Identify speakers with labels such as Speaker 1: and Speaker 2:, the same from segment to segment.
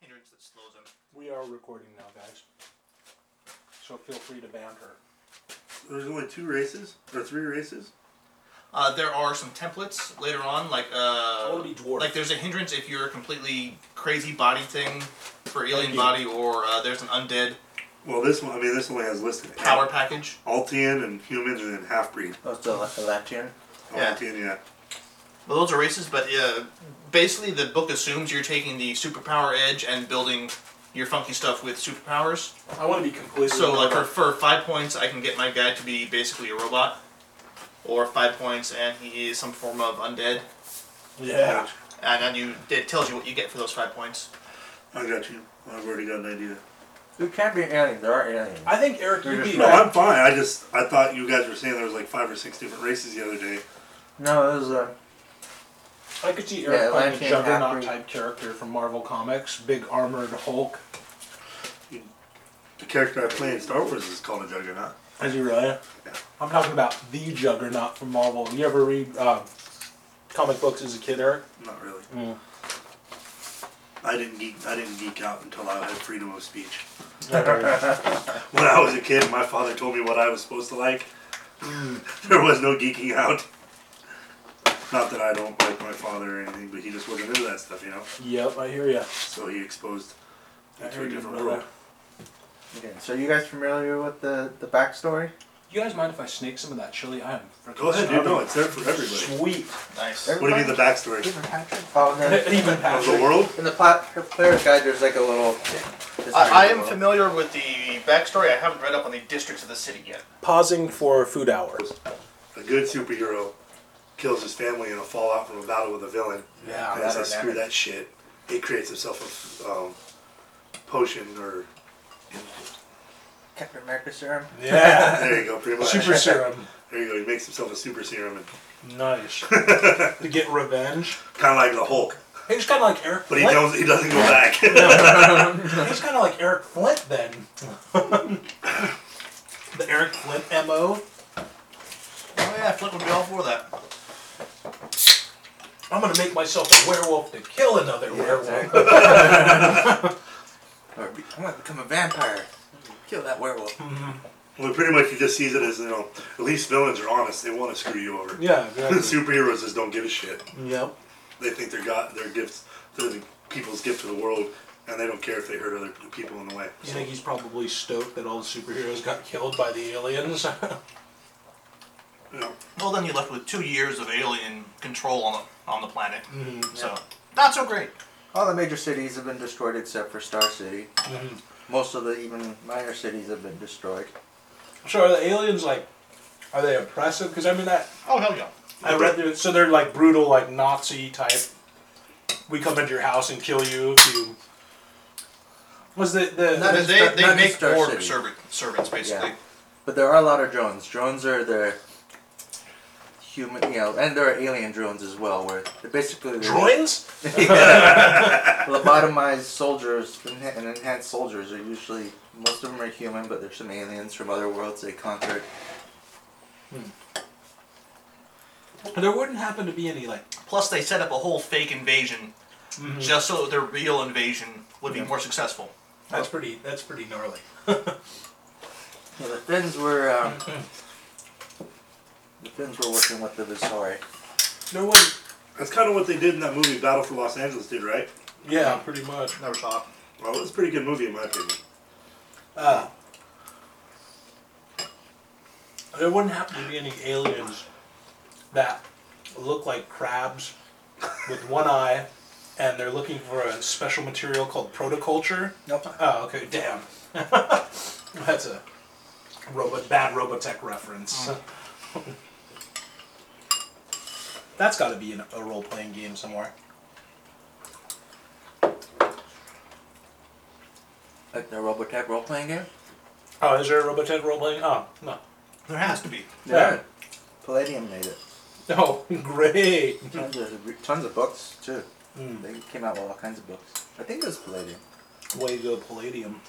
Speaker 1: hindrance that slows him.
Speaker 2: We are recording now, guys. So feel free to banter.
Speaker 3: There's only two races or three races.
Speaker 1: Uh, there are some templates later on, like uh,
Speaker 2: I wanna be dwarf.
Speaker 1: Like there's a hindrance if you're a completely crazy body thing for alien
Speaker 2: you.
Speaker 1: body, or uh, there's an undead
Speaker 3: Well, this one. I mean, this only has listed
Speaker 1: power package.
Speaker 3: Altian and humans, and then half breed.
Speaker 4: Oh, it's a Latian.
Speaker 1: Yeah.
Speaker 3: Altian, yeah.
Speaker 1: Well, those are races, but uh, basically the book assumes you're taking the superpower edge and building your funky stuff with superpowers.
Speaker 2: I want to be completely.
Speaker 1: So like for, for five points, I can get my guy to be basically a robot, or five points and he is some form of undead,
Speaker 2: yeah.
Speaker 1: and then you it tells you what you get for those five points.
Speaker 3: I got you. I've already got an idea.
Speaker 4: There can be aliens. There are aliens.
Speaker 2: I think Eric, you'd be
Speaker 3: No, I'm fine. I just I thought you guys were saying there was like five or six different races the other day.
Speaker 4: No, it was uh, a.
Speaker 2: I could see
Speaker 4: Yeah,
Speaker 2: Eric playing a
Speaker 4: Atlantean
Speaker 2: juggernaut
Speaker 4: half-breed.
Speaker 2: type character from Marvel Comics, big armored Hulk.
Speaker 3: The character I play in Star Wars is called a Juggernaut.
Speaker 2: Is he really? I'm talking about the juggernaut from Marvel. You ever read uh, comic books as a kid, Eric?
Speaker 3: Not really.
Speaker 1: Mm.
Speaker 3: I didn't geek. I didn't geek out until I had freedom of speech. When I was a kid, my father told me what I was supposed to like. Hmm, there was no geeking out. Not that I don't like my father or anything, but he just wasn't into that stuff, you know.
Speaker 2: yep, I hear you.
Speaker 3: So he exposed me
Speaker 2: I
Speaker 3: to
Speaker 2: hear
Speaker 3: a
Speaker 2: you,
Speaker 3: different
Speaker 2: brother.
Speaker 3: world.
Speaker 4: Okay, so you guys familiar with the the backstory?
Speaker 2: You guys mind if I sneak some of that chili? I am freaking
Speaker 3: Go ahead, dude. No, it's there for everybody.
Speaker 2: Sweet.
Speaker 1: Nice.
Speaker 3: What do you mean the backstory
Speaker 4: Oh no.
Speaker 2: Even
Speaker 3: of the
Speaker 2: Patrick.
Speaker 3: world?
Speaker 4: In the plot player's guide, there's like a little.
Speaker 1: I, I am familiar with the backstory. I haven't read up on the districts of the city yet.
Speaker 2: Pausing for food hour.
Speaker 3: A good superhero kills his family in a fallout from a battle with a villain.
Speaker 2: Yeah,
Speaker 3: and
Speaker 4: that
Speaker 3: he says,
Speaker 4: or
Speaker 3: "Screw
Speaker 4: never."
Speaker 3: that shit." He creates himself a um, potion or
Speaker 4: Captain America serum.
Speaker 2: Yeah.
Speaker 3: there you go, pretty much.
Speaker 2: Super serum.
Speaker 3: There you go. He makes himself a super serum and
Speaker 2: Nice. to get revenge.
Speaker 3: kind of like the Hulk,
Speaker 2: He's kind of like Eric.
Speaker 3: but he
Speaker 2: Flint.
Speaker 3: don't. He doesn't go back.
Speaker 2: He's kind of like Eric Flint then. the Eric Flint mo.
Speaker 1: Oh yeah, Flip would be all for that.
Speaker 2: I'm gonna make myself a werewolf to kill another werewolf.
Speaker 4: Or be, I'm gonna become a vampire. Kill that werewolf.
Speaker 3: well, pretty much he just sees it as you know. At least villains are honest. They want to screw you over.
Speaker 2: Yeah. Exactly.
Speaker 3: Superheroes just don't give a shit.
Speaker 2: yep.
Speaker 3: They think they're God, their gifts, they're the people's gift to the world, and they don't care if they hurt other people in the way.
Speaker 2: You think he's probably stoked that all the superheroes got killed by the aliens?
Speaker 3: You know,
Speaker 1: Well, then you're left with two years of alien control on the, on the planet.
Speaker 4: Mm-hmm,
Speaker 1: So not so great.
Speaker 4: All the major cities have been destroyed except for Star City. Most of the even minor cities have been destroyed.
Speaker 2: so are the aliens like? Are they oppressive? Because I mean that
Speaker 1: Oh hell yeah.
Speaker 2: I read through it. So they're like brutal, like Nazi type. We come into your house and kill you if you. Was the the
Speaker 4: Not
Speaker 1: They,
Speaker 4: in
Speaker 1: they,
Speaker 4: Star- not
Speaker 1: they
Speaker 4: in
Speaker 1: make
Speaker 4: Star
Speaker 1: war
Speaker 4: City.
Speaker 1: servant, servants basically.
Speaker 4: Yeah. But there are a lot of drones. Drones are the human, you know, and there are alien drones as well, where they're basically they're
Speaker 2: droids?
Speaker 4: lobotomized soldiers enha- and enhanced soldiers are usually most of them are human, but there's some aliens from other worlds they conquered.
Speaker 2: There wouldn't happen to be any like.
Speaker 1: Plus, they set up a whole fake invasion
Speaker 4: Mm-hmm.
Speaker 1: just so their real invasion would be more successful.
Speaker 2: That's pretty. That's pretty gnarly.
Speaker 4: Yeah, the Finns were um, the Finns were working with the Visari.
Speaker 2: No one.
Speaker 3: that's kind of what they did in that movie Battle for Los Angeles, did right?
Speaker 2: Yeah, pretty much.
Speaker 1: Never saw it.
Speaker 3: Well, it was a pretty good movie in my opinion.
Speaker 2: Uh, there wouldn't happen to be any aliens that look like crabs with one eye, and they're looking for a special material called protoculture.
Speaker 4: Nope.
Speaker 2: Oh, okay. Damn. That's a robot bad Robotech reference. Mm. That's got to be in a role playing game somewhere.
Speaker 4: Like the Robotech role playing game.
Speaker 2: Oh, is there a Robotech role playing? Oh, no.
Speaker 1: There has to be.
Speaker 2: Yeah.
Speaker 4: Palladium made it.
Speaker 2: Oh, great.
Speaker 4: Tons of tons of books too. They came out with all kinds of books. I think it was Palladium.
Speaker 2: Way to go, Palladium.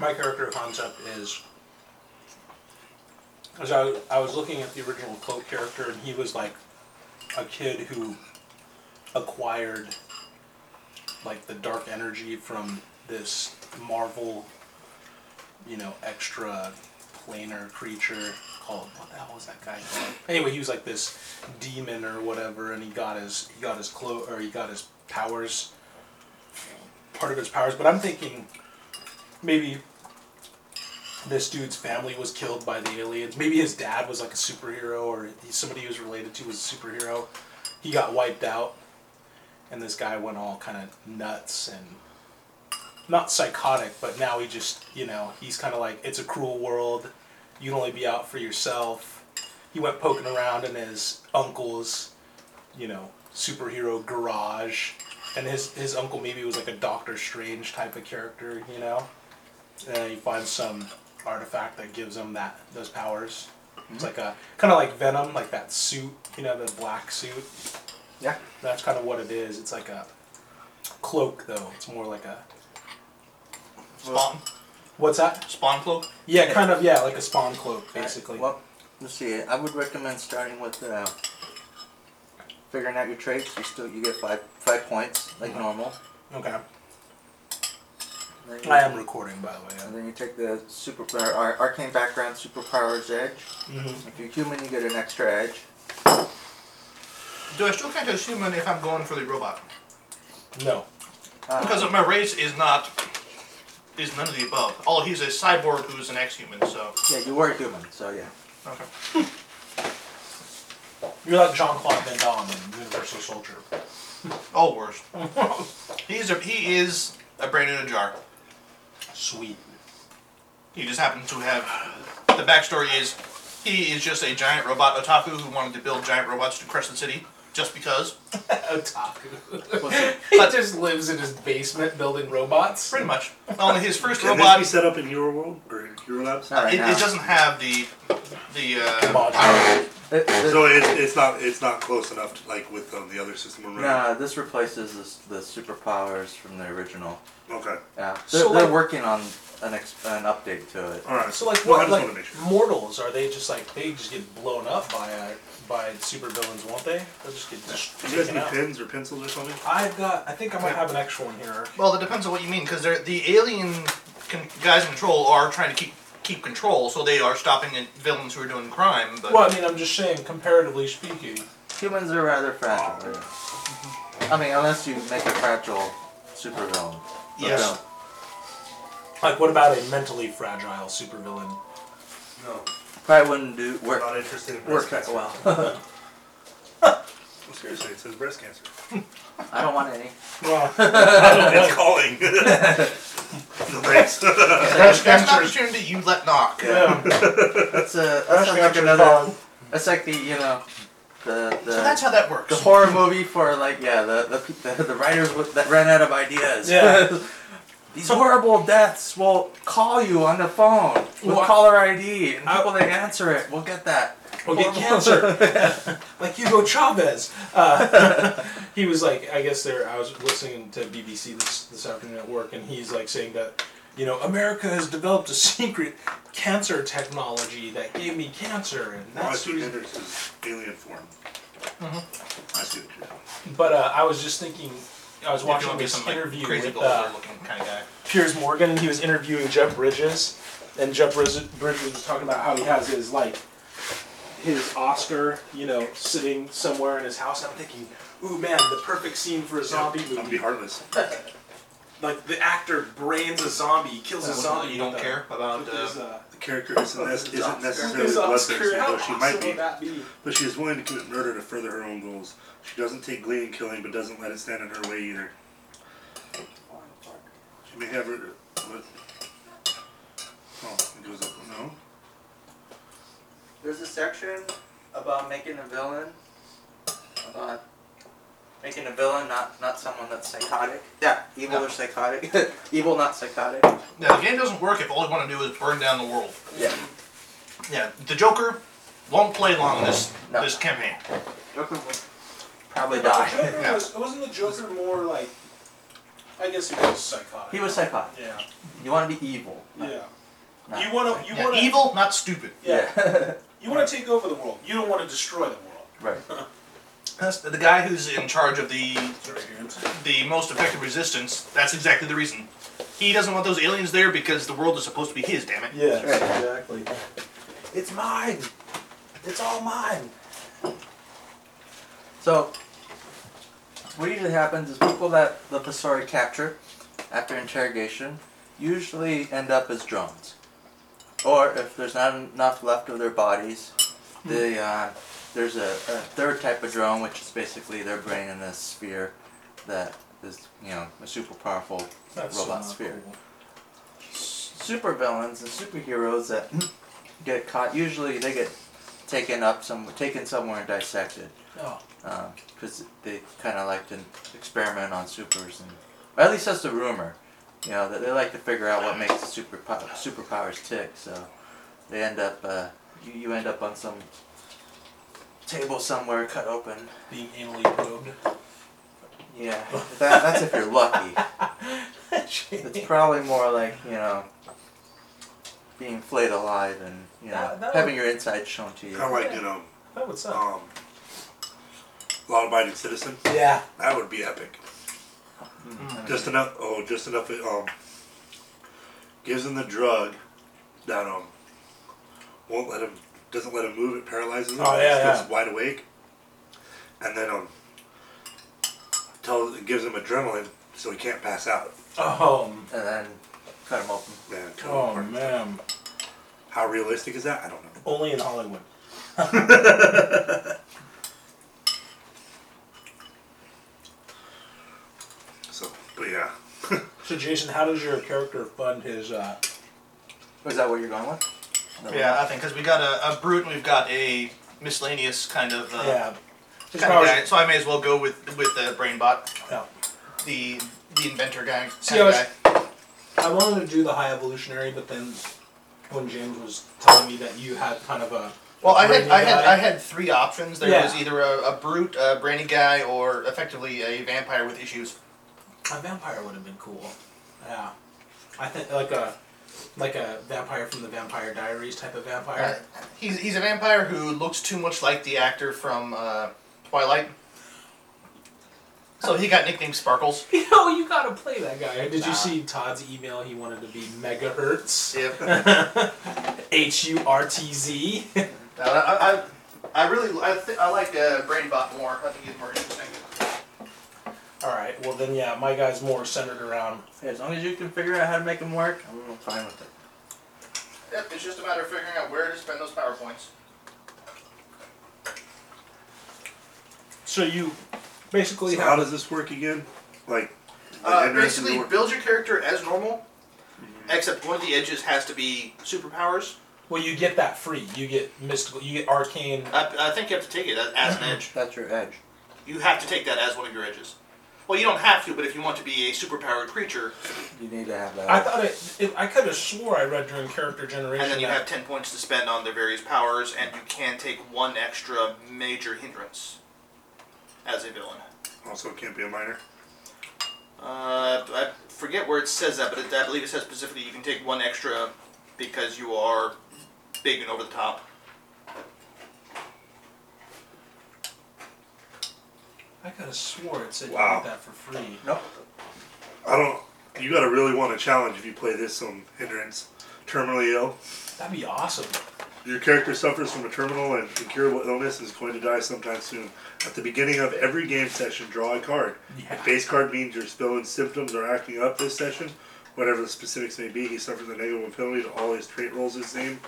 Speaker 2: My character concept is. As I, I was looking at the original Cloak character, and he was like a kid who acquired like the dark energy from this Marvel, you know, extra planar creature called what the hell was that guy called? Anyway, he was like this demon or whatever, and he got his he got his clo or he got his powers, part of his powers. But I'm thinking maybe this dude's family was killed by the aliens. Maybe his dad was like a superhero, or he, somebody he was related to was a superhero. He got wiped out, and this guy went all kind of nuts and not psychotic, but now he just you know he's kind of like it's a cruel world. You can only be out for yourself. He went poking around in his uncle's, you know, superhero garage, and his his uncle maybe was like a Doctor Strange type of character, you know and he finds some artifact that gives him that those powers. It's like a kind of like Venom, like that suit, you know, the black suit.
Speaker 4: Yeah.
Speaker 2: That's kind of what it is. It's like a cloak, though. It's more like a
Speaker 1: Spawn,
Speaker 2: what's that?
Speaker 1: spawn cloak.
Speaker 2: Yeah, kind of. Yeah, like a spawn cloak, basically.
Speaker 4: Well, let's see. I would recommend starting with uh, figuring out your traits. You still you get five five points like normal.
Speaker 2: okay.
Speaker 4: Then you-
Speaker 2: I am recording, by the
Speaker 4: And
Speaker 2: way.
Speaker 4: then you take the super or, ar- arcane background superpowers edge.
Speaker 1: Mm-hmm.
Speaker 2: Yeah. hmm
Speaker 4: If you're human, you get an extra edge.
Speaker 1: Do I still count as human if I'm going for the robot?
Speaker 2: No.
Speaker 4: Uh,
Speaker 1: Because my race is not is none of the above. Oh, he's a cyborg who's an ex-human. So
Speaker 4: yeah, you were human, so yeah.
Speaker 1: okay.
Speaker 2: You're like Jean Claude Van Damme in Universal Soldier.
Speaker 1: All worse. he's a he is a brain in a jar.
Speaker 2: Sweet.
Speaker 1: He just happened to have the backstory is he is just a giant robot otaku who wanted to build giant robots to crush the city just because.
Speaker 2: Otaku.
Speaker 4: Well, so-
Speaker 2: he just lives in his basement building robots.
Speaker 1: Pretty much. Only his first
Speaker 3: Can this
Speaker 1: robot
Speaker 3: be set up in Hero World or in Hero Labs?
Speaker 4: Not right
Speaker 1: it,
Speaker 4: now.
Speaker 1: it doesn't have the the uh,
Speaker 2: Module.
Speaker 4: It- it-
Speaker 3: So it's, it's not it's not close enough to, like with um, the other system we're running.
Speaker 4: no, uh, this replaces this, the superpowers from the original.
Speaker 3: Okay.
Speaker 4: Yeah, they're,
Speaker 2: So,
Speaker 4: they're
Speaker 2: like-
Speaker 4: working on an ex- an update to it.
Speaker 3: All right.
Speaker 2: So like
Speaker 3: No, I
Speaker 2: what
Speaker 3: just
Speaker 2: like
Speaker 3: wanted to make sure.
Speaker 2: mortals are they just like they just get blown up by uh, by super villains, won't they? They'll just get just
Speaker 3: Do you guys
Speaker 2: taken
Speaker 3: need
Speaker 2: out.
Speaker 3: pens or pencils or something?
Speaker 2: I've got I think I might have an extra one here.
Speaker 1: Well, it depends on what you mean, because the alien con- guys in control are trying to keep keep control, so they are stopping in- villains who are doing crime. But
Speaker 2: Well, I mean I'm just saying comparatively speaking.
Speaker 4: Humans are rather fragile.
Speaker 1: Mm-hmm.
Speaker 4: I mean, unless you make a fragile supervillain. But
Speaker 1: Yes.
Speaker 4: no.
Speaker 2: Like what about a mentally fragile supervillain?
Speaker 3: No.
Speaker 4: probably wouldn't do work.
Speaker 3: Not interested in breast
Speaker 4: Work
Speaker 3: cancer.
Speaker 4: that well.
Speaker 3: Well, Seriously, it says breast cancer.
Speaker 4: I don't want any.
Speaker 2: Well,
Speaker 3: it's calling. no thanks.
Speaker 1: that's, that's an opportunity you let knock.
Speaker 2: yeah.
Speaker 4: That's a that sounds like another. That's like the you know, the the.
Speaker 1: So that's how that works.
Speaker 4: the horror movie for like yeah the the pe- the, the writers with, that ran out of ideas.
Speaker 2: Yeah.
Speaker 4: These horrible deaths will call you on the phone with
Speaker 2: Well, I-
Speaker 4: caller ID, and
Speaker 2: I-
Speaker 4: people that answer it will get that.
Speaker 2: Or get
Speaker 4: Horrible-
Speaker 2: cancer. like Hugo Chavez. Uh, he was like, I guess there. I was listening to BBC this this afternoon at work, and he's like saying that, you know, America has developed a secret cancer technology that gave me cancer, and
Speaker 4: Oh,
Speaker 3: My
Speaker 2: that's. the
Speaker 3: student
Speaker 2: reason-
Speaker 3: interest is alien form.
Speaker 4: Mm-hmm.
Speaker 3: My student interest.
Speaker 2: But uh, I was just thinking. I was
Speaker 1: If you want
Speaker 2: watching
Speaker 1: to be
Speaker 2: this
Speaker 1: some like,
Speaker 2: interview
Speaker 1: crazy
Speaker 2: with uh,
Speaker 1: looking kind of guy.
Speaker 2: Piers Morgan, and he was interviewing Jeff Bridges, and Jeff Bridges Bridges was talking about how he has his like his Oscar, you know, sitting somewhere in his house. And I'm thinking, ooh man, the perfect scene for a zombie
Speaker 3: I'm gonna be
Speaker 2: movie.
Speaker 3: heartless.
Speaker 2: Like the actor brains a zombie, kills a zombie.
Speaker 1: you don't
Speaker 2: with a-
Speaker 1: care about.
Speaker 2: with his,
Speaker 1: Uh,
Speaker 2: uh,
Speaker 3: The character isn't,
Speaker 4: Oh, This
Speaker 3: nec-
Speaker 4: is
Speaker 3: isn't
Speaker 4: Oscar.
Speaker 2: with
Speaker 3: necessarily
Speaker 2: his
Speaker 3: bloodthirsty,
Speaker 2: Oscar. How
Speaker 3: though she might
Speaker 2: awesome
Speaker 3: be.
Speaker 2: would that be?
Speaker 3: But she is willing to commit murder to further her own goals. She doesn't take glee in killing, but doesn't let it stand in her way either. She may have her. What? Oh, it goes up. No.
Speaker 4: There's a section about making a villain, about making a villain not not someone that's psychotic. Yeah, evil
Speaker 1: Yeah.
Speaker 4: or psychotic. evil, not psychotic.
Speaker 1: now the game doesn't work if all you want to do is burn down the world.
Speaker 4: Yeah,
Speaker 1: Yeah, the Joker won't play long this
Speaker 4: No.
Speaker 1: this campaign.
Speaker 4: Joker would probably
Speaker 2: The
Speaker 4: die.
Speaker 2: Joker
Speaker 1: Yeah.
Speaker 2: was, wasn't the Joker more like? I guess he was psychotic.
Speaker 4: he was psychotic.
Speaker 2: Yeah.
Speaker 4: You want to be evil. not-
Speaker 2: Yeah.
Speaker 4: not
Speaker 2: You wanna- you
Speaker 1: Yeah,
Speaker 2: wanna-
Speaker 1: evil, not stupid.
Speaker 2: Yeah.
Speaker 4: Yeah.
Speaker 2: You want to take over the world. You don't want to destroy the world.
Speaker 4: right.
Speaker 1: That's the guy who's in charge of the
Speaker 5: Sorry, James.
Speaker 1: the most effective resistance. That's exactly the reason. He doesn't want those aliens there because the world is supposed to be his. Damn it.
Speaker 5: Yes,
Speaker 4: Right.
Speaker 5: exactly. It's mine. It's all mine.
Speaker 4: So, what usually happens is people that the Pasori capture after interrogation usually end up as drones. Or if there's not enough left of their bodies, they, uh, there's a, a third type of drone, which is basically their brain in a sphere that is, you know, a super powerful robot sphere. Super villains and superheroes that get caught, usually they get taken up some, taken somewhere and dissected
Speaker 2: Oh,
Speaker 4: because Um, they kind of like to experiment on supers, and or at least that's the rumor. You know that they like to figure out what makes the super po- superpowers tick. So they end up uh, you you end up on some table somewhere cut open.
Speaker 2: being anally probed.
Speaker 4: Yeah, that, that's if you're lucky. It's
Speaker 5: that,
Speaker 4: probably more like you know being flayed alive and you know
Speaker 5: That- that
Speaker 4: having your insides shown to you.
Speaker 3: Kind of like you know,
Speaker 5: that would suck.
Speaker 3: um, law-abiding citizen.
Speaker 5: yeah.
Speaker 3: That would be epic.
Speaker 4: Mm-hmm.
Speaker 3: Just enough. Oh, just enough. Um, gives him the drug that um won't let him doesn't let him move. It paralyzes him.
Speaker 5: Oh, yeah,
Speaker 3: He's
Speaker 5: yeah.
Speaker 3: just wide awake. And then um tells gives him adrenaline so he can't pass out.
Speaker 5: Oh, m-
Speaker 4: And then cut them open.
Speaker 3: Man, come
Speaker 5: oh
Speaker 3: on.
Speaker 5: man.
Speaker 3: how realistic is that? I don't know.
Speaker 2: Only in Hollywood.
Speaker 3: So, but yeah,
Speaker 2: So Jason, how does your character fund his? Uh,
Speaker 4: Is that what you're going with? No.
Speaker 1: Yeah, I think because we got a, a brute and we've got a miscellaneous kind of uh,
Speaker 2: yeah. His
Speaker 1: kind of
Speaker 2: powers.
Speaker 1: guy. So I may as well go with with the brain bot,
Speaker 2: Yeah.
Speaker 1: the the inventor guy.
Speaker 2: See,
Speaker 1: kind of
Speaker 2: I was-
Speaker 1: guy.
Speaker 2: I wanted to do the high evolutionary, but then when James was telling me that you had kind of a
Speaker 1: Well, I had
Speaker 2: brainy
Speaker 1: I had
Speaker 2: guy-
Speaker 1: I had three options. There
Speaker 2: Yeah.
Speaker 1: was either a, a brute, a brainy guy, or effectively a vampire with issues.
Speaker 2: a vampire would have been cool. Yeah, I think like a like a vampire from the Vampire Diaries type of
Speaker 1: Uh,
Speaker 2: vampire.
Speaker 1: he's he's a vampire who looks too much like the actor from uh, Twilight. So he got nicknamed Sparkles.
Speaker 2: You know, you gotta play that guy. Did
Speaker 1: Nah.
Speaker 2: you see Todd's email? He wanted to be megahertz.
Speaker 1: Yeah,
Speaker 2: H U R T Z.
Speaker 1: I, I, I really I, th- I like uh, Brainbot more. I think he's more interesting.
Speaker 2: All right. Well, then, yeah, my guy's more centered around.
Speaker 4: As long as you can figure out how to make them work, I'm fine with it.
Speaker 1: Yep, it's just a matter of figuring out where to spend those power points.
Speaker 2: So you basically
Speaker 3: so how does this work again? Like, the
Speaker 1: Uh,
Speaker 3: hindrance and the
Speaker 1: basically,
Speaker 3: work-
Speaker 1: build your character as normal, except one of the edges has to be superpowers.
Speaker 2: well, you get that free. You get mystical. You get arcane.
Speaker 1: I, I think you have to take it as, as an edge.
Speaker 4: That's your edge.
Speaker 1: You have to take that as one of your edges. Well, you don't have to, but if you want to be a superpowered creature,
Speaker 4: You need to have that.
Speaker 2: I thought it, it. I could have swore I read during character generation.
Speaker 1: and then you
Speaker 2: that-
Speaker 1: have 10 points to spend on the various powers, and you can take one extra major hindrance as a villain.
Speaker 3: also Oh, can't be a minor.
Speaker 1: Uh, I forget where it says that, but it, I believe it says specifically you can take one extra because you are big and over the top.
Speaker 2: I could have swore it said
Speaker 3: Wow.
Speaker 2: you get that for free.
Speaker 4: Nope.
Speaker 3: I don't. You gotta really want a challenge if you play this some hindrance. Terminally ill.
Speaker 2: That'd be awesome.
Speaker 3: Your character suffers from a terminal and incurable illness and is going to die sometime soon. At the beginning of every game session, draw a card.
Speaker 2: Yeah.
Speaker 3: If base card means your spell and symptoms are acting up this session, whatever the specifics may be, he suffers a negative penalty to all his trait rolls this game.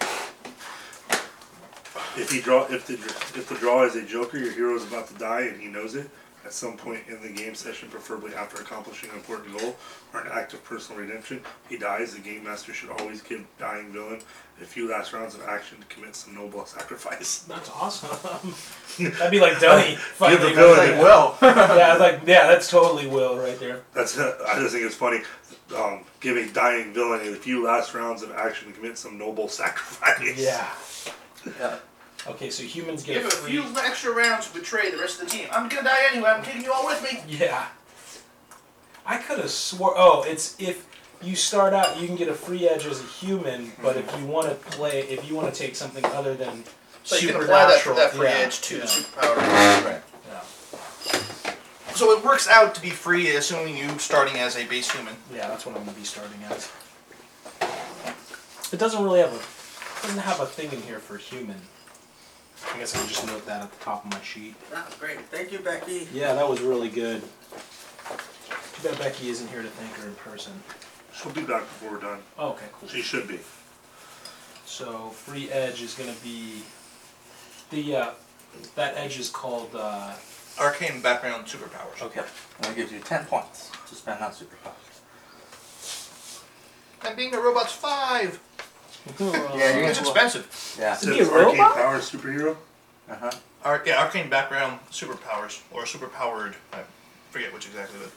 Speaker 3: If he draw, if the if the draw is a joker, your hero is about to die and he knows it. At some point in the game session, preferably after accomplishing an important goal or an act of personal redemption, he dies. The game master should always give dying villain a few last rounds of action to commit some noble sacrifice.
Speaker 2: That's awesome. That'd be like Dummy.
Speaker 3: Give
Speaker 2: fighting
Speaker 3: the
Speaker 2: with,
Speaker 3: villain
Speaker 2: like-
Speaker 4: Well,
Speaker 2: yeah, I was like yeah, that's totally Will right there.
Speaker 3: That's I just think it's funny. Um, give a dying villain a few last rounds of action to commit some noble sacrifice.
Speaker 2: Yeah.
Speaker 4: yeah.
Speaker 2: Okay, so humans get
Speaker 1: Give
Speaker 2: a
Speaker 1: a
Speaker 2: free.
Speaker 1: few extra rounds to betray the rest of the team. I'm gonna die anyway. I'm taking you all with me.
Speaker 2: Yeah. I could have swore. Oh, it's if you start out, you can get a free edge as a human, but if you want to play, if you want to take something other than
Speaker 1: So you can apply that,
Speaker 2: supernatural,
Speaker 1: that free
Speaker 2: yeah,
Speaker 1: edge to
Speaker 2: yeah,
Speaker 1: the superpower.
Speaker 4: Right.
Speaker 2: yeah.
Speaker 1: So it works out to be free, assuming you starting as a base human.
Speaker 2: Yeah, that's what I'm gonna be starting as. It doesn't really have a doesn't have a thing in here for human. I guess I'll just note that at the top of my sheet.
Speaker 6: That was great. Thank you, Becky.
Speaker 2: Yeah, that was really good. Too bad Becky isn't here to thank her in person.
Speaker 3: She'll be back before we're done.
Speaker 2: Oh, okay, cool.
Speaker 3: She should be.
Speaker 2: So free edge is gonna be the uh, that edge is called uh,
Speaker 1: Arcane background superpowers.
Speaker 2: okay.
Speaker 4: And that gives you 10 points to spend on superpowers.
Speaker 1: And being a robot's five.
Speaker 4: Yeah, you're
Speaker 1: It's expensive.
Speaker 4: Yeah.
Speaker 2: To be
Speaker 3: Says
Speaker 2: a
Speaker 3: arcane
Speaker 2: robot?
Speaker 3: power superhero.
Speaker 4: Uh huh.
Speaker 1: Ar- yeah, arcane background superpowers or superpowered. I forget which exactly, but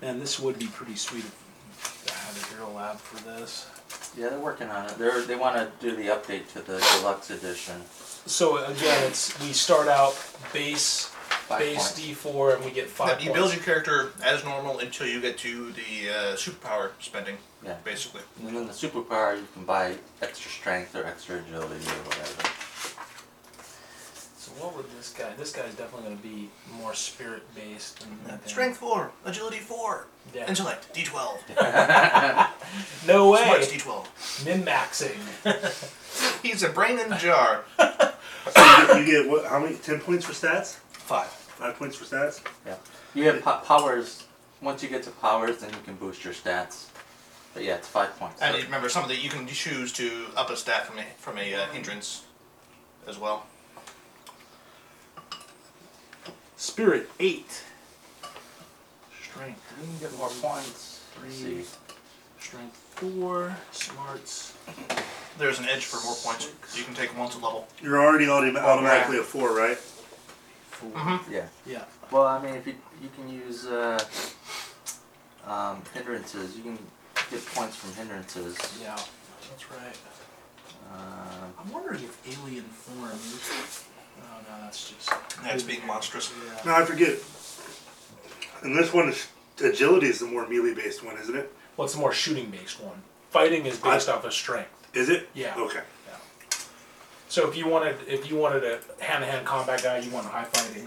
Speaker 2: Man, this would be pretty sweet if I had a hero lab for this.
Speaker 4: Yeah, they're working on it. They're, they want to do the update to the deluxe edition.
Speaker 2: So again, it's we start out base
Speaker 4: Five
Speaker 2: base
Speaker 4: points.
Speaker 2: D four and we get five
Speaker 1: you build
Speaker 2: points.
Speaker 1: your character as normal until you get to the uh, superpower spending,
Speaker 4: Yeah.
Speaker 1: basically.
Speaker 4: And then the superpower, you can buy extra strength or extra agility or whatever.
Speaker 2: So what would this guy? This guy's definitely going to be more spirit based. than that.
Speaker 1: Strength four, agility four,
Speaker 2: Yeah.
Speaker 1: intellect D twelve,
Speaker 2: No
Speaker 1: smarts
Speaker 2: way.
Speaker 1: D twelve.
Speaker 2: Min maxing.
Speaker 1: He's a brain in a jar.
Speaker 3: So you, get, you get what? How many? Ten points for stats.
Speaker 1: Five.
Speaker 3: Five points for stats.
Speaker 4: You have po- powers. Once you get to powers, then you can boost your stats. But yeah, it's five points.
Speaker 1: And you remember something that you can choose to up a stat from a from a uh, hindrance, as well.
Speaker 2: Spirit eight. Strength.
Speaker 4: You can get more points. Let's see.
Speaker 2: Strength four. Smarts.
Speaker 1: There's an edge for more points. You can take once a level.
Speaker 3: You're already
Speaker 2: Oh,
Speaker 3: autom- automatically a four, right?
Speaker 2: 4
Speaker 1: Mhm.
Speaker 4: Yeah.
Speaker 2: Yeah.
Speaker 4: Well, I mean, if you you can use uh, um, hindrances, you can get points from hindrances.
Speaker 2: Yeah. That's right.
Speaker 4: Uh,
Speaker 2: I'm wondering if alien form. Oh no, that's just.
Speaker 1: That's being monstrous.
Speaker 2: Yeah.
Speaker 3: No, I forget. And this one, is agility is the more melee based one, isn't it?
Speaker 2: Well, it's a more shooting based one. Fighting is based off of strength.
Speaker 3: Is it?
Speaker 2: Yeah.
Speaker 3: Okay.
Speaker 2: So if you wanted, if you wanted a hand-to-hand combat guy, you want a high fighting.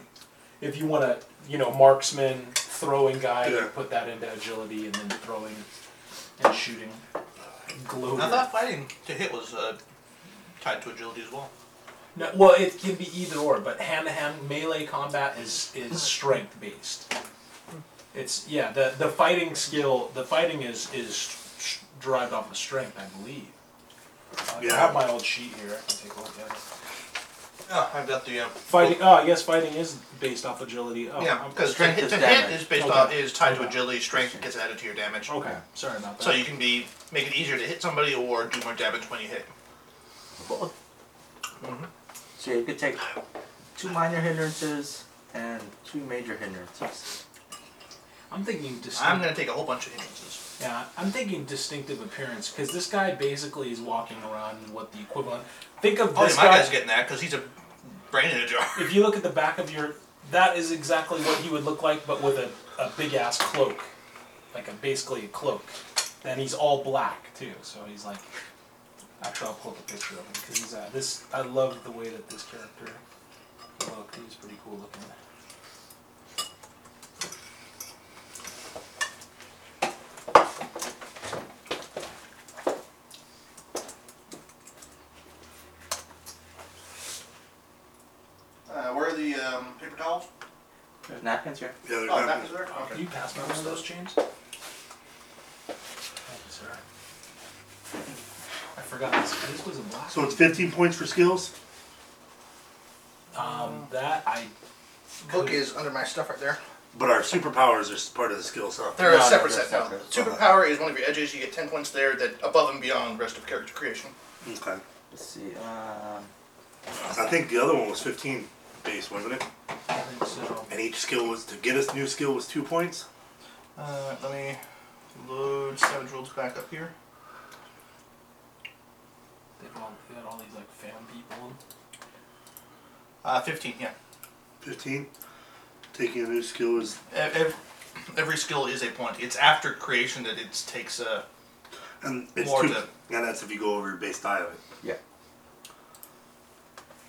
Speaker 2: If you want a, you know, marksman throwing guy, you
Speaker 3: Yeah.
Speaker 2: put that into agility and then throwing and shooting. Gloater.
Speaker 1: I thought fighting to hit was uh, tied to agility as well.
Speaker 2: No, well, it can be either or, but hand-to-hand melee combat is is strength-based. It's yeah, the the fighting skill, the fighting is is s- derived off of strength, I believe. Uh, I
Speaker 3: Yeah.
Speaker 2: have my old sheet here. I can take a look at it.
Speaker 1: Oh, I've got the uh,
Speaker 2: Fighting. Oh, I guess fighting is based off agility. Oh,
Speaker 1: yeah,
Speaker 2: I'm-
Speaker 1: because to
Speaker 4: Strength
Speaker 1: hit,
Speaker 4: is
Speaker 1: to hit
Speaker 4: damage.
Speaker 1: is based
Speaker 2: Okay.
Speaker 1: off is tied to
Speaker 2: Okay.
Speaker 1: agility. Strength gets added to your damage.
Speaker 2: Okay, sorry about that.
Speaker 1: So you can be make it easier to hit somebody or do more damage when you hit.
Speaker 4: both. So you could take two minor hindrances and two major hindrances.
Speaker 2: I'm thinking distinct.
Speaker 1: I'm gonna take a whole bunch of hindrances.
Speaker 2: yeah, I'm thinking distinctive appearance because this guy basically is walking around in what the equivalent. Think of
Speaker 1: Oh,
Speaker 2: this
Speaker 1: my
Speaker 2: guy.
Speaker 1: guy's getting that because he's a brain in a jar.
Speaker 2: if you look at the back of your, that is exactly what he would look like, but with a, a big ass cloak, like a basically a cloak, and he's all black too. So he's like, actually, I'll pull up a picture of him because he's uh, this. I love the way that this character looked. He was pretty cool looking.
Speaker 1: Uh, where are the um, paper towels?
Speaker 4: There's napkins here.
Speaker 3: Yeah, there's
Speaker 1: Oh,
Speaker 3: not-
Speaker 1: napkins there.
Speaker 2: Can you pass me one of those, James? Thank you, sir. I forgot this. This was a black.
Speaker 3: So it's 15 points for skills.
Speaker 2: Um, that I.
Speaker 1: Book is under my stuff right there.
Speaker 3: But our superpowers are s- part of the skill set.
Speaker 1: They're
Speaker 4: No,
Speaker 1: a
Speaker 4: no,
Speaker 1: separate
Speaker 4: they're
Speaker 1: set now.
Speaker 4: separate.
Speaker 1: Superpower is one of your edges. You get ten points there. That above and beyond rest of character creation.
Speaker 3: Okay.
Speaker 4: Let's see. Um,
Speaker 3: I think the other one was 15 base, wasn't it?
Speaker 2: I think so.
Speaker 3: And each skill was to get us new skill was two points.
Speaker 1: Uh, let me load Savage Worlds back up here.
Speaker 2: They had all, they had all these like fan people.
Speaker 1: Uh, Fifteen. Yeah.
Speaker 3: 15. Taking a new skill is.
Speaker 1: Every, E-, every skill is a point. It's after creation that it takes uh, a.
Speaker 3: And it's
Speaker 1: More
Speaker 3: two.
Speaker 1: to-
Speaker 3: And that's if you go over your base dial.
Speaker 4: yeah.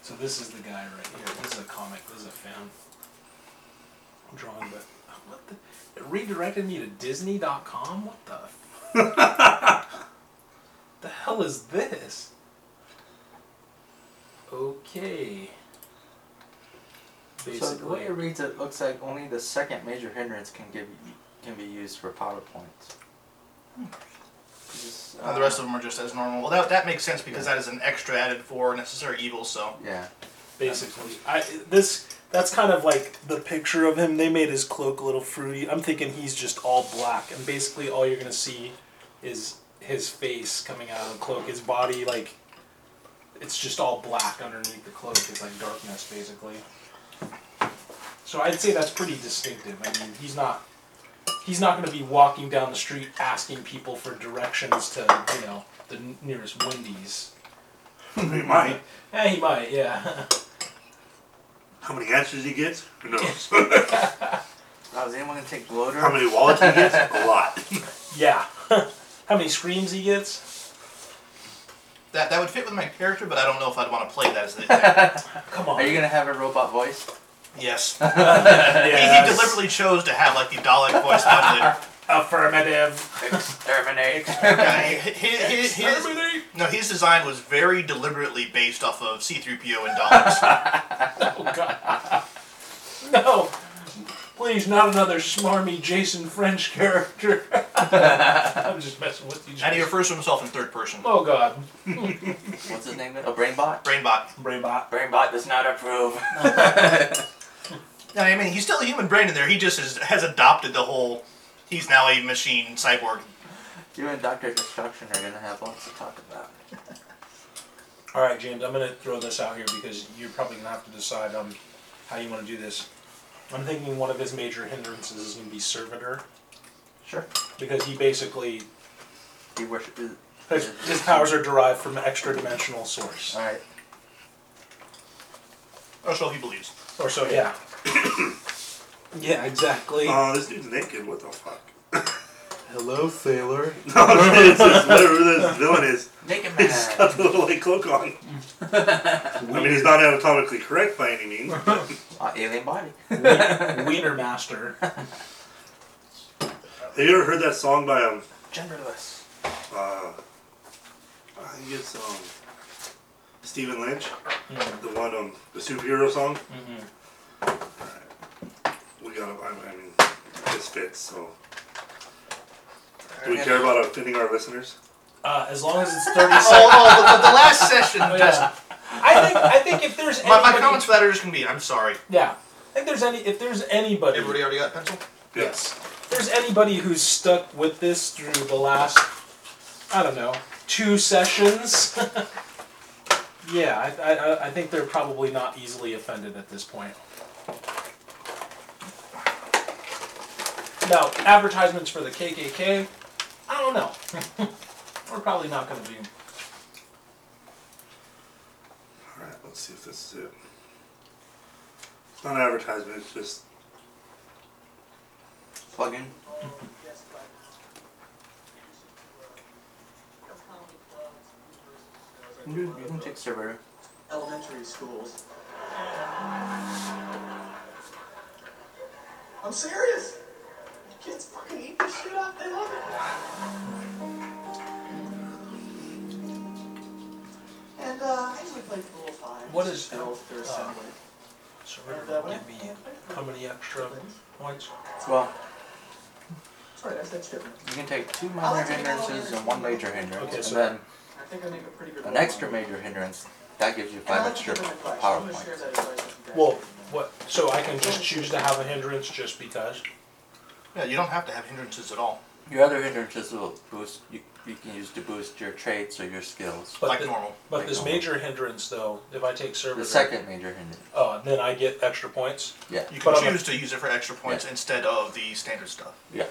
Speaker 2: So this is the guy right here. This is a comic. This is a fan drawing, but what the? It redirected me to Disney.com. What the? f- the hell is this? Okay. Basically,
Speaker 4: So the way it reads, it looks like only the second major hindrance can give can be used for power points. Just,
Speaker 1: Uh, the rest of them are just as normal. Well, that, that makes sense because that is an extra added for necessary evil. So
Speaker 4: Hmm. yeah.
Speaker 2: basically. I this that's kind of like the picture of him. They made his cloak a little fruity. I'm thinking he's just all black, and basically all you're gonna see is his face coming out of the cloak. His body like it's just all black underneath the cloak. It's like darkness basically. So I'd say that's pretty distinctive. I mean, he's not. He's not going to be walking down the street asking people for directions to, you know, the n- nearest Wendy's.
Speaker 3: He might.
Speaker 2: Eh, he might, yeah.
Speaker 3: How many answers he gets? Who knows?
Speaker 4: Now, is anyone gonna take bloater?
Speaker 3: How many wallets he gets? A lot.
Speaker 2: Yeah. How many screams he gets?
Speaker 1: that that would fit with my character, but I don't know if I'd want to play that as an attack.
Speaker 2: Come on.
Speaker 4: Are you gonna have a robot voice?
Speaker 1: yes.
Speaker 2: yeah,
Speaker 1: He, he deliberately chose to have like the Dalek voice modulator.
Speaker 2: affirmative.
Speaker 4: Exterminate.
Speaker 1: Yeah, he- he- he- his- no, his design was very deliberately based off of C-3PO and Daleks.
Speaker 2: Oh god. No. Please, not another smarmy Jason French character. I'm just messing with you.
Speaker 1: and he
Speaker 2: Jason.
Speaker 1: refers to himself in third person.
Speaker 2: Oh god.
Speaker 4: What's his name? again? Oh, Brainbot.
Speaker 1: Brainbot.
Speaker 2: Brainbot.
Speaker 4: Brainbot does not approve.
Speaker 1: No, I mean, he's still a human brain in there. He just is, has adopted the whole. He's now a machine cyborg.
Speaker 4: you and Doctor Destruction are gonna have lots to talk about.
Speaker 2: Alright, James, I'm gonna throw this out here because you're probably gonna have to decide on how you wanna do this. I'm thinking one of his major hindrances is gonna be servitor.
Speaker 4: Sure.
Speaker 2: Because he basically
Speaker 4: He worships.
Speaker 2: his, his powers are derived from an extra dimensional source.
Speaker 4: All right.
Speaker 1: Or so he believes.
Speaker 2: Or so, yeah. yeah, exactly.
Speaker 3: Oh, this dude's naked. What the fuck?
Speaker 7: Hello, sailor.
Speaker 3: No, it's just whatever this villain is.
Speaker 4: Naked man.
Speaker 3: He's got the little like cloak on. I mean, he's not anatomically correct by any means. but-
Speaker 4: Uh, alien body.
Speaker 2: Wiener master.
Speaker 3: Have you ever heard that song by um?
Speaker 4: Genderless.
Speaker 3: Uh, I think it's um. Stephen Lynch,
Speaker 2: Mhm.
Speaker 3: the one um, the superhero song.
Speaker 2: Mhm.
Speaker 3: We gotta. I, I mean, this fits. So, do we care about offending our listeners?
Speaker 2: Uh, as long as it's thirty
Speaker 1: Oh,
Speaker 2: seconds.
Speaker 1: oh, but, but the last session. just-
Speaker 2: I think I think if there's
Speaker 1: my, my
Speaker 2: Oh, anybody-
Speaker 1: comments for that are just gonna be, I'm sorry.
Speaker 2: Yeah, I think there's any if there's anybody.
Speaker 1: Everybody already got pencil.
Speaker 2: Yes. If there's anybody who's stuck with this through the last, I don't know, two sessions. yeah, I, I, I- I think they're probably not easily offended at this point. Now, advertisements for the KKK, I don't know. We're probably not going to be.
Speaker 3: All right. Let's see if this is it. It's not an advertisement. It's just
Speaker 4: Plugin. You you can take server.
Speaker 8: elementary schools. I'm serious. Kids fucking eat this shit up. They love it. And uh, I usually play pool five.
Speaker 2: What is-
Speaker 8: held for assembly?
Speaker 2: So
Speaker 8: And, uh,
Speaker 2: we're
Speaker 8: when
Speaker 2: going
Speaker 8: I-
Speaker 2: to be how many extra points?
Speaker 4: Well,
Speaker 8: Sorry, I said chicken.
Speaker 4: you can take two minor hindrances and one major hindrance,
Speaker 2: Okay, so-
Speaker 4: and then
Speaker 8: I think I make a pretty good.
Speaker 4: an
Speaker 8: roll
Speaker 4: extra
Speaker 8: on
Speaker 4: major hindrance that gives you
Speaker 8: that. And
Speaker 4: five
Speaker 8: I'll
Speaker 4: extra
Speaker 8: give them advice.
Speaker 4: power
Speaker 8: I'm gonna share
Speaker 4: points.
Speaker 8: that advice with you guys.
Speaker 2: Well, what? So I can just choose to have a hindrance just because?
Speaker 1: Yeah, you don't have to have hindrances at all,
Speaker 4: Your other hindrances will boost. You, you can use to boost your traits or your skills.
Speaker 2: But
Speaker 1: like
Speaker 2: the-
Speaker 1: normal.
Speaker 2: But this major hindrance, though, if I take servitor,
Speaker 4: The second major hindrance.
Speaker 2: oh, then I get extra points
Speaker 4: Yeah.
Speaker 1: You can
Speaker 2: But I'm a-
Speaker 1: choose to use it for extra points
Speaker 4: Yeah.
Speaker 1: instead of the standard stuff.
Speaker 4: Yeah.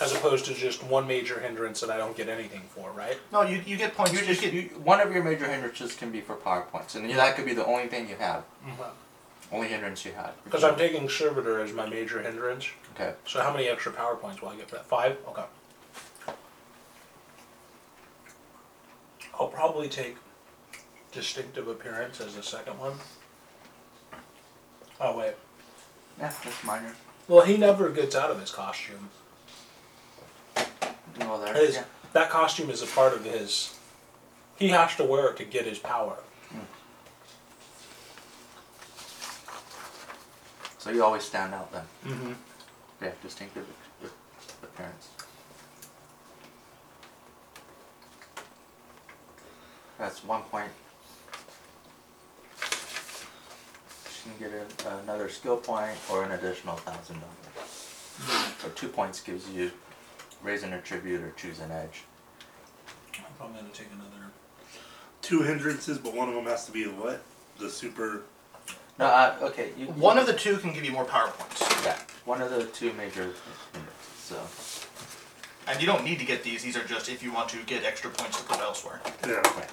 Speaker 2: as opposed to just one major hindrance that I don't get anything for, right?
Speaker 1: No, you, you get points.
Speaker 4: You
Speaker 1: you
Speaker 4: just
Speaker 1: get-
Speaker 4: you, one of your major hindrances can be for power points, and that could be the only thing you have, only hindrance you had.
Speaker 2: Because I'm taking servitor as my major hindrance.
Speaker 4: okay.
Speaker 2: So how many extra power points will I get for that? Five. Okay. I'll probably take distinctive appearance as the second one. Oh wait.
Speaker 4: Yeah, that's minor.
Speaker 2: Well, he never gets out of his costume.
Speaker 4: Well, there.
Speaker 2: That is-
Speaker 4: yeah.
Speaker 2: that costume is a part of his. He has to wear it to get his power.
Speaker 4: So you always stand out then.
Speaker 2: Mm-hmm.
Speaker 4: Yeah, distinctive a- appearance. That's one point. She can get a, another skill point or an additional thousand dollars. So two points gives you raise an attribute or choose an edge.
Speaker 2: I'm gonna take another.
Speaker 3: Two hindrances, but one of them has to be the what? The super.
Speaker 4: No, uh, okay. You,
Speaker 1: One of the two can give you more power points.
Speaker 4: yeah, one of the two major. So
Speaker 1: And you don't need to get these, these are just if you want to get extra points to put elsewhere.
Speaker 3: Yeah.
Speaker 4: right.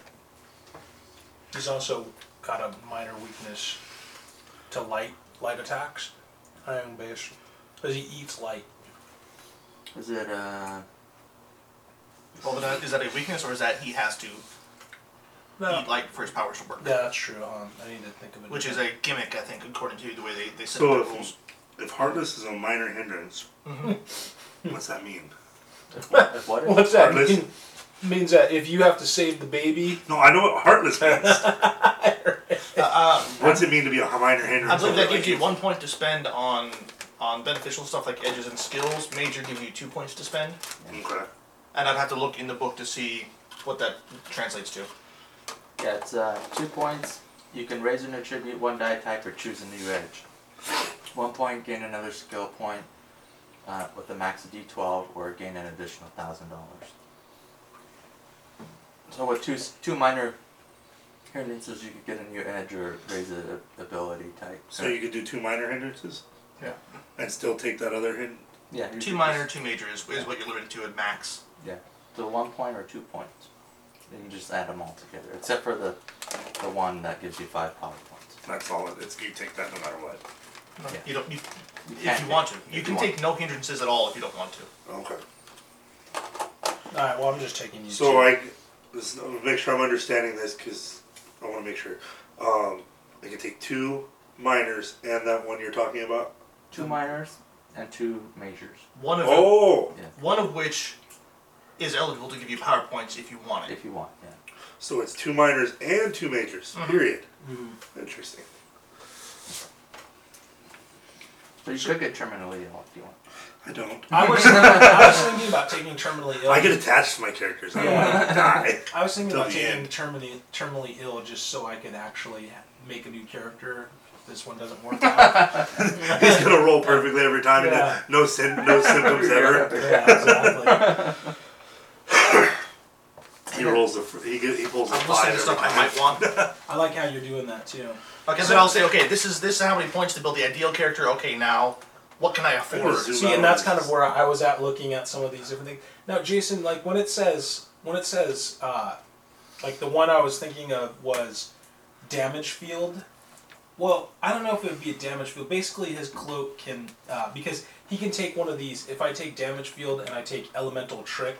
Speaker 2: He's also got a minor weakness to light light attacks. Iron base, because he eats light.
Speaker 4: is it uh?
Speaker 1: Well, then, uh, is that a weakness or is that he has to eat light for his powers to work?
Speaker 2: Yeah, that's true. Um, I need to think of it.
Speaker 1: Which is a gimmick, I think, according to the way they, they set
Speaker 3: So
Speaker 1: up the
Speaker 3: if,
Speaker 1: rules.
Speaker 3: if Heartless is a minor hindrance, what's that mean?
Speaker 4: if What?
Speaker 2: What's that
Speaker 3: Heartless.
Speaker 2: mean? Means that if you have to save the baby,
Speaker 3: No, I know what Heartless means.
Speaker 1: Uh,
Speaker 3: What's it mean to be a minor hindrance?
Speaker 1: I believe that
Speaker 3: Like,
Speaker 1: gives you one point to spend on on beneficial stuff like edges and skills. Major gives you two points to spend,
Speaker 3: Okay.
Speaker 1: and I'd have to look in the book to see what that translates to.
Speaker 4: Yeah, it's uh, two points. You can raise and attribute one die type or choose a new edge. One point, gain another skill point uh, with a max of d12 or gain an additional $1,000. So with two, s- two minor hindrances, you could get a new edge or raise a ability type.
Speaker 3: So you could do two minor hindrances?
Speaker 1: Yeah.
Speaker 3: And still take that other hint?
Speaker 4: yeah, you
Speaker 1: Two
Speaker 4: could
Speaker 1: minor,
Speaker 4: just-
Speaker 1: two major is, is what you're limited to at max.
Speaker 4: Yeah, so one point or two points. You can just add them all together, except for the, the one that gives you five power points.
Speaker 3: That's all it is. You take that no matter what.
Speaker 4: Yeah.
Speaker 1: You don't. You,
Speaker 4: can't
Speaker 1: if you
Speaker 4: take-
Speaker 1: want to,
Speaker 4: if
Speaker 1: you
Speaker 4: you
Speaker 1: can
Speaker 4: want.
Speaker 1: take no hindrances at all if you don't want to.
Speaker 3: Okay.
Speaker 2: all right. Well, I'm just taking you.
Speaker 3: So
Speaker 2: two.
Speaker 3: I, this, I'll make sure I'm understanding this because I want to make sure. Um, I can take two minors and that one you're talking about.
Speaker 4: Two minors and two majors.
Speaker 1: One of
Speaker 3: Oh,
Speaker 1: one of which is eligible to give you power points if you want it.
Speaker 4: If you want, yeah.
Speaker 3: so it's two minors and two majors. Period. Interesting.
Speaker 4: So you could get terminally ill if you want.
Speaker 3: I don't.
Speaker 2: I was, I was thinking about taking terminally ill.
Speaker 3: I get attached to my characters. I don't want to die.
Speaker 2: I was thinking
Speaker 3: Till
Speaker 2: about
Speaker 3: the
Speaker 2: taking
Speaker 3: end.
Speaker 2: terminally, terminally ill just so I could actually make a new character. if This one doesn't work out.
Speaker 3: He's gonna roll perfectly every time,
Speaker 2: Yeah.
Speaker 3: and no syn- no symptoms ever.
Speaker 2: yeah, exactly.
Speaker 3: He rolls a fr- he get, he pulls a
Speaker 1: I'm listening
Speaker 3: five.
Speaker 1: to
Speaker 3: Every
Speaker 1: stuff I
Speaker 3: time.
Speaker 1: might want.
Speaker 2: I like how you're doing that too.
Speaker 1: Okay, so then I'll say, okay, this is this is how many points to build the ideal character. Okay, now what can I afford?
Speaker 3: Zoom
Speaker 2: See,
Speaker 3: out
Speaker 2: and that's
Speaker 3: on
Speaker 2: kind
Speaker 3: this.
Speaker 2: of where I was at looking at some of these different things. Now, Jason, like when it says when it says uh, like the one I was thinking of was damage field. Well, I don't know if it would be a damage field. Basically, his cloak can uh, because he can take one of these. If I take damage field and I take elemental trick,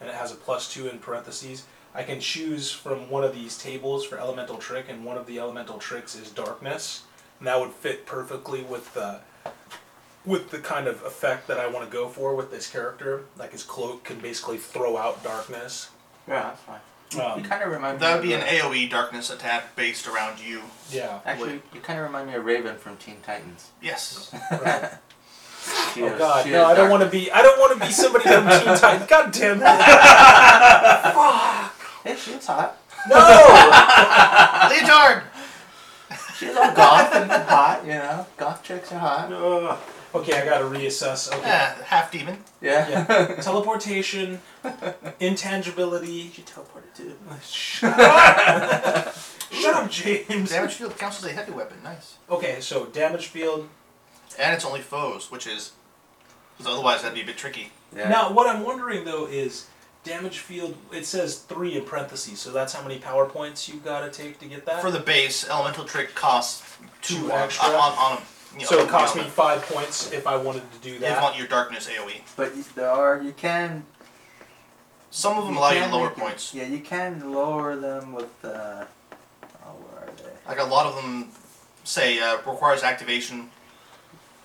Speaker 2: and it has a plus two in parentheses, I can choose from one of these tables for elemental trick, and one of the elemental tricks is darkness, and that would fit perfectly with the with the kind of effect that I want to go for with this character. Like his cloak can basically throw out darkness.
Speaker 4: Yeah, that's fine. You
Speaker 2: Um,
Speaker 4: kind of remind
Speaker 1: That would
Speaker 4: me.
Speaker 1: be
Speaker 4: of,
Speaker 1: an
Speaker 4: uh,
Speaker 1: AOE darkness attack based around you.
Speaker 2: yeah.
Speaker 4: Actually, you kind of remind me of Raven from Teen Titans.
Speaker 1: Yes.
Speaker 2: Right.
Speaker 4: She
Speaker 2: Oh
Speaker 4: is-
Speaker 2: God,
Speaker 4: she
Speaker 2: no!
Speaker 4: is
Speaker 2: I don't
Speaker 4: dark.
Speaker 2: want to be. I don't want to be somebody from Teen Titans. God damn it!
Speaker 4: Hey, she was hot.
Speaker 2: No!
Speaker 1: Leotard!
Speaker 4: She was all goth and hot, you know. Goth chicks are hot.
Speaker 3: Ugh.
Speaker 2: Okay, I gotta reassess. Okay.
Speaker 1: Ah, half demon.
Speaker 4: Yeah.
Speaker 2: Yeah. Teleportation, intangibility.
Speaker 4: she teleported too.
Speaker 2: Shut up! Shut up, James.
Speaker 1: Damage field counts as a heavy weapon. Nice.
Speaker 2: Okay, so damage field.
Speaker 1: And it's only foes, which is. Because otherwise that'd be a bit tricky.
Speaker 4: Yeah.
Speaker 2: Now, what I'm wondering though is damage field. It says three in parentheses, so that's how many power points you gotta take to get that.
Speaker 1: For the base, elemental trick costs two,
Speaker 2: Two
Speaker 1: on,
Speaker 2: extra?
Speaker 1: on, on, on you know,
Speaker 2: so it
Speaker 1: on
Speaker 2: cost
Speaker 1: the
Speaker 2: me
Speaker 1: element.
Speaker 2: five points if I wanted to do
Speaker 1: If you
Speaker 2: that.
Speaker 1: want your darkness E. AoE.
Speaker 4: But you- there are you can.
Speaker 1: Some of them
Speaker 4: you
Speaker 1: allow you
Speaker 4: can
Speaker 1: lower
Speaker 4: make them-
Speaker 1: points.
Speaker 4: Yeah, you can lower them with. Uh, oh, where are they?
Speaker 1: Like a lot of them say uh, requires activation,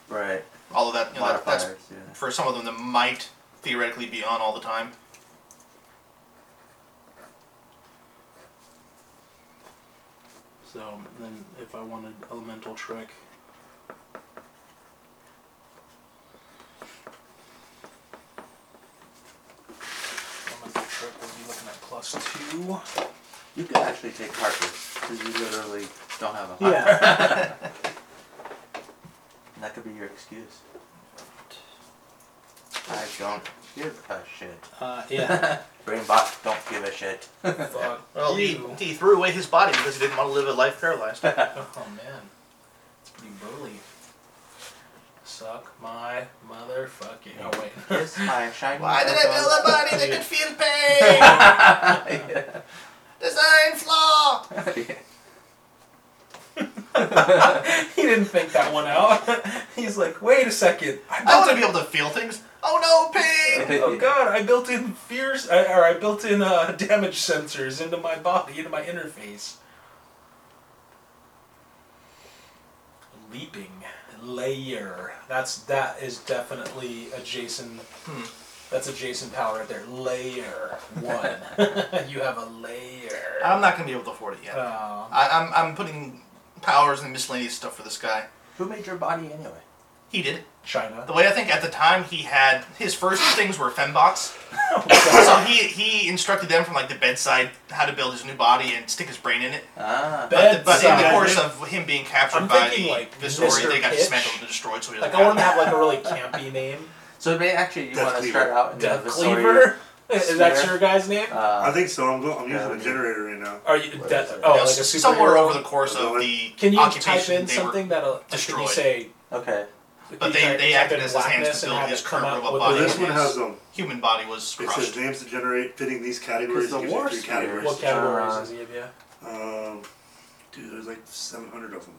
Speaker 4: Right.
Speaker 1: all of that. You know, that that's
Speaker 4: Modifiers, yeah.
Speaker 1: for some of them that might theoretically be on all the time.
Speaker 2: So then, if I wanted elemental trick, elemental trick would be looking at plus two.
Speaker 4: You could actually take heartless because you literally don't have a heart.
Speaker 2: Yeah.
Speaker 4: And that could be your excuse. I don't give a shit.
Speaker 2: uh, yeah.
Speaker 4: Brain box don't give a shit.
Speaker 2: Fuck
Speaker 1: Well, he,
Speaker 2: you.
Speaker 1: he threw away his body because he didn't want to live a life paralyzed.
Speaker 2: Oh man, it's pretty burly. Suck my motherfucking. Oh wait.
Speaker 4: Kiss my shiny
Speaker 1: Why did I
Speaker 4: little-
Speaker 1: build a body that could feel pain? Design flaw.
Speaker 2: he didn't think that one out. He's like, wait a second.
Speaker 1: I want to be able to feel things. Oh no, pain!
Speaker 2: Oh god, I built in fears, I, or I built in uh, damage sensors into my body, into my interface. Leaping layer. That's that is definitely a Jason. That's a Jason power right there. Layer one. you have a layer.
Speaker 1: I'm not gonna be able to afford it yet.
Speaker 2: Oh.
Speaker 1: I, I'm I'm putting powers and miscellaneous stuff for this guy.
Speaker 4: Who made your body anyway?
Speaker 1: He did.
Speaker 2: China.
Speaker 1: The way I think at the time he had his first things were fembots.
Speaker 2: Oh,
Speaker 1: So he he instructed them from like the bedside how to build his new body and stick his brain in it.
Speaker 4: Ah.
Speaker 1: But, the,
Speaker 2: God.
Speaker 1: but in the
Speaker 2: Bedside.
Speaker 1: course of him being captured
Speaker 2: I'm
Speaker 1: by
Speaker 2: thinking,
Speaker 1: the
Speaker 2: like,
Speaker 1: Visori,
Speaker 2: Mr.
Speaker 1: they got
Speaker 2: Pitch.
Speaker 1: dismantled and destroyed. So he
Speaker 2: Like
Speaker 1: doesn't
Speaker 2: I want him to
Speaker 1: have.
Speaker 2: have like a really campy name.
Speaker 4: So maybe actually you
Speaker 3: Death
Speaker 4: want to
Speaker 3: Cleaver.
Speaker 4: start out in
Speaker 2: Death
Speaker 4: the
Speaker 2: Cleaver.
Speaker 4: Sphere.
Speaker 2: That's your guy's name.
Speaker 4: Visorian, Uh,
Speaker 3: I think so. I'm go- I'm using
Speaker 4: Yeah.
Speaker 3: a generator right now.
Speaker 2: Are you
Speaker 4: What
Speaker 2: death?
Speaker 4: is it?
Speaker 2: Oh,
Speaker 1: you know,
Speaker 2: like a
Speaker 1: s- somewhere
Speaker 2: superhero?
Speaker 1: over the course of
Speaker 3: Another
Speaker 1: the
Speaker 2: Can you type
Speaker 1: occupation
Speaker 2: in
Speaker 1: they
Speaker 2: something
Speaker 1: were.
Speaker 2: that'll like, Can you
Speaker 1: destroyed.
Speaker 2: say?
Speaker 4: okay.
Speaker 1: But
Speaker 2: you
Speaker 1: they-
Speaker 2: type-
Speaker 1: they
Speaker 2: type
Speaker 1: acted
Speaker 2: in
Speaker 1: as his hands
Speaker 2: blackness
Speaker 1: to
Speaker 2: and
Speaker 1: build
Speaker 2: have
Speaker 1: his
Speaker 2: it come
Speaker 1: current
Speaker 2: up
Speaker 1: robot
Speaker 2: with
Speaker 1: body.
Speaker 3: Well,
Speaker 2: the
Speaker 3: this one
Speaker 2: names.
Speaker 3: has them.
Speaker 1: Human body was
Speaker 3: It says
Speaker 1: crushed.
Speaker 3: names to generate fitting these categories.
Speaker 4: Because the
Speaker 3: It gives you
Speaker 4: war
Speaker 3: three
Speaker 4: sphere-
Speaker 3: categories.
Speaker 2: What categories
Speaker 4: Uh,
Speaker 2: does he give you?
Speaker 3: Um, dude, there's like 700 of them.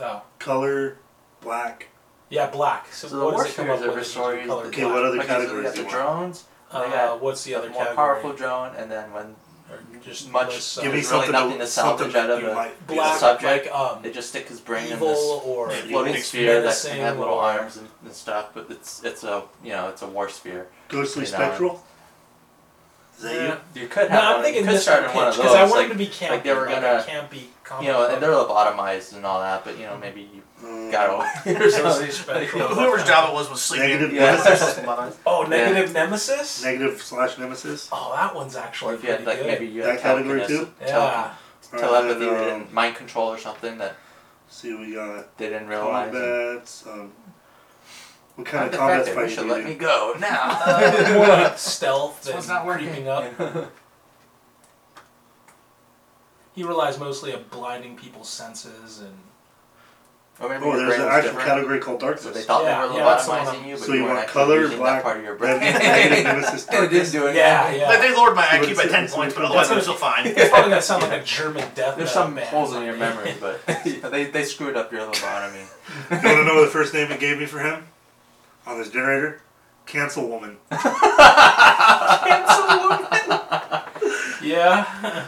Speaker 2: Oh,
Speaker 3: Color, black.
Speaker 2: yeah, black. So,
Speaker 4: So the
Speaker 2: what
Speaker 4: war
Speaker 2: does it come up
Speaker 4: spheres are
Speaker 2: with? if you
Speaker 4: Visorian.
Speaker 2: color
Speaker 3: Okay,
Speaker 2: black?
Speaker 3: what other
Speaker 4: okay, so we
Speaker 3: categories
Speaker 4: got
Speaker 3: do
Speaker 4: the
Speaker 3: you want?
Speaker 4: drones, they
Speaker 2: Uh,
Speaker 4: got
Speaker 2: what's the other
Speaker 4: more
Speaker 2: category?
Speaker 4: powerful drone, and then when
Speaker 2: Or just
Speaker 4: much-
Speaker 2: list some-
Speaker 3: Give me
Speaker 4: There's really
Speaker 3: something,
Speaker 4: nothing
Speaker 3: to,
Speaker 4: to salvage
Speaker 3: something
Speaker 4: out of
Speaker 3: you
Speaker 4: a
Speaker 3: might be
Speaker 2: black,
Speaker 4: subject,
Speaker 2: like um,
Speaker 4: they just stick his brain in this
Speaker 2: evil or
Speaker 1: Yeah,
Speaker 4: floating
Speaker 1: It's
Speaker 4: sphere that
Speaker 2: menacing
Speaker 4: can have little
Speaker 2: or-
Speaker 4: arms and, and stuff, but it's it's a you know it's a war sphere.
Speaker 3: Ghostly
Speaker 4: You know.
Speaker 3: Spectral? Is that
Speaker 2: Yeah.
Speaker 3: you?
Speaker 4: You could have
Speaker 2: No,
Speaker 4: one,
Speaker 2: I'm thinking
Speaker 4: you could
Speaker 2: this
Speaker 4: start
Speaker 2: pitch
Speaker 4: in one of
Speaker 2: because
Speaker 4: those.
Speaker 2: I want
Speaker 4: like,
Speaker 2: him to be campy,
Speaker 4: like they were
Speaker 2: like
Speaker 4: gonna-
Speaker 2: a campy. comic
Speaker 4: you know,
Speaker 2: book.
Speaker 4: and they're lobotomized and all that, but you know maybe you
Speaker 3: Um,
Speaker 4: got away or something.
Speaker 2: Spectral.
Speaker 1: Whoever's job it was was sleeping.
Speaker 3: Negative
Speaker 4: Yeah.
Speaker 3: nemesis.
Speaker 2: Oh, negative nemesis.
Speaker 3: Negative slash nemesis.
Speaker 2: oh, that one's actually
Speaker 4: Or if you had
Speaker 2: pretty
Speaker 4: like
Speaker 2: good.
Speaker 4: maybe you had
Speaker 3: That category
Speaker 4: telekinesis-
Speaker 2: yeah.
Speaker 4: tele-
Speaker 3: All right,
Speaker 4: telepathy
Speaker 3: then,
Speaker 4: or
Speaker 3: um,
Speaker 4: didn't, mind control or something that
Speaker 3: see, we got
Speaker 4: they didn't realize. and-
Speaker 3: combats. Um, what kind
Speaker 4: I'm
Speaker 3: of combat
Speaker 4: defective,
Speaker 3: fight
Speaker 4: you
Speaker 3: do
Speaker 4: should
Speaker 3: you
Speaker 4: let
Speaker 3: do?
Speaker 4: me go now.
Speaker 2: Uh, more like stealth than
Speaker 1: one's not working.
Speaker 2: creeping up. He relies mostly on blinding people's senses and
Speaker 4: Or maybe
Speaker 3: Oh,
Speaker 4: your
Speaker 3: there's
Speaker 4: brain
Speaker 3: an
Speaker 4: was
Speaker 3: actual
Speaker 4: different,
Speaker 3: category called
Speaker 4: So they
Speaker 3: Darkness.
Speaker 4: thought
Speaker 2: Yeah,
Speaker 4: they were
Speaker 2: yeah, that's the one
Speaker 4: lobotomizing
Speaker 2: I'm-
Speaker 4: you, but
Speaker 3: So
Speaker 4: you
Speaker 3: you
Speaker 4: weren't
Speaker 3: want
Speaker 4: actually
Speaker 3: color,
Speaker 4: using that
Speaker 3: black,
Speaker 4: part of your brain.
Speaker 3: then negative nemesis
Speaker 4: it
Speaker 3: darkness.
Speaker 4: is doing
Speaker 2: yeah,
Speaker 4: it.
Speaker 1: Like,
Speaker 2: yeah.
Speaker 1: they lowered my
Speaker 3: See what it
Speaker 1: IQ by
Speaker 3: says,
Speaker 1: ten
Speaker 3: see
Speaker 1: points,
Speaker 3: what
Speaker 1: but
Speaker 3: it
Speaker 1: otherwise
Speaker 2: says.
Speaker 1: it was still fine.
Speaker 2: It's probably gonna sound like a German death.
Speaker 4: There's
Speaker 2: metal
Speaker 4: some
Speaker 2: band.
Speaker 4: holes in your memory, but they, they screwed up your lobotomy.
Speaker 3: You want to know the first name it gave me for him on this generator? Cancel Woman.
Speaker 2: Yeah.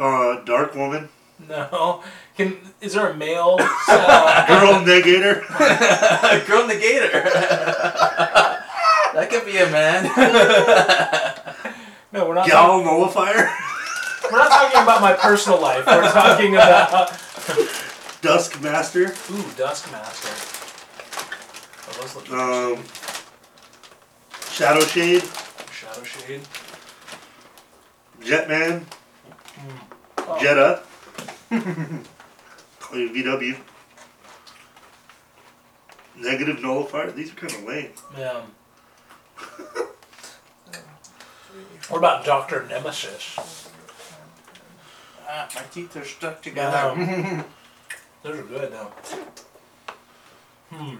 Speaker 3: Uh, Dark Woman.
Speaker 2: No. Can is there a male? Uh,
Speaker 3: Girl Negator.
Speaker 4: Girl negator. that could be a man.
Speaker 2: no, we're not. Talking,
Speaker 3: Gal Nullifier.
Speaker 2: we're not talking about my personal life. We're talking about
Speaker 3: Dusk Master.
Speaker 2: ooh, Dusk Master. Oh, those look
Speaker 3: Um, Shadow Shade.
Speaker 4: Uh.
Speaker 2: interesting. Shadow Shade.
Speaker 3: Jetman.
Speaker 2: Oh.
Speaker 3: Jetta. Call you VW. Negative Nullifier. These are kind of lame.
Speaker 2: Yeah. what about Doctor Nemesis?
Speaker 4: Ah, my teeth are stuck
Speaker 2: Yeah,
Speaker 4: together.
Speaker 2: no. those are good though. Hmm.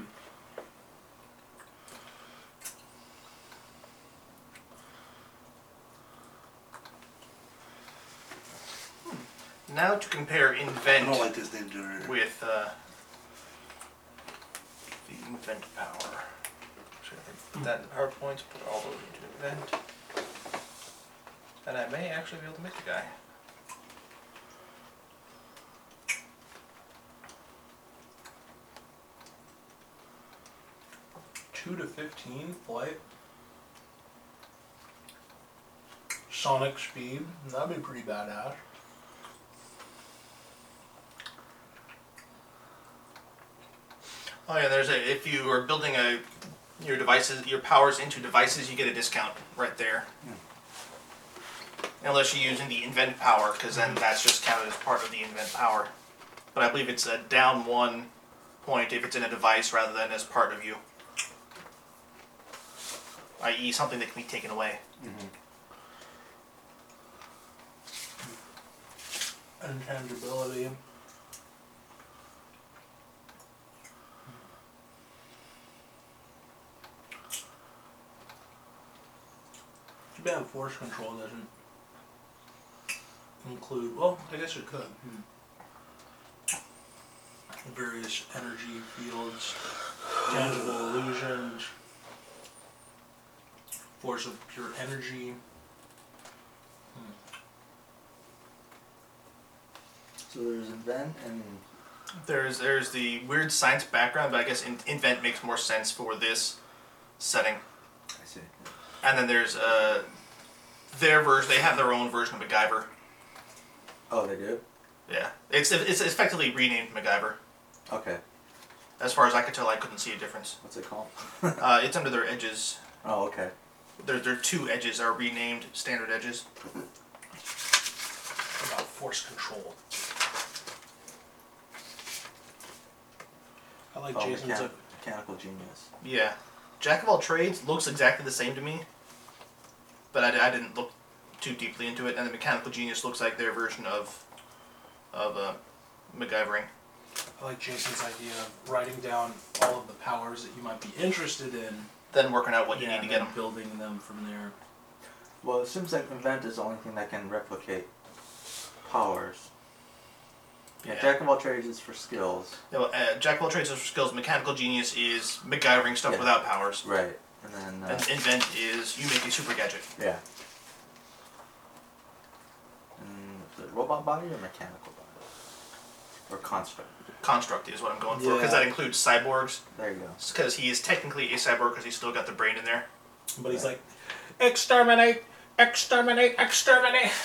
Speaker 1: Now to compare
Speaker 3: Oh, I don't
Speaker 1: invent
Speaker 3: like this name generator.
Speaker 1: with uh, the invent power. Should I put that in PowerPoint? Put all those into invent, and I may actually be able to make the guy.
Speaker 2: two to fifteen flight. Sonic speed. That'd be pretty badass.
Speaker 1: Oh yeah, there's a if you are building a your devices your powers into devices, you get a discount right there. Unless you're using the invent power, because then that's just counted as part of the invent power. But I believe it's a down one point if it's in a device rather than as part of you. I.e., something that can be taken away.
Speaker 2: Intangibility. Too bad force control doesn't include. Well, I guess it could. Various energy fields, tangible illusions, force of pure energy.
Speaker 4: So there's invent and
Speaker 1: There's there's the weird science background, but I guess in, invent makes more sense for this setting.
Speaker 4: I see.
Speaker 1: And then there's uh, their version. They have their own version of MacGyver.
Speaker 4: Oh, they do.
Speaker 1: Yeah, it's it's effectively renamed MacGyver.
Speaker 4: Okay,
Speaker 1: As far as I could tell, I couldn't see a difference.
Speaker 4: what's it called?
Speaker 1: Uh, it's under their edges.
Speaker 4: oh, okay.
Speaker 1: Their their two edges are renamed standard edges.
Speaker 2: about force control. I like
Speaker 4: Oh,
Speaker 2: Jason's.
Speaker 4: mechan-
Speaker 2: uh,
Speaker 4: mechanical genius.
Speaker 1: Yeah, Jack of all trades looks exactly the same to me. But I, I didn't look too deeply into it, and the mechanical genius looks like their version of of uh, MacGyvering.
Speaker 2: I like Jason's idea of writing down all of the powers that you might be interested in.
Speaker 1: Then working out what you
Speaker 2: yeah,
Speaker 1: need to
Speaker 2: and
Speaker 1: get
Speaker 2: then
Speaker 1: them.
Speaker 2: Building them from there.
Speaker 4: Well, it seems like invent is the only thing that can replicate powers. Yeah,
Speaker 1: Yeah.
Speaker 4: jack of all trades is for skills.
Speaker 1: No, uh, Jack of all trades is for skills. Mechanical genius is MacGyvering stuff
Speaker 4: Yeah.
Speaker 1: without powers.
Speaker 4: Right. And then uh,
Speaker 1: And invent is you make a super gadget.
Speaker 4: yeah. And is it robot body or mechanical body? Or construct.
Speaker 1: Construct is what I'm going for because
Speaker 2: Yeah.
Speaker 1: that includes cyborgs.
Speaker 4: There you go.
Speaker 1: Because he is technically a cyborg because he's still got the brain in there.
Speaker 2: But he's like, exterminate, exterminate, exterminate.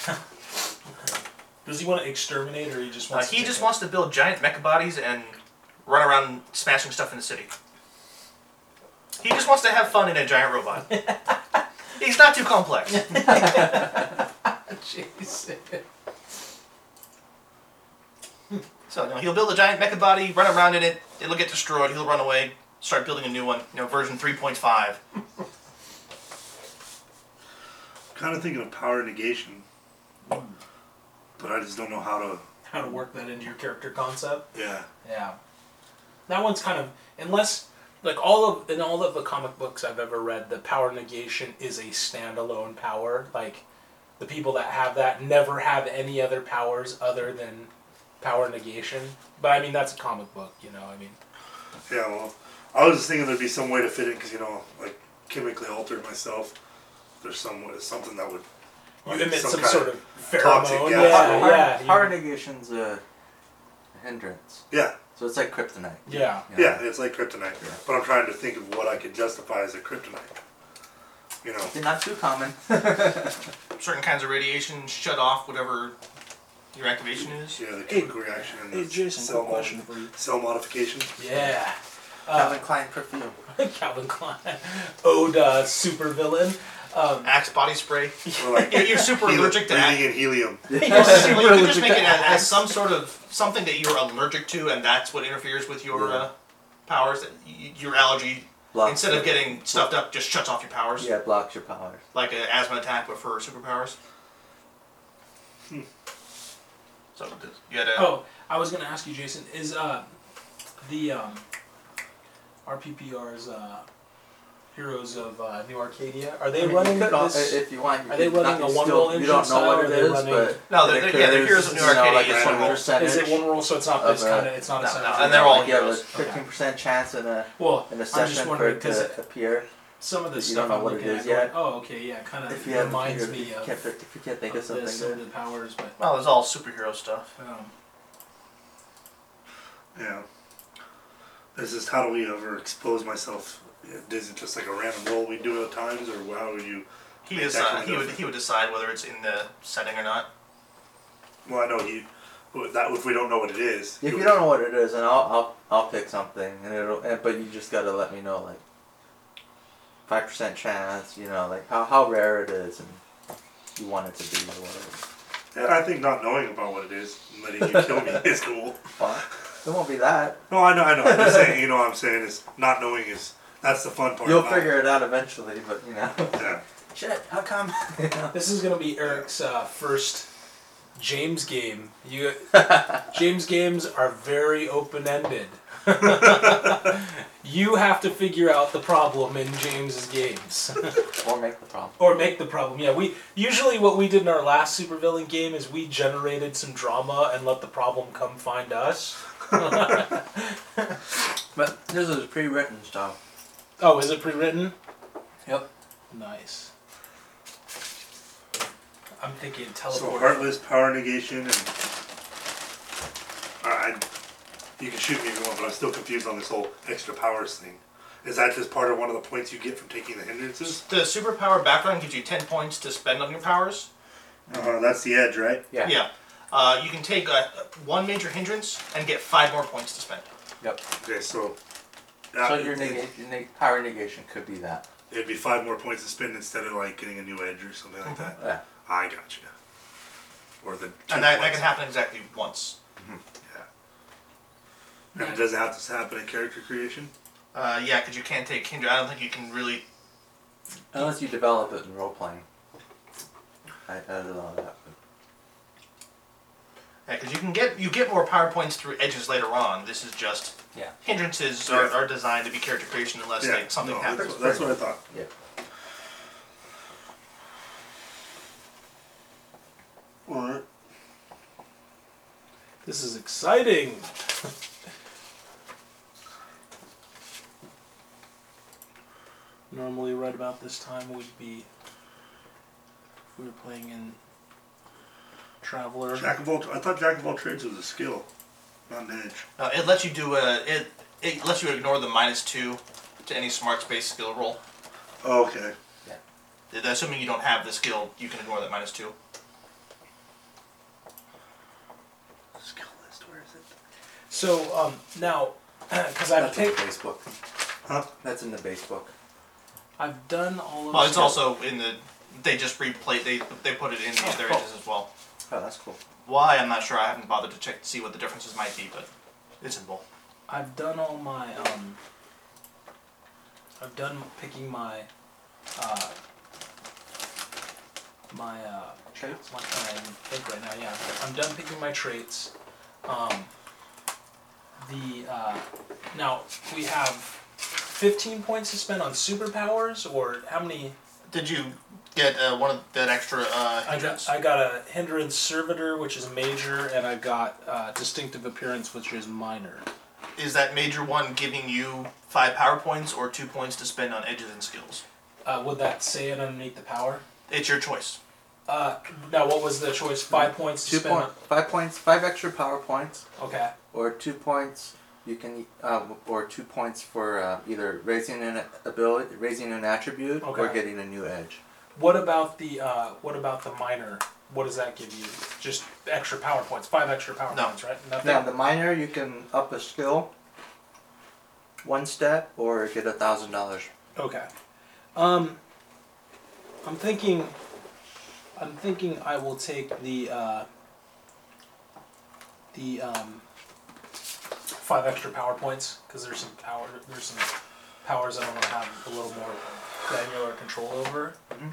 Speaker 2: Does he want to exterminate, or he just
Speaker 1: Uh,
Speaker 2: wants? to
Speaker 1: he
Speaker 2: take
Speaker 1: just
Speaker 2: it?
Speaker 1: wants to build giant mecha bodies and run around smashing stuff in the city. He just wants to have fun in a giant robot. he's not too complex.
Speaker 2: Jason.
Speaker 1: So you know, he'll build a giant mecha body, run around in it, it'll get destroyed, he'll run away, start building a new one, you know, version 3.5.
Speaker 3: Kind of thinking of power negation, but I just don't know how to.
Speaker 2: How to work that into your character concept?
Speaker 3: Yeah.
Speaker 2: Yeah. That one's kind of unless like all of in all of the comic books I've ever read, the power negation is a standalone power. Like the people that have that never have any other powers other than power negation. But I mean that's a comic book, you know. I mean,
Speaker 3: Yeah, well, I was just thinking there'd be some way to fit it because you know, like chemically altered myself. There's some way, something that would.
Speaker 2: you
Speaker 3: like,
Speaker 2: emit some,
Speaker 3: kind
Speaker 2: sort of
Speaker 3: toxic
Speaker 2: pheromone.
Speaker 3: gas.
Speaker 2: yeah,
Speaker 4: Power-
Speaker 2: yeah, you-
Speaker 4: power negation's a hindrance.
Speaker 3: Yeah,
Speaker 4: So it's like kryptonite.
Speaker 2: yeah.
Speaker 4: you know?
Speaker 3: yeah, it's like kryptonite, but I'm trying to think of what I could justify as a kryptonite. You know,
Speaker 4: They're not too common.
Speaker 1: Certain kinds of radiation shut off whatever your activation is.
Speaker 3: you know the chemical reaction and the cell, mod-
Speaker 2: for you.
Speaker 3: cell modification.
Speaker 2: Yeah.
Speaker 1: Uh.
Speaker 4: Calvin Klein perfume.
Speaker 2: Calvin Klein, Oda supervillain. Um,
Speaker 1: Axe body spray.
Speaker 3: Or like
Speaker 1: You're, you're super
Speaker 3: heli-
Speaker 1: allergic to axe.
Speaker 3: breathing in helium.
Speaker 1: Well, you could just make it as, as some sort of something that you're allergic to, and that's what interferes with your uh, powers. that y- Your allergy,
Speaker 4: Blocks
Speaker 1: instead
Speaker 4: it.
Speaker 1: of getting stuffed up, just shuts off your powers.
Speaker 4: Yeah, it blocks your powers.
Speaker 1: Like an asthma attack, but for superpowers. So th- you had a
Speaker 2: Oh, I was gonna ask you, Jason. Is uh, the um, RPPR's uh, Heroes of uh, New Arcadia are they
Speaker 4: I mean,
Speaker 2: running
Speaker 4: you could al-
Speaker 2: this?
Speaker 4: if you want, you
Speaker 2: are they
Speaker 4: could-
Speaker 2: running
Speaker 4: not-
Speaker 2: a
Speaker 4: you
Speaker 2: one
Speaker 4: still-
Speaker 2: roll
Speaker 4: You
Speaker 2: engine
Speaker 4: don't know
Speaker 2: style,
Speaker 4: what
Speaker 2: or
Speaker 4: it
Speaker 2: they're
Speaker 4: is,
Speaker 2: running-
Speaker 4: but
Speaker 1: No, they're- they're- yeah, they're
Speaker 4: uh, there's,
Speaker 1: Heroes of New
Speaker 4: you know,
Speaker 1: Arcadia,
Speaker 4: like
Speaker 3: yeah.
Speaker 4: a certain
Speaker 3: Right.
Speaker 4: percentage.
Speaker 2: is it one roll? So it's not
Speaker 4: of uh,
Speaker 2: this kind
Speaker 4: a-
Speaker 2: of. It's not a
Speaker 1: No,
Speaker 2: set
Speaker 1: no,
Speaker 2: of
Speaker 1: and they're all-
Speaker 4: Like you have a
Speaker 1: heroes. Okay.
Speaker 4: fifteen percent chance in a
Speaker 2: Well,
Speaker 4: in a
Speaker 2: I'm just
Speaker 4: session for
Speaker 2: wondering
Speaker 4: it
Speaker 2: because
Speaker 4: to appear.
Speaker 2: some of the
Speaker 4: you
Speaker 2: stuff
Speaker 4: don't know
Speaker 2: I'm
Speaker 4: what it
Speaker 2: looking
Speaker 4: is
Speaker 2: at.
Speaker 4: yet.
Speaker 2: going, Oh, okay, yeah, kind
Speaker 4: If
Speaker 2: of
Speaker 4: you have
Speaker 2: reminds
Speaker 4: if
Speaker 2: me
Speaker 4: you
Speaker 2: of,
Speaker 4: can't, if you can't think of
Speaker 2: of this
Speaker 4: something.
Speaker 2: and
Speaker 4: good.
Speaker 2: the powers, but.
Speaker 1: well, it's all superhero stuff.
Speaker 2: Um,
Speaker 3: Yeah. This is how do we ever expose myself Is it just like a random roll we do at times, or how would you?
Speaker 1: He
Speaker 3: Make
Speaker 1: is.
Speaker 3: that
Speaker 1: Uh,
Speaker 3: kind
Speaker 1: he
Speaker 3: of-
Speaker 1: would. He would decide whether it's in the setting or not.
Speaker 3: Well, I know he. That if we don't know what it is.
Speaker 4: If you don't know what it is, and I'll I'll, I'll pick something, and it'll. And, but you just gotta let me know, like five percent chance, you know, like how how rare it is, and you want it to be or whatever.
Speaker 3: And I think not knowing about what it is, and letting you kill me is cool.
Speaker 4: But it won't be that.
Speaker 3: No, I know, I know. I'm just saying, you know what I'm saying is not knowing is that's the fun part.
Speaker 4: You'll
Speaker 3: about
Speaker 4: figure it out eventually, but you know.
Speaker 3: Yeah.
Speaker 4: Shit, how come? You know?
Speaker 2: This is gonna be Eric's uh, first James game. You James games are very open ended. you have to figure out the problem in James's games.
Speaker 4: or make the problem.
Speaker 2: or make the problem. Yeah, we usually what we did in our last supervillain game is we generated some drama and let the problem come find us.
Speaker 4: But this is pre-written stuff.
Speaker 2: Oh, is it pre-written?
Speaker 4: Yep.
Speaker 2: Nice. I'm thinking
Speaker 3: So
Speaker 2: teleport.
Speaker 3: heartless power negation and I, I- you can shoot me if you want, but I'm still confused on this whole extra powers thing. Is that just part of one of the points you get from taking the hindrances?
Speaker 1: The superpower background gives you ten points to spend on your powers. Uh-huh,
Speaker 3: Uh, that's the edge, right?
Speaker 4: Yeah.
Speaker 1: Yeah. Uh, you can take uh, one major hindrance and get five more points to spend.
Speaker 4: Yep.
Speaker 3: Okay, so.
Speaker 4: So
Speaker 3: uh,
Speaker 4: your, nega- your neg- power negation could be that.
Speaker 3: It'd be five more points to spend instead of like getting a new edge or something like that.
Speaker 4: Yeah.
Speaker 3: I gotcha. Or the. two
Speaker 1: And that, that
Speaker 3: points.
Speaker 1: can happen exactly once.
Speaker 3: And it doesn't have to happen in character creation.
Speaker 1: Uh, yeah, because you can't take hindrance. I don't think you can really.
Speaker 4: Unless you develop it in role playing. I, I don't know that.
Speaker 1: Because you can get you get more power points through edges later on. This is just
Speaker 4: Yeah.
Speaker 1: hindrances are,
Speaker 3: Yeah.
Speaker 1: are designed to be character creation unless like, something
Speaker 3: no,
Speaker 1: happens.
Speaker 3: That's, that's what I thought.
Speaker 4: Yeah.
Speaker 3: Alright.
Speaker 2: This is exciting. Normally, right about this time, we'd be we were playing in Traveler.
Speaker 3: Jack of all, I thought Jack of all trades was a skill, not an edge.
Speaker 1: Uh, it lets you do a it it lets you ignore the minus two to any smarts based skill roll.
Speaker 3: Oh, okay.
Speaker 1: Assuming you don't have the skill, you can ignore that minus two.
Speaker 3: Skill list, where is it?
Speaker 2: So um, now, because I've
Speaker 4: That's in the
Speaker 2: taken,
Speaker 4: base book.
Speaker 3: Huh?
Speaker 4: That's in the base book.
Speaker 2: I've done all of.
Speaker 1: Well, Oh, it's
Speaker 2: skill.
Speaker 1: also in the they just replay they they put it in the
Speaker 2: Oh,
Speaker 1: other
Speaker 2: cool.
Speaker 1: edges as well.
Speaker 4: Oh, that's cool.
Speaker 1: Why I'm not sure. I haven't bothered to check to see what the differences might be, but it's in both.
Speaker 2: I've done all my um. I've done picking my, uh, my uh,
Speaker 4: Traits?
Speaker 2: What can I even think right now? Yeah, I'm done picking my traits. Um, the uh, now we have 15 points to spend on superpowers, or how many?
Speaker 1: Did you get uh, one of that extra uh,
Speaker 2: I got,
Speaker 1: hindrance?
Speaker 2: I got a hindrance servitor, which is major, and I got uh, distinctive appearance, which is minor.
Speaker 1: Is that major one giving you five power points or two points to spend on edges and skills?
Speaker 2: Uh, would that say it underneath the power?
Speaker 1: It's your choice.
Speaker 2: Uh, now, what was the choice? Five points to
Speaker 4: Two
Speaker 2: spend.
Speaker 4: point, five points, five extra power points,
Speaker 2: Okay.
Speaker 4: or two points. You can, uh, or two points for uh, either raising an ability, raising an attribute, or
Speaker 2: Okay.
Speaker 4: getting a new edge.
Speaker 2: What about the uh, what about the minor? What does that give you? Just extra power points. Five extra power
Speaker 1: No.
Speaker 2: points, right? Nothing.
Speaker 4: Now, the minor, you can up a skill one step, or get a thousand dollars.
Speaker 2: Okay. Um, I'm thinking. I'm thinking I will take the uh, the um, five extra power points because there's some power. There's some powers I want to have a little more granular control over.
Speaker 4: Mm-hmm.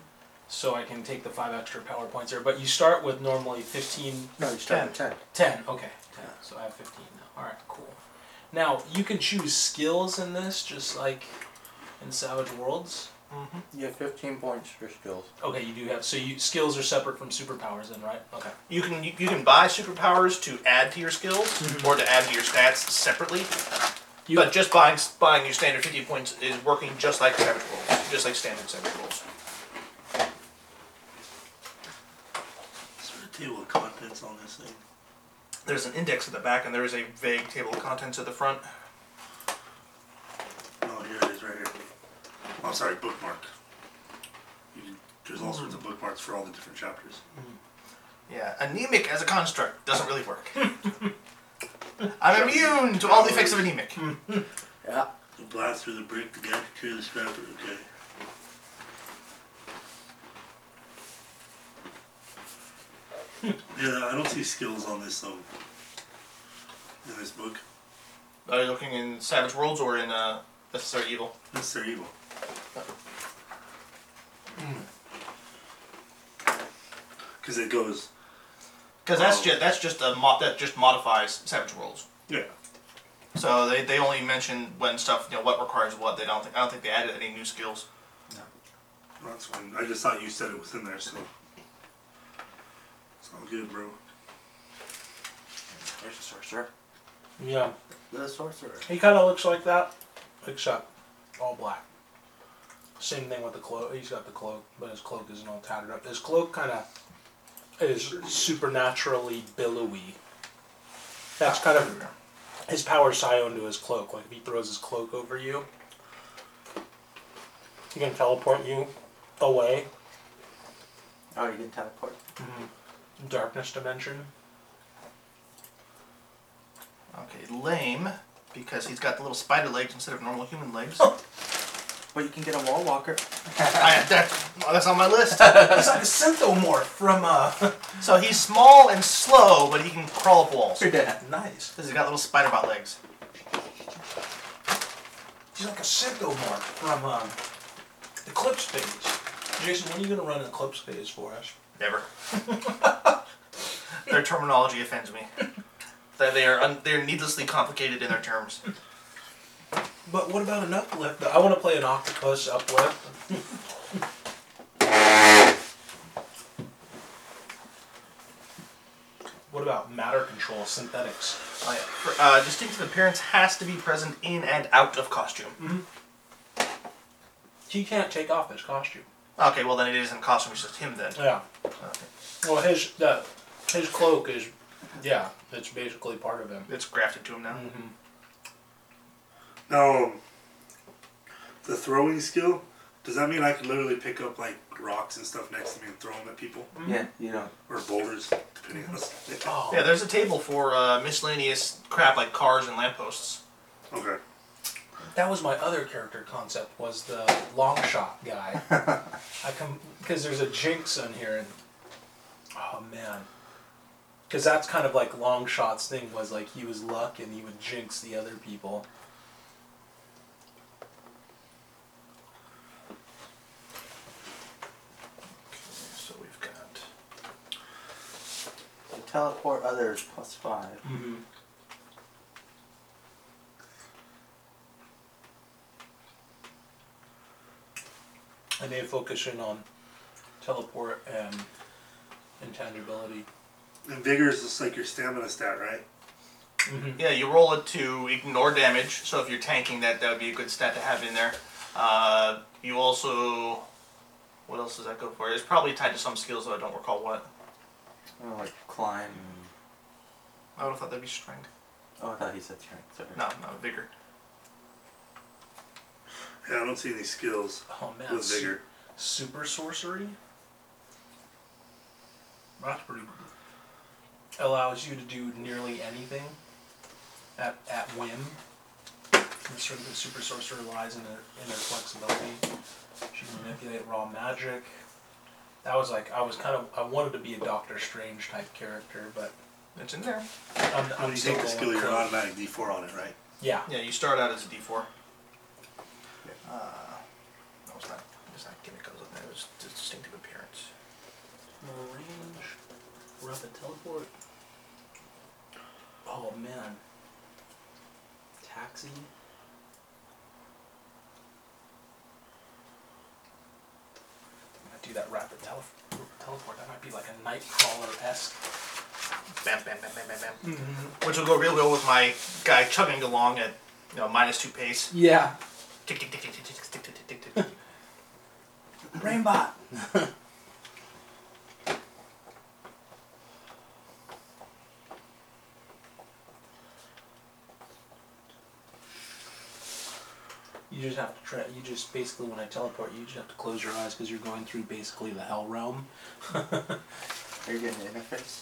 Speaker 2: So I can take the five extra power points there, but you start with normally fifteen
Speaker 4: No, you start with ten.
Speaker 2: 10, okay. 10. So I have 15 now. Alright, cool. Now, you can choose skills in this, just like in Savage Worlds.
Speaker 4: You have fifteen points for skills.
Speaker 2: Okay, you do have. So you skills are separate from superpowers, then, right? Okay.
Speaker 1: You can you, you can buy superpowers to add to your skills or to add to your stats separately.
Speaker 2: You,
Speaker 1: but just buying buying your standard fifty points is working just like Savage Rules, just like standard Savage Rules.
Speaker 3: Is there a table of contents on this thing?
Speaker 1: There's an index at the back, and there is a vague table of contents at the front.
Speaker 3: Oh, here it is, right here. I'm sorry, bookmark. You can- There's all sorts of bookmarks for all the different chapters.
Speaker 1: Yeah, anemic as a construct doesn't really work. I'm immune to all the effects of anemic.
Speaker 9: Yeah.
Speaker 3: The blast through the brick, the gap, clear the scrap. Okay. yeah, I don't see skills on this um in this book.
Speaker 1: Are you looking in Savage Worlds or in uh, Necessary Evil?
Speaker 3: Necessary evil. Because it goes,
Speaker 1: Because that's
Speaker 3: Oh.
Speaker 1: just that's just a mo- that just modifies Savage Worlds.
Speaker 3: yeah,
Speaker 1: So they, they only mention when stuff you know what requires what. They don't think I don't think they added any new skills.
Speaker 3: that's fine. I just thought you said it was in there, so it's all good, bro.
Speaker 4: There's a sorcerer.
Speaker 2: Yeah.
Speaker 4: The sorcerer.
Speaker 2: He kind of looks like that, except all black. Same thing with the cloak. He's got the cloak, but his cloak isn't all tattered up. His cloak kind of is supernaturally billowy. That's kind of his power is tied onto his cloak. Like if he throws his cloak over you, he can teleport you away,
Speaker 4: Oh, you can teleport.
Speaker 2: darkness dimension.
Speaker 1: Okay, lame because he's got the little spider legs instead of normal human legs.
Speaker 4: But you can get a wall walker.
Speaker 1: I, that's that's on my list.
Speaker 2: He's like a synthomorph from uh.
Speaker 1: So he's small and slow, but he can crawl up walls.
Speaker 2: nice.
Speaker 1: Because he's got little spider bot legs.
Speaker 2: He's like a synthomorph from um, Eclipse Phase. Jason, when are you gonna run Eclipse Phase for us?
Speaker 1: Never. their terminology offends me. That they are un- they're needlessly complicated in their terms.
Speaker 2: But what about an uplift? I want to play an octopus uplift. what about matter control synthetics?
Speaker 1: Oh, yeah. For- Uh, distinctive appearance has to be present in and out of costume.
Speaker 2: He can't take off his costume.
Speaker 1: Okay, well then it isn't costume. It's just him then.
Speaker 2: Yeah.
Speaker 1: Okay.
Speaker 2: Well, his the, his cloak is, yeah, it's basically part of him.
Speaker 1: It's grafted to him now.
Speaker 3: Now, um, the throwing skill, does that mean I can literally pick up like rocks and stuff next to me and throw them at people?
Speaker 4: Yeah, you don't.
Speaker 3: Or boulders, depending on the
Speaker 2: Oh.
Speaker 1: Yeah, there's a table for uh, miscellaneous crap like cars and lampposts.
Speaker 3: Okay.
Speaker 2: That was my other character concept was the long shot guy. I come because there's a jinx on here and oh man, because that's kind of like long shots thing was like he was luck and he would jinx the other people.
Speaker 1: So we've got.
Speaker 4: You teleport others plus five.
Speaker 2: Mm-hmm. And they focus in on teleport and intangibility.
Speaker 3: And vigor is just like your stamina stat, right?
Speaker 2: Mm-hmm.
Speaker 1: Yeah, you roll it to ignore damage. So if you're tanking that, that would be a good stat to have in there. Uh, you also, what else does that go for? It's probably tied to some skills, though I don't recall what.
Speaker 4: Oh, like climb.
Speaker 1: I would have thought that'd be strength.
Speaker 4: Oh, I thought he said strength. Sorry.
Speaker 1: No, no, vigor.
Speaker 3: Yeah, I don't see any skills
Speaker 2: Oh man,
Speaker 3: with vigor.
Speaker 2: su- super sorcery. That's pretty. Allows you to do nearly anything at at whim. The sort of the super sorcerer lies in their in their flexibility. She can manipulate raw magic. That was like I was kind of I wanted to be a Doctor Strange type character, but
Speaker 1: It's in there.
Speaker 2: I'm,
Speaker 3: When
Speaker 2: I'm
Speaker 3: you
Speaker 2: still
Speaker 3: take the
Speaker 2: going
Speaker 3: skill, you're an
Speaker 2: close.
Speaker 3: automatic D4 on it, right?
Speaker 2: Yeah,
Speaker 1: Yeah, you start out as a D4. Uh, no, it's not. It's not gimmick. I was looking at it. It was distinctive appearance.
Speaker 2: More range. Rapid teleport. Oh man. Taxi. I do that rapid tele- teleport. That might be like a nightcrawler esque.
Speaker 1: Bam, bam, bam, bam, bam, bam. Which will go real well with my guy chugging along at you know minus two pace.
Speaker 2: Yeah.
Speaker 1: Tick, tick, tick, tick, tick, tick, tick, tick, tick, tick, tick, tick.
Speaker 2: Rainbot. You just have to try. You just basically, when I teleport, you just have to close your eyes because you're going through basically the hell realm.
Speaker 4: Are you getting an interface?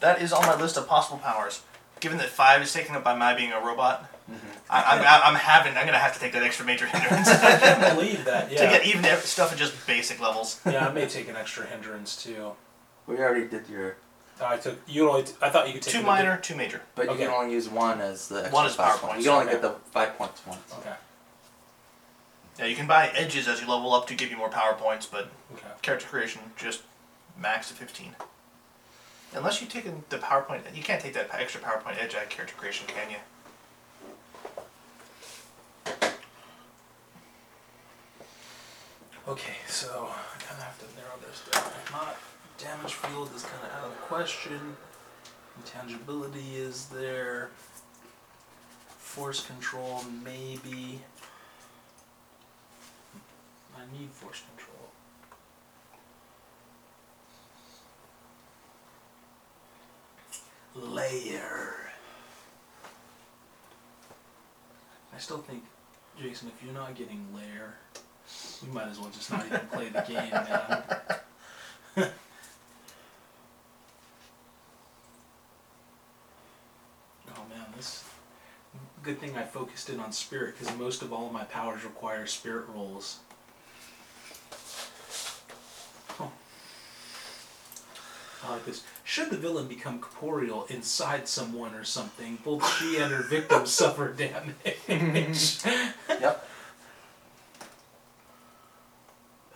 Speaker 1: That is on my list of possible powers. Given that five is taken up by my being a robot,
Speaker 2: Mm-hmm.
Speaker 1: I, I'm, I'm having I'm gonna have to take that extra major hindrance
Speaker 2: I can't believe that.
Speaker 1: to
Speaker 2: Yeah.
Speaker 1: get even ev- stuff at just basic levels.
Speaker 2: yeah, I may take an extra hindrance too.
Speaker 4: We already did your,
Speaker 2: I took you only. T- I thought you could take
Speaker 1: Two
Speaker 2: an
Speaker 1: minor, two major.
Speaker 4: but you
Speaker 2: Okay.
Speaker 4: can only use one as the extra
Speaker 1: One is
Speaker 4: five
Speaker 1: PowerPoint,
Speaker 4: points. You can only
Speaker 2: okay.
Speaker 4: get the five points once.
Speaker 2: Okay.
Speaker 1: Yeah, you can buy edges as you level up to give you more power points, but
Speaker 2: Okay.
Speaker 1: character creation just max to fifteen. Unless you take in the PowerPoint, you can't take that extra PowerPoint edge out of character creation, can you?
Speaker 2: Okay. So I kind of have to narrow this down. Not damage field is kind of out of the question. Intangibility is there. Force control maybe. I need force control. layer. I still think, Jason, if you're not getting layer, you might as well just not even play the game, man. oh man, this. Good thing I focused in on spirit because most of all my powers require spirit rolls. Oh. I like this. Should the villain become corporeal inside someone or something, both she and her victim suffer damage.
Speaker 4: Yep.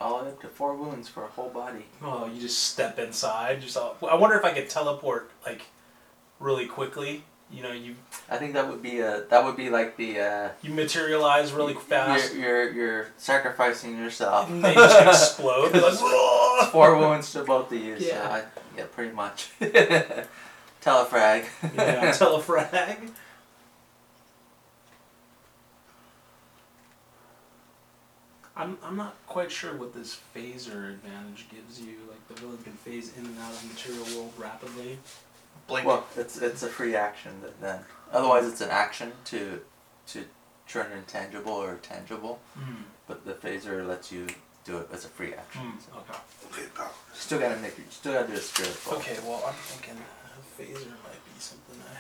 Speaker 4: All up to four wounds for a whole body.
Speaker 2: oh, you just step inside yourself. I wonder if I could teleport like really quickly. You know, you
Speaker 4: I think that would be a that would be like the uh,
Speaker 2: you materialize really fast
Speaker 4: You're, you're you're sacrificing yourself.
Speaker 2: and they just explode. They're like, "Whoa!"
Speaker 4: Four wounds to both of you. So
Speaker 2: Yeah.
Speaker 4: I, yeah, pretty much. Telefrag.
Speaker 2: yeah, telefrag. I'm, I'm not quite sure what this phaser advantage gives you. Like the villain can phase in and out of the material world rapidly.
Speaker 1: Blink.
Speaker 4: well, it's it's a free action that then. Otherwise, it's an action to to turn intangible or tangible.
Speaker 2: Hmm,
Speaker 4: But the phaser lets you do it as a free action. So
Speaker 2: Okay.
Speaker 3: Okay, pal.
Speaker 4: you still gotta make it. You still gotta do a spirit roll.
Speaker 2: Okay, well, I'm thinking a phaser might be something I.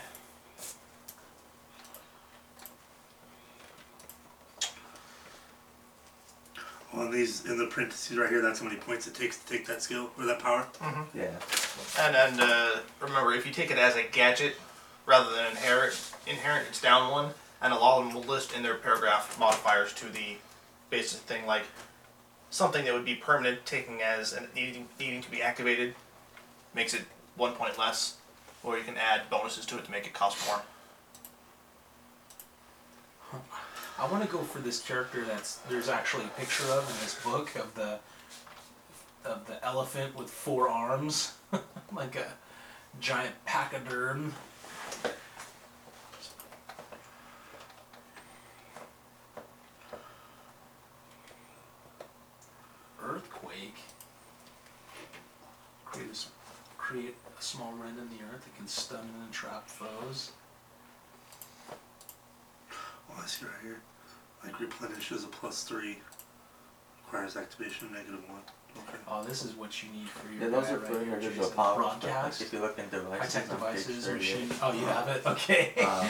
Speaker 3: On these, in the parentheses right here, that's how many points it takes to take that skill or that power.
Speaker 4: Yeah.
Speaker 1: And and uh, remember, if you take it as a gadget rather than inherit, inherent, it's down one, and a law will list in their paragraph modifiers to the basic thing like something that would be permanent, taking as and needing, needing to be activated, makes it one point less, or you can add bonuses to it to make it cost more.
Speaker 2: I want to go for this character that's there's actually a picture of in this book of the of the elephant with four arms, like a giant pachyderm. Earthquake. Create a, s- create a small rent in the earth that can stun and entrap foes.
Speaker 3: Oh, I see right here. Like replenishes a plus three, requires activation of negative one. Okay.
Speaker 2: Oh, this is what you need for your
Speaker 4: Yeah, those
Speaker 2: guy
Speaker 4: are
Speaker 2: right
Speaker 4: for
Speaker 2: here,
Speaker 4: your digital
Speaker 2: Jason.
Speaker 4: powers. but, like,
Speaker 2: broadcast,
Speaker 4: If you look in
Speaker 2: high
Speaker 4: devices,
Speaker 2: tech
Speaker 4: on page
Speaker 2: devices,
Speaker 4: 38,
Speaker 2: machine. Oh, you
Speaker 4: Uh,
Speaker 2: have it. Okay.
Speaker 4: um,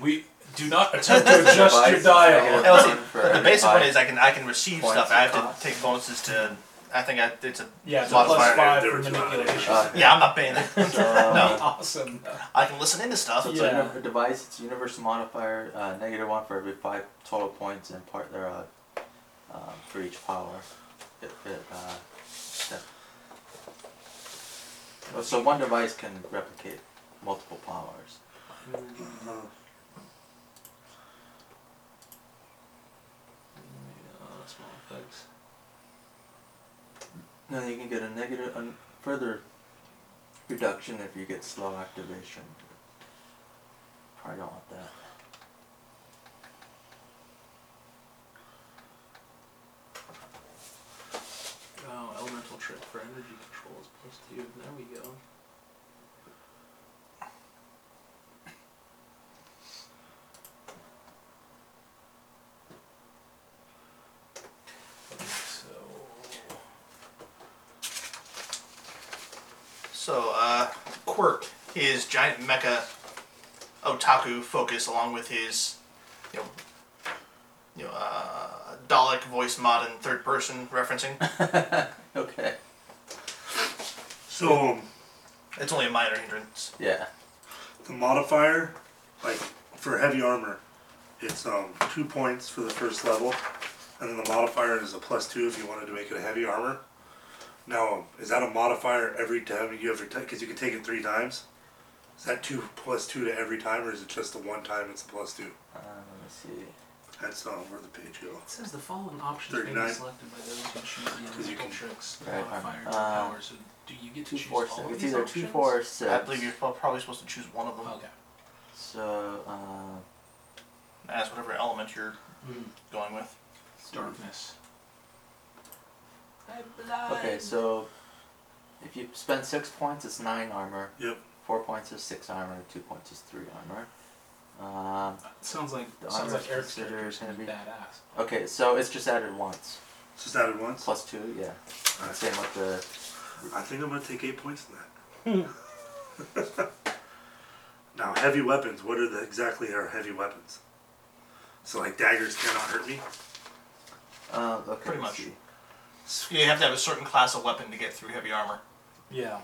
Speaker 2: we do not attempt to adjust your
Speaker 4: devices,
Speaker 2: dial.
Speaker 4: negative
Speaker 1: Well, see,
Speaker 4: one for
Speaker 1: The
Speaker 4: every
Speaker 1: basic
Speaker 4: five.
Speaker 1: one is I can I can receive
Speaker 4: Points
Speaker 1: stuff. I have
Speaker 4: of cost.
Speaker 1: to take bonuses to. I think I, it's a
Speaker 2: Yeah, it's a
Speaker 1: modifier.
Speaker 2: plus five
Speaker 3: There
Speaker 2: for
Speaker 3: was one.
Speaker 2: manipulation.
Speaker 4: Uh,
Speaker 1: Yeah, I'm not paying that.
Speaker 4: So,
Speaker 1: No.
Speaker 2: Awesome.
Speaker 1: I can listen into stuff.
Speaker 4: So it's
Speaker 2: Yeah.
Speaker 4: a uni- device, it's a universal modifier, uh, negative one for every five total points and part thereof um, for each power. It, it, uh, step. Oh, So one device can replicate multiple powers.
Speaker 3: Uh,
Speaker 2: Yeah, small effects.
Speaker 4: Then you can get a negative, a further reduction if you get slow activation. Probably don't want that.
Speaker 2: Oh, elemental trick for energy control is plus two. There we go.
Speaker 1: So, uh, Quirk, his giant mecha otaku focus, along with his, you know, you know, uh, Dalek voice mod in third person referencing.
Speaker 4: Okay.
Speaker 3: So um,
Speaker 1: it's only a minor hindrance.
Speaker 4: Yeah.
Speaker 3: the modifier, like for heavy armor, it's um two points for the first level, and then the modifier is a plus two if you wanted to make it a heavy armor. Now, um, is that a modifier every time you ever take? Because you can take it three times. Is that two plus two to every time, or is it just the one time it's a plus two?
Speaker 4: Uh, let me see.
Speaker 3: That's um, where the page goes.
Speaker 2: It says the following options may
Speaker 3: 39.
Speaker 2: be selected by those who choose the
Speaker 3: 'Cause you
Speaker 2: analytical
Speaker 3: can-
Speaker 2: tricks,
Speaker 4: Right,
Speaker 2: modifiers, and
Speaker 4: uh,
Speaker 2: powers. So do you get to
Speaker 4: Two,
Speaker 2: choose
Speaker 4: four,
Speaker 2: all
Speaker 4: six.
Speaker 2: of
Speaker 4: It's
Speaker 2: these
Speaker 4: either
Speaker 2: options?
Speaker 4: two, four, or six.
Speaker 1: I believe you're prob- probably supposed to choose one of them
Speaker 2: Okay.
Speaker 4: So, uh,
Speaker 1: as whatever element you're
Speaker 4: Hmm.
Speaker 2: Mm.
Speaker 1: going with.
Speaker 2: Darkness.
Speaker 4: okay, so if you spend six points, it's nine armor.
Speaker 3: Yep.
Speaker 4: Four points is six armor. Two points is three armor. Um,
Speaker 2: Sounds like
Speaker 4: The
Speaker 2: sounds
Speaker 4: honor's
Speaker 2: like Eric's
Speaker 4: considered
Speaker 2: character's
Speaker 4: gonna
Speaker 2: gonna be
Speaker 4: be-
Speaker 2: badass.
Speaker 4: okay, so it's just added once.
Speaker 3: It's just added once.
Speaker 4: Plus two, yeah. And same with the.
Speaker 3: I think I'm gonna take eight points in that. now, heavy weapons. What are the exactly are heavy weapons? So like daggers cannot hurt me.
Speaker 4: Uh, okay,
Speaker 1: Pretty
Speaker 4: let's
Speaker 1: much.
Speaker 4: see.
Speaker 1: You have to have a certain class of weapon to get through heavy armor,
Speaker 2: Yeah.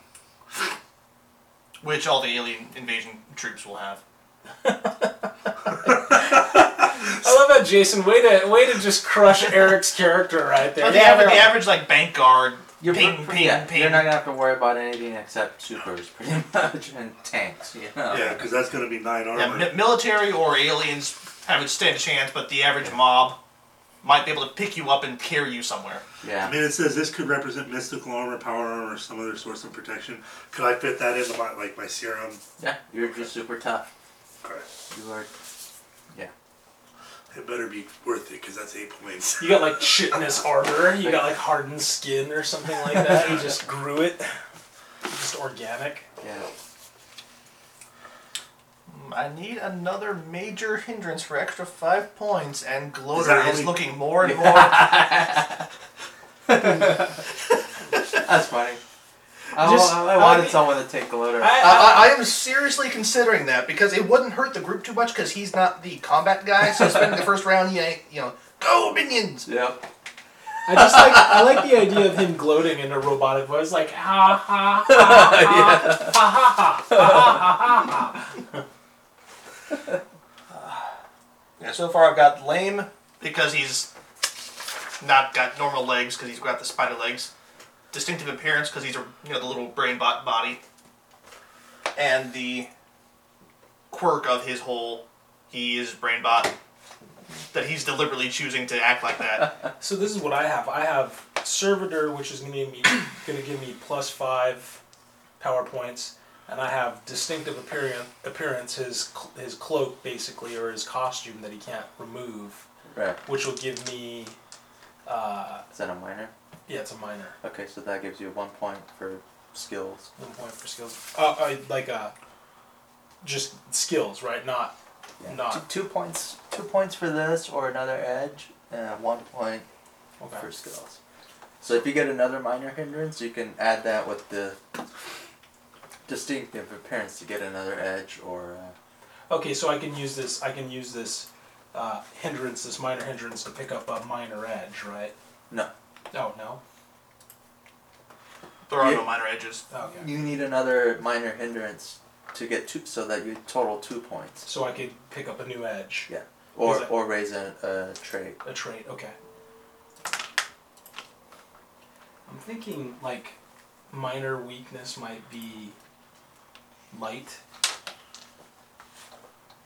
Speaker 1: which all the alien invasion troops will have.
Speaker 2: I love that, Jason. Way to way to just crush Eric's character right there.
Speaker 4: Oh,
Speaker 1: But the, average, the average like bank guard,
Speaker 4: You're
Speaker 1: ping,
Speaker 4: pre-
Speaker 1: ping,
Speaker 4: yeah,
Speaker 1: ping.
Speaker 4: You're not gonna have to worry about anything except supers, pretty much, and tanks. You know?
Speaker 3: Yeah, because that's gonna be nine
Speaker 1: Yeah,
Speaker 3: armor.
Speaker 1: mi- military or aliens have a stand chance, but the average mob might be able to pick you up and carry you somewhere.
Speaker 3: I
Speaker 4: Yeah.
Speaker 3: mean, it says this could represent mystical armor, power armor, or some other source of protection. Could I fit that into my like my serum?
Speaker 4: Yeah. You're just super tough.
Speaker 3: Okay.
Speaker 4: You are.
Speaker 3: It better be worth it because that's eight points.
Speaker 2: You got like chitinous armor. You got like hardened skin or something like that. You just grew it. Just organic.
Speaker 4: Yeah.
Speaker 1: Mm, I need another major hindrance for extra five points, and
Speaker 3: Is
Speaker 1: Gloater
Speaker 3: that
Speaker 1: is
Speaker 3: only-
Speaker 1: looking more and more.
Speaker 4: That's funny. I,
Speaker 2: Just-
Speaker 4: wa- I
Speaker 2: I
Speaker 4: wanted
Speaker 2: like-
Speaker 4: someone to take the loader.
Speaker 2: I-
Speaker 1: I, I, I am seriously considering that because it wouldn't hurt the group too much because he's not the combat guy. So spending the first round, he ain't, you know, go minions.
Speaker 4: yep.
Speaker 2: I just like I like the idea of him gloating in a robotic voice, like ha ha ha
Speaker 4: yeah.
Speaker 1: Yeah, so far I've got lame because he's not got normal legs because he's got the spider legs, distinctive appearance because he's a you know the little brain bot body, and the quirk of his whole he is brain bot that he's deliberately choosing to act like that.
Speaker 2: So this is what I have. I have servitor, which is gonna give me gonna give me plus five power points, and I have distinctive appearance. Appearance, his cl- his cloak basically, or his costume that he can't remove,
Speaker 4: Right.
Speaker 2: which will give me. Uh,
Speaker 4: Is that a minor?
Speaker 2: yeah, it's a minor
Speaker 4: Okay, so that gives you one point for skills.
Speaker 2: one point for skills. Uh, uh like uh, just skills, right? Not
Speaker 4: Yeah.
Speaker 2: Not-
Speaker 4: Two, two points. Two points for this or another edge, and one point
Speaker 2: okay.
Speaker 4: for skills. So if you get another minor hindrance, you can add that with the distinctive appearance to get another edge or. Uh,
Speaker 2: Okay, so I can use this. I can use this uh, hindrance, this minor hindrance, to pick up a minor edge, right?
Speaker 4: No.
Speaker 2: Oh no.
Speaker 1: There are no minor edges.
Speaker 2: Okay.
Speaker 4: You need another minor hindrance to get two, so that you total two points,
Speaker 2: So I could pick up a new edge.
Speaker 4: or
Speaker 2: Is it-
Speaker 4: or raise a, a trait.
Speaker 2: A trait. Okay. I'm thinking like minor weakness might be light.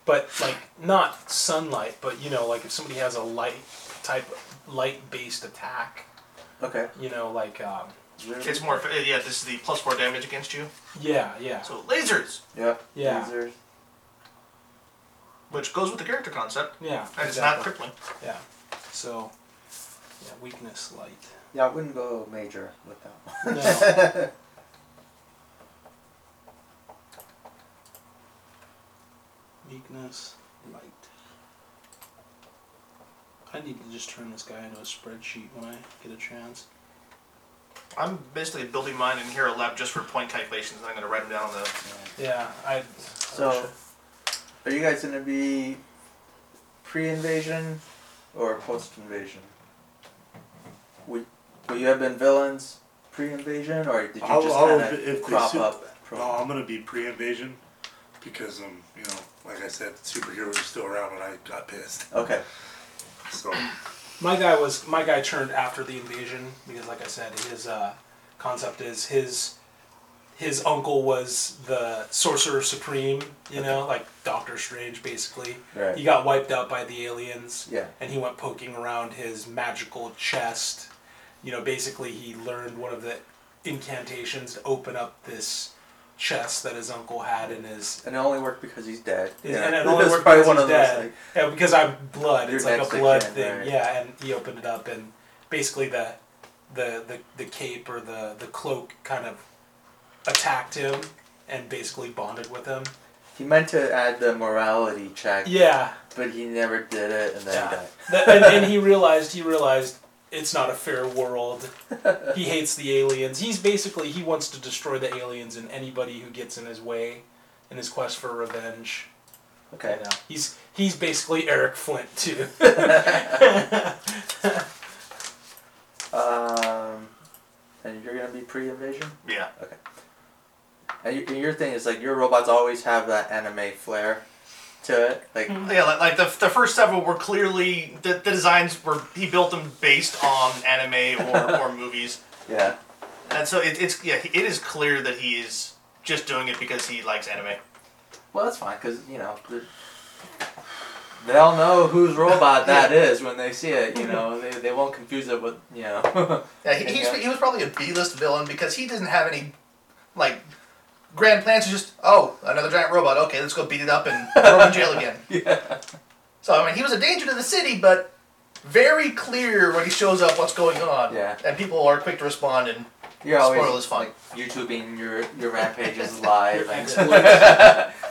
Speaker 2: But like not sunlight, but you know, like if somebody has a light type light based attack,
Speaker 4: Okay.
Speaker 2: you know, like um,
Speaker 1: It's more yeah. This is the plus four damage against you.
Speaker 2: yeah, yeah.
Speaker 1: So lasers,
Speaker 4: Yep.
Speaker 2: Yeah.
Speaker 4: These are-
Speaker 1: which goes with the character concept,
Speaker 2: Yeah.
Speaker 1: and it's not crippling.
Speaker 2: Yeah. So, yeah, weakness light.
Speaker 4: Yeah, I wouldn't go major with that one.
Speaker 2: No. Weakness light. I need to just turn this guy into a spreadsheet when I get a chance.
Speaker 1: I'm basically building mine in here a lab just for point calculations, and I'm going to write them down though.
Speaker 2: Yeah, I. Oh,
Speaker 4: So, are you guys gonna be pre-invasion or post-invasion? Would would you have been villains pre-invasion, or did you
Speaker 3: I'll-
Speaker 4: just
Speaker 3: I'll
Speaker 4: kind
Speaker 3: be- if they
Speaker 4: of crop
Speaker 3: suit-
Speaker 4: up? pro-
Speaker 3: No, I'm gonna be pre-invasion because um, you know, like I said, superheroes are still around, and I got pissed.
Speaker 4: Okay.
Speaker 3: So
Speaker 2: My guy was my guy turned after the invasion because, like I said, his uh, concept is his his uncle was the sorcerer supreme. You know, like Doctor Strange, basically.
Speaker 4: Right.
Speaker 2: He got wiped out by the aliens.
Speaker 4: Yeah.
Speaker 2: And he went poking around his magical chest. You know, basically he learned one of the incantations to open up this chest that his uncle had in his
Speaker 4: And it only worked because he's dead.
Speaker 2: And it only
Speaker 4: It's
Speaker 2: worked
Speaker 4: probably
Speaker 2: because
Speaker 4: one
Speaker 2: he's
Speaker 4: of those,
Speaker 2: dead.
Speaker 4: like-
Speaker 2: yeah, because I'm blood. It's
Speaker 4: You're
Speaker 2: like a
Speaker 4: next in
Speaker 2: blood
Speaker 4: kin,
Speaker 2: thing.
Speaker 4: right.
Speaker 2: Yeah, and he opened it up, and basically the the the, the cape or the, the cloak kind of attacked him and basically bonded with him.
Speaker 4: He meant to add the morality check,
Speaker 2: Yeah,
Speaker 4: but he never did it, and then
Speaker 2: Yeah.
Speaker 4: he died.
Speaker 2: That- and, and he realized he realized it's not a fair world. He hates the aliens. He's basically he wants to destroy the aliens and anybody who gets in his way in his quest for revenge.
Speaker 4: Okay.
Speaker 2: You know, he's he's basically Eric Flint too.
Speaker 4: Um, and you're gonna be pre-invasion.
Speaker 1: Yeah.
Speaker 4: And, you, and your thing is like your robots always have that anime flair to it. Like
Speaker 1: Yeah, like, like the, the first several were clearly the, the designs were he built them based on anime or, or movies,
Speaker 4: yeah,
Speaker 1: and so it, it's yeah it is clear that he is just doing it because he likes anime.
Speaker 4: well that's fine because you know the- they'll know whose robot that is when they see it. You know they, they won't confuse it with you know.
Speaker 1: Yeah, he, he's, he was probably a B list villain because he didn't have any like grand plans. He Just oh another giant robot. Okay, let's go beat it up and throw him in jail again.
Speaker 4: yeah.
Speaker 1: So I mean, he was a danger to the city, but very clear when he shows up what's going on.
Speaker 4: Yeah.
Speaker 1: And people are quick to respond and
Speaker 4: You're
Speaker 1: spoil
Speaker 4: always
Speaker 1: is fun.
Speaker 4: YouTubing your your rampages live and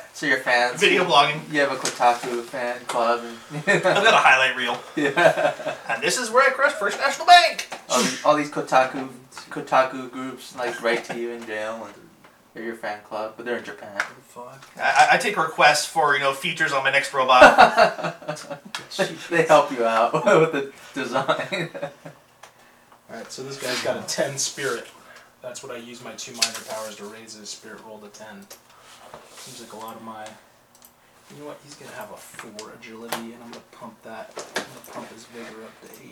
Speaker 4: so your fans.
Speaker 1: Video blogging.
Speaker 4: You have a Kotaku fan club.
Speaker 1: I've
Speaker 4: And
Speaker 1: got a highlight reel.
Speaker 4: yeah.
Speaker 1: And this is where I crushed First National Bank.
Speaker 4: all these, all these Kotaku Kotaku groups like write to you in jail and they're your fan club, but they're in Japan.
Speaker 1: I, I take requests for you know features on my next robot.
Speaker 4: they help you out with the design.
Speaker 2: Alright, so this guy's got a 10 spirit. That's what I use my two minor powers to raise his spirit roll to 10. Seems like a lot of my. You know what? He's gonna have a 4 agility, and I'm gonna pump that. I'm gonna pump his vigor up to 8.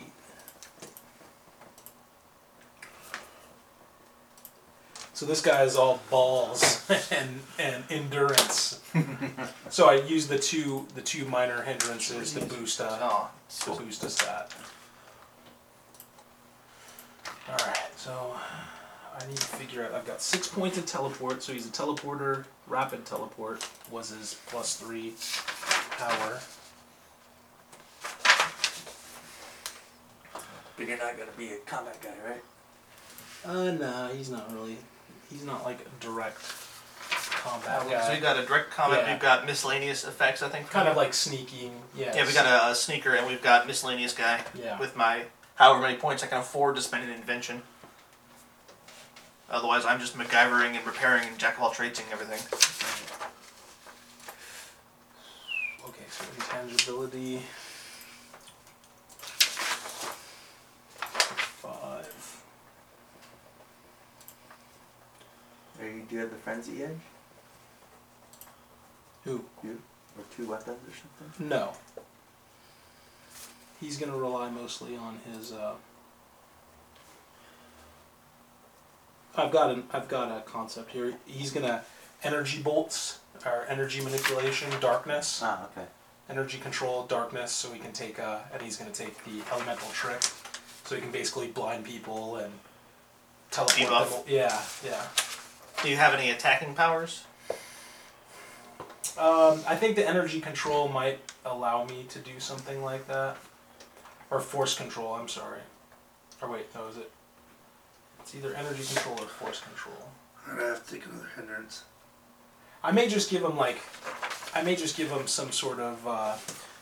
Speaker 2: So this guy is all balls and, and endurance. so I use the two the two minor hindrances to boost up
Speaker 1: oh,
Speaker 2: to boost us that. Alright, so I need to figure out. I've got six points of teleport, so he's a teleporter. Rapid teleport was his plus three power.
Speaker 4: But you're not gonna be a combat guy, right?
Speaker 2: Uh, no, he's not really. He's not like a direct combat guy.
Speaker 1: so we got a direct comment.
Speaker 2: Yeah.
Speaker 1: We've got miscellaneous effects. I think.
Speaker 2: kind of like sneaking. Yeah.
Speaker 1: Yeah, we got a, a sneaker and we've got miscellaneous guy
Speaker 2: Yeah.
Speaker 1: with my however many points I can afford to spend in invention. Otherwise, I'm just MacGyvering and repairing and jack of all tradesing everything.
Speaker 2: Okay, so intangibility. Five.
Speaker 4: Are you, do you have the frenzy edge?
Speaker 2: Who?
Speaker 4: You? Or two weapons or something?
Speaker 2: No. He's going to rely mostly on his. Uh, I've got an I've got a concept here. He's going to energy bolts or energy manipulation, darkness,
Speaker 4: Ah, okay.
Speaker 2: energy control, darkness. So he can take uh, and he's going to take the elemental trick. So he can basically blind people and teleport
Speaker 1: Debuff.
Speaker 2: them. Yeah, yeah.
Speaker 1: Do you have any attacking powers?
Speaker 2: Um, I think the energy control might allow me to do something like that, or force control. I'm sorry. Or wait, no, is it? It's either energy control or force control.
Speaker 3: I'm gonna have to take another hindrance.
Speaker 2: I may just give him like, I may just give him some sort of uh,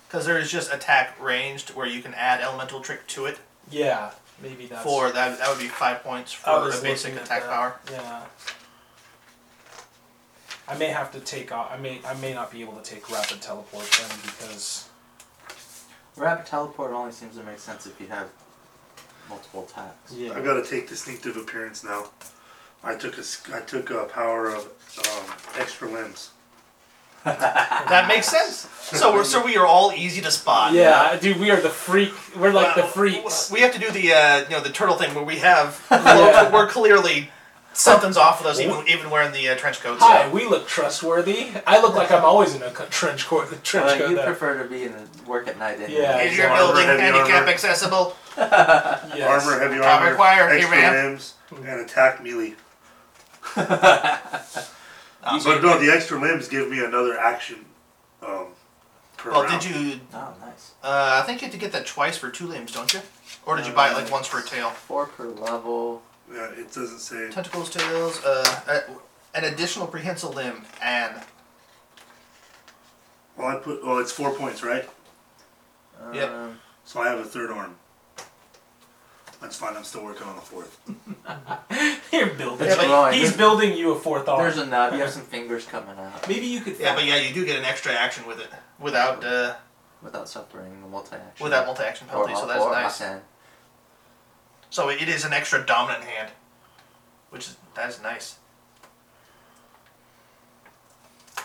Speaker 1: Because there is just attack ranged where you can add elemental trick to it.
Speaker 2: yeah, Maybe that's
Speaker 1: Four. That that would be five points for
Speaker 2: I
Speaker 1: a
Speaker 2: was
Speaker 1: basic
Speaker 2: looking at
Speaker 1: attack
Speaker 2: that.
Speaker 1: power.
Speaker 2: Yeah. I may have to take off. I may. I may not be able to take rapid teleport then because
Speaker 4: Rapid teleport only seems to make sense if you have multiple attacks.
Speaker 3: I gotta take distinctive appearance now. I took a, s- I took a power of um, extra limbs.
Speaker 1: That makes sense. So we're so we are all easy to spot.
Speaker 2: Yeah, dude, we are the freak. We're like the
Speaker 1: Well,
Speaker 2: freaks.
Speaker 1: We have to do the uh, you know the turtle thing where we have we're clearly something's off with us even even wearing the uh, trench coats.
Speaker 2: Hi, we look trustworthy. I look like I'm always in a co- trench coat. Trench
Speaker 4: Well,
Speaker 2: coat.
Speaker 4: uh, you
Speaker 2: there.
Speaker 4: prefer to be in the work at night anyway.
Speaker 2: Yeah.
Speaker 1: Is your
Speaker 3: Armor,
Speaker 1: building
Speaker 3: heavy
Speaker 1: handicap
Speaker 3: armor.
Speaker 1: accessible?
Speaker 2: Yes.
Speaker 3: Armor, heavy
Speaker 1: Top
Speaker 3: armor,
Speaker 1: require,
Speaker 3: extra
Speaker 1: he ran.
Speaker 3: limbs, and attack melee.
Speaker 1: Um,
Speaker 3: But no, the extra limbs give me another action. Um, per
Speaker 1: well,
Speaker 3: round.
Speaker 1: did you?
Speaker 4: Oh, nice.
Speaker 1: Uh, I think you have to get that twice for two limbs, don't you? Or did you buy it like once for a tail?
Speaker 4: Four per level.
Speaker 3: Yeah, it doesn't say.
Speaker 1: Tentacles, tails, uh, uh, an additional prehensile limb, and
Speaker 3: Well, I put. Well, it's four points, right?
Speaker 1: Yep.
Speaker 4: Um,
Speaker 3: So I have a third arm. That's fine. I'm still working on the fourth.
Speaker 2: You're building.
Speaker 1: Yeah,
Speaker 4: but-
Speaker 2: he's building you a fourth arm.
Speaker 4: There's a nub. You have some fingers coming out
Speaker 2: Maybe you could.
Speaker 1: yeah, but yeah, you do get an extra action with it without uh,
Speaker 4: without suffering the multi-action.
Speaker 1: without multi-action
Speaker 4: or,
Speaker 1: penalty. So
Speaker 4: or-
Speaker 1: that's
Speaker 4: or
Speaker 1: nice.
Speaker 4: offhand.
Speaker 1: So it is an extra dominant hand, which is that's nice.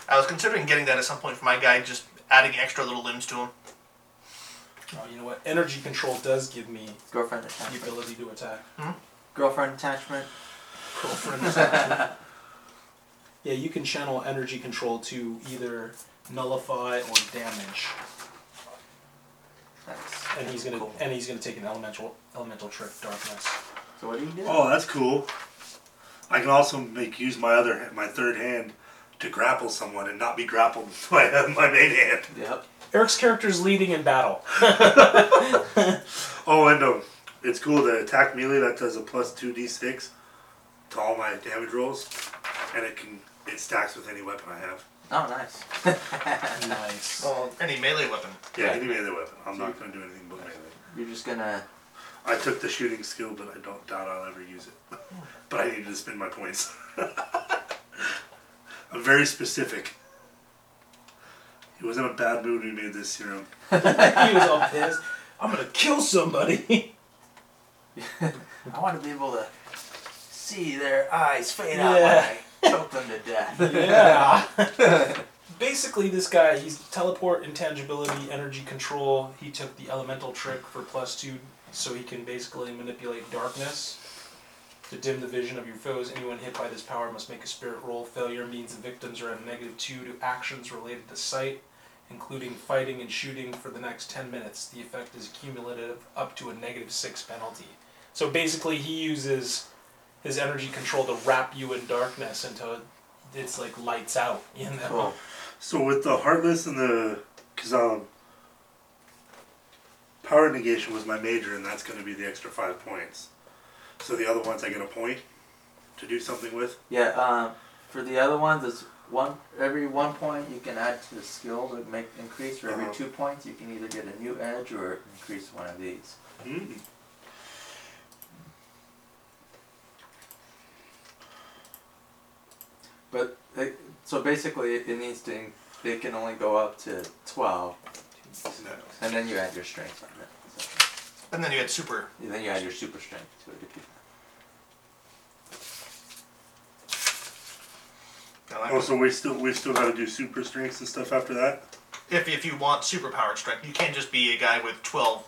Speaker 1: I was considering getting that at some point for my guy, just adding extra little limbs to him.
Speaker 2: Oh, you know what? Energy control does give me
Speaker 4: Girlfriend
Speaker 2: the
Speaker 4: attachment.
Speaker 2: ability to attack.
Speaker 4: Girlfriend attachment.
Speaker 2: Yeah, you can channel energy control to either nullify or damage,
Speaker 4: Nice.
Speaker 2: and he's gonna
Speaker 4: Cool.
Speaker 2: and he's gonna take an elemental elemental trick darkness.
Speaker 4: So what do you do?
Speaker 3: Oh, that's cool. I can also make use my other, my third hand, to grapple someone and not be grappled by my main hand.
Speaker 4: Yep.
Speaker 2: Eric's character is leading in battle.
Speaker 3: Oh, and um, it's cool the attack melee that does a plus two d six to all my damage rolls, and it can it stacks with any weapon I have.
Speaker 4: Oh, nice.
Speaker 2: nice. Oh,
Speaker 1: Well, any melee weapon.
Speaker 3: Yeah, any melee weapon. I'm not going to do anything but melee.
Speaker 4: You're just gonna.
Speaker 3: I took the shooting skill, but I don't doubt I'll ever use it. but I needed to spend my points. I'm very specific. He was in a bad mood when we made this serum.
Speaker 2: he was all pissed. I'm gonna kill somebody.
Speaker 4: I want to be able to see their eyes fade
Speaker 2: Yeah.
Speaker 4: out when I choke them to death.
Speaker 2: yeah. Basically, this guy, he's teleport, intangibility, energy control. He took the elemental trick for plus two, so he can basically manipulate darkness to dim the vision of your foes. Anyone hit by this power must make a spirit roll. Failure means the victims are at a negative two to actions related to sight, including fighting and shooting for the next 10 minutes. The effect is cumulative up to a negative six penalty. So basically, he uses his energy control to wrap you in darkness until it's like lights out, you know?
Speaker 4: Cool.
Speaker 3: So with the heartless and the, cause um, power negation was my major, and that's going to be the extra five points. So the other ones I get a point to do something with.
Speaker 4: Yeah. Um, for the other ones, it's one every one point you can add to the skill to make increase, or every
Speaker 3: Uh-huh.
Speaker 4: two points you can either get a new edge or increase one of these.
Speaker 1: Hmm.
Speaker 3: Mm.
Speaker 4: But it, so basically, it needs to. in- It can only go up to twelve, and then you add your strength on it. So,
Speaker 1: And then you had super.
Speaker 4: and then you add your super strength to it if you.
Speaker 1: I like
Speaker 3: Oh,
Speaker 1: it.
Speaker 3: so we still we still got to do super strengths and stuff after that.
Speaker 1: if, if you want super powered strength, you can't just be a guy with 12,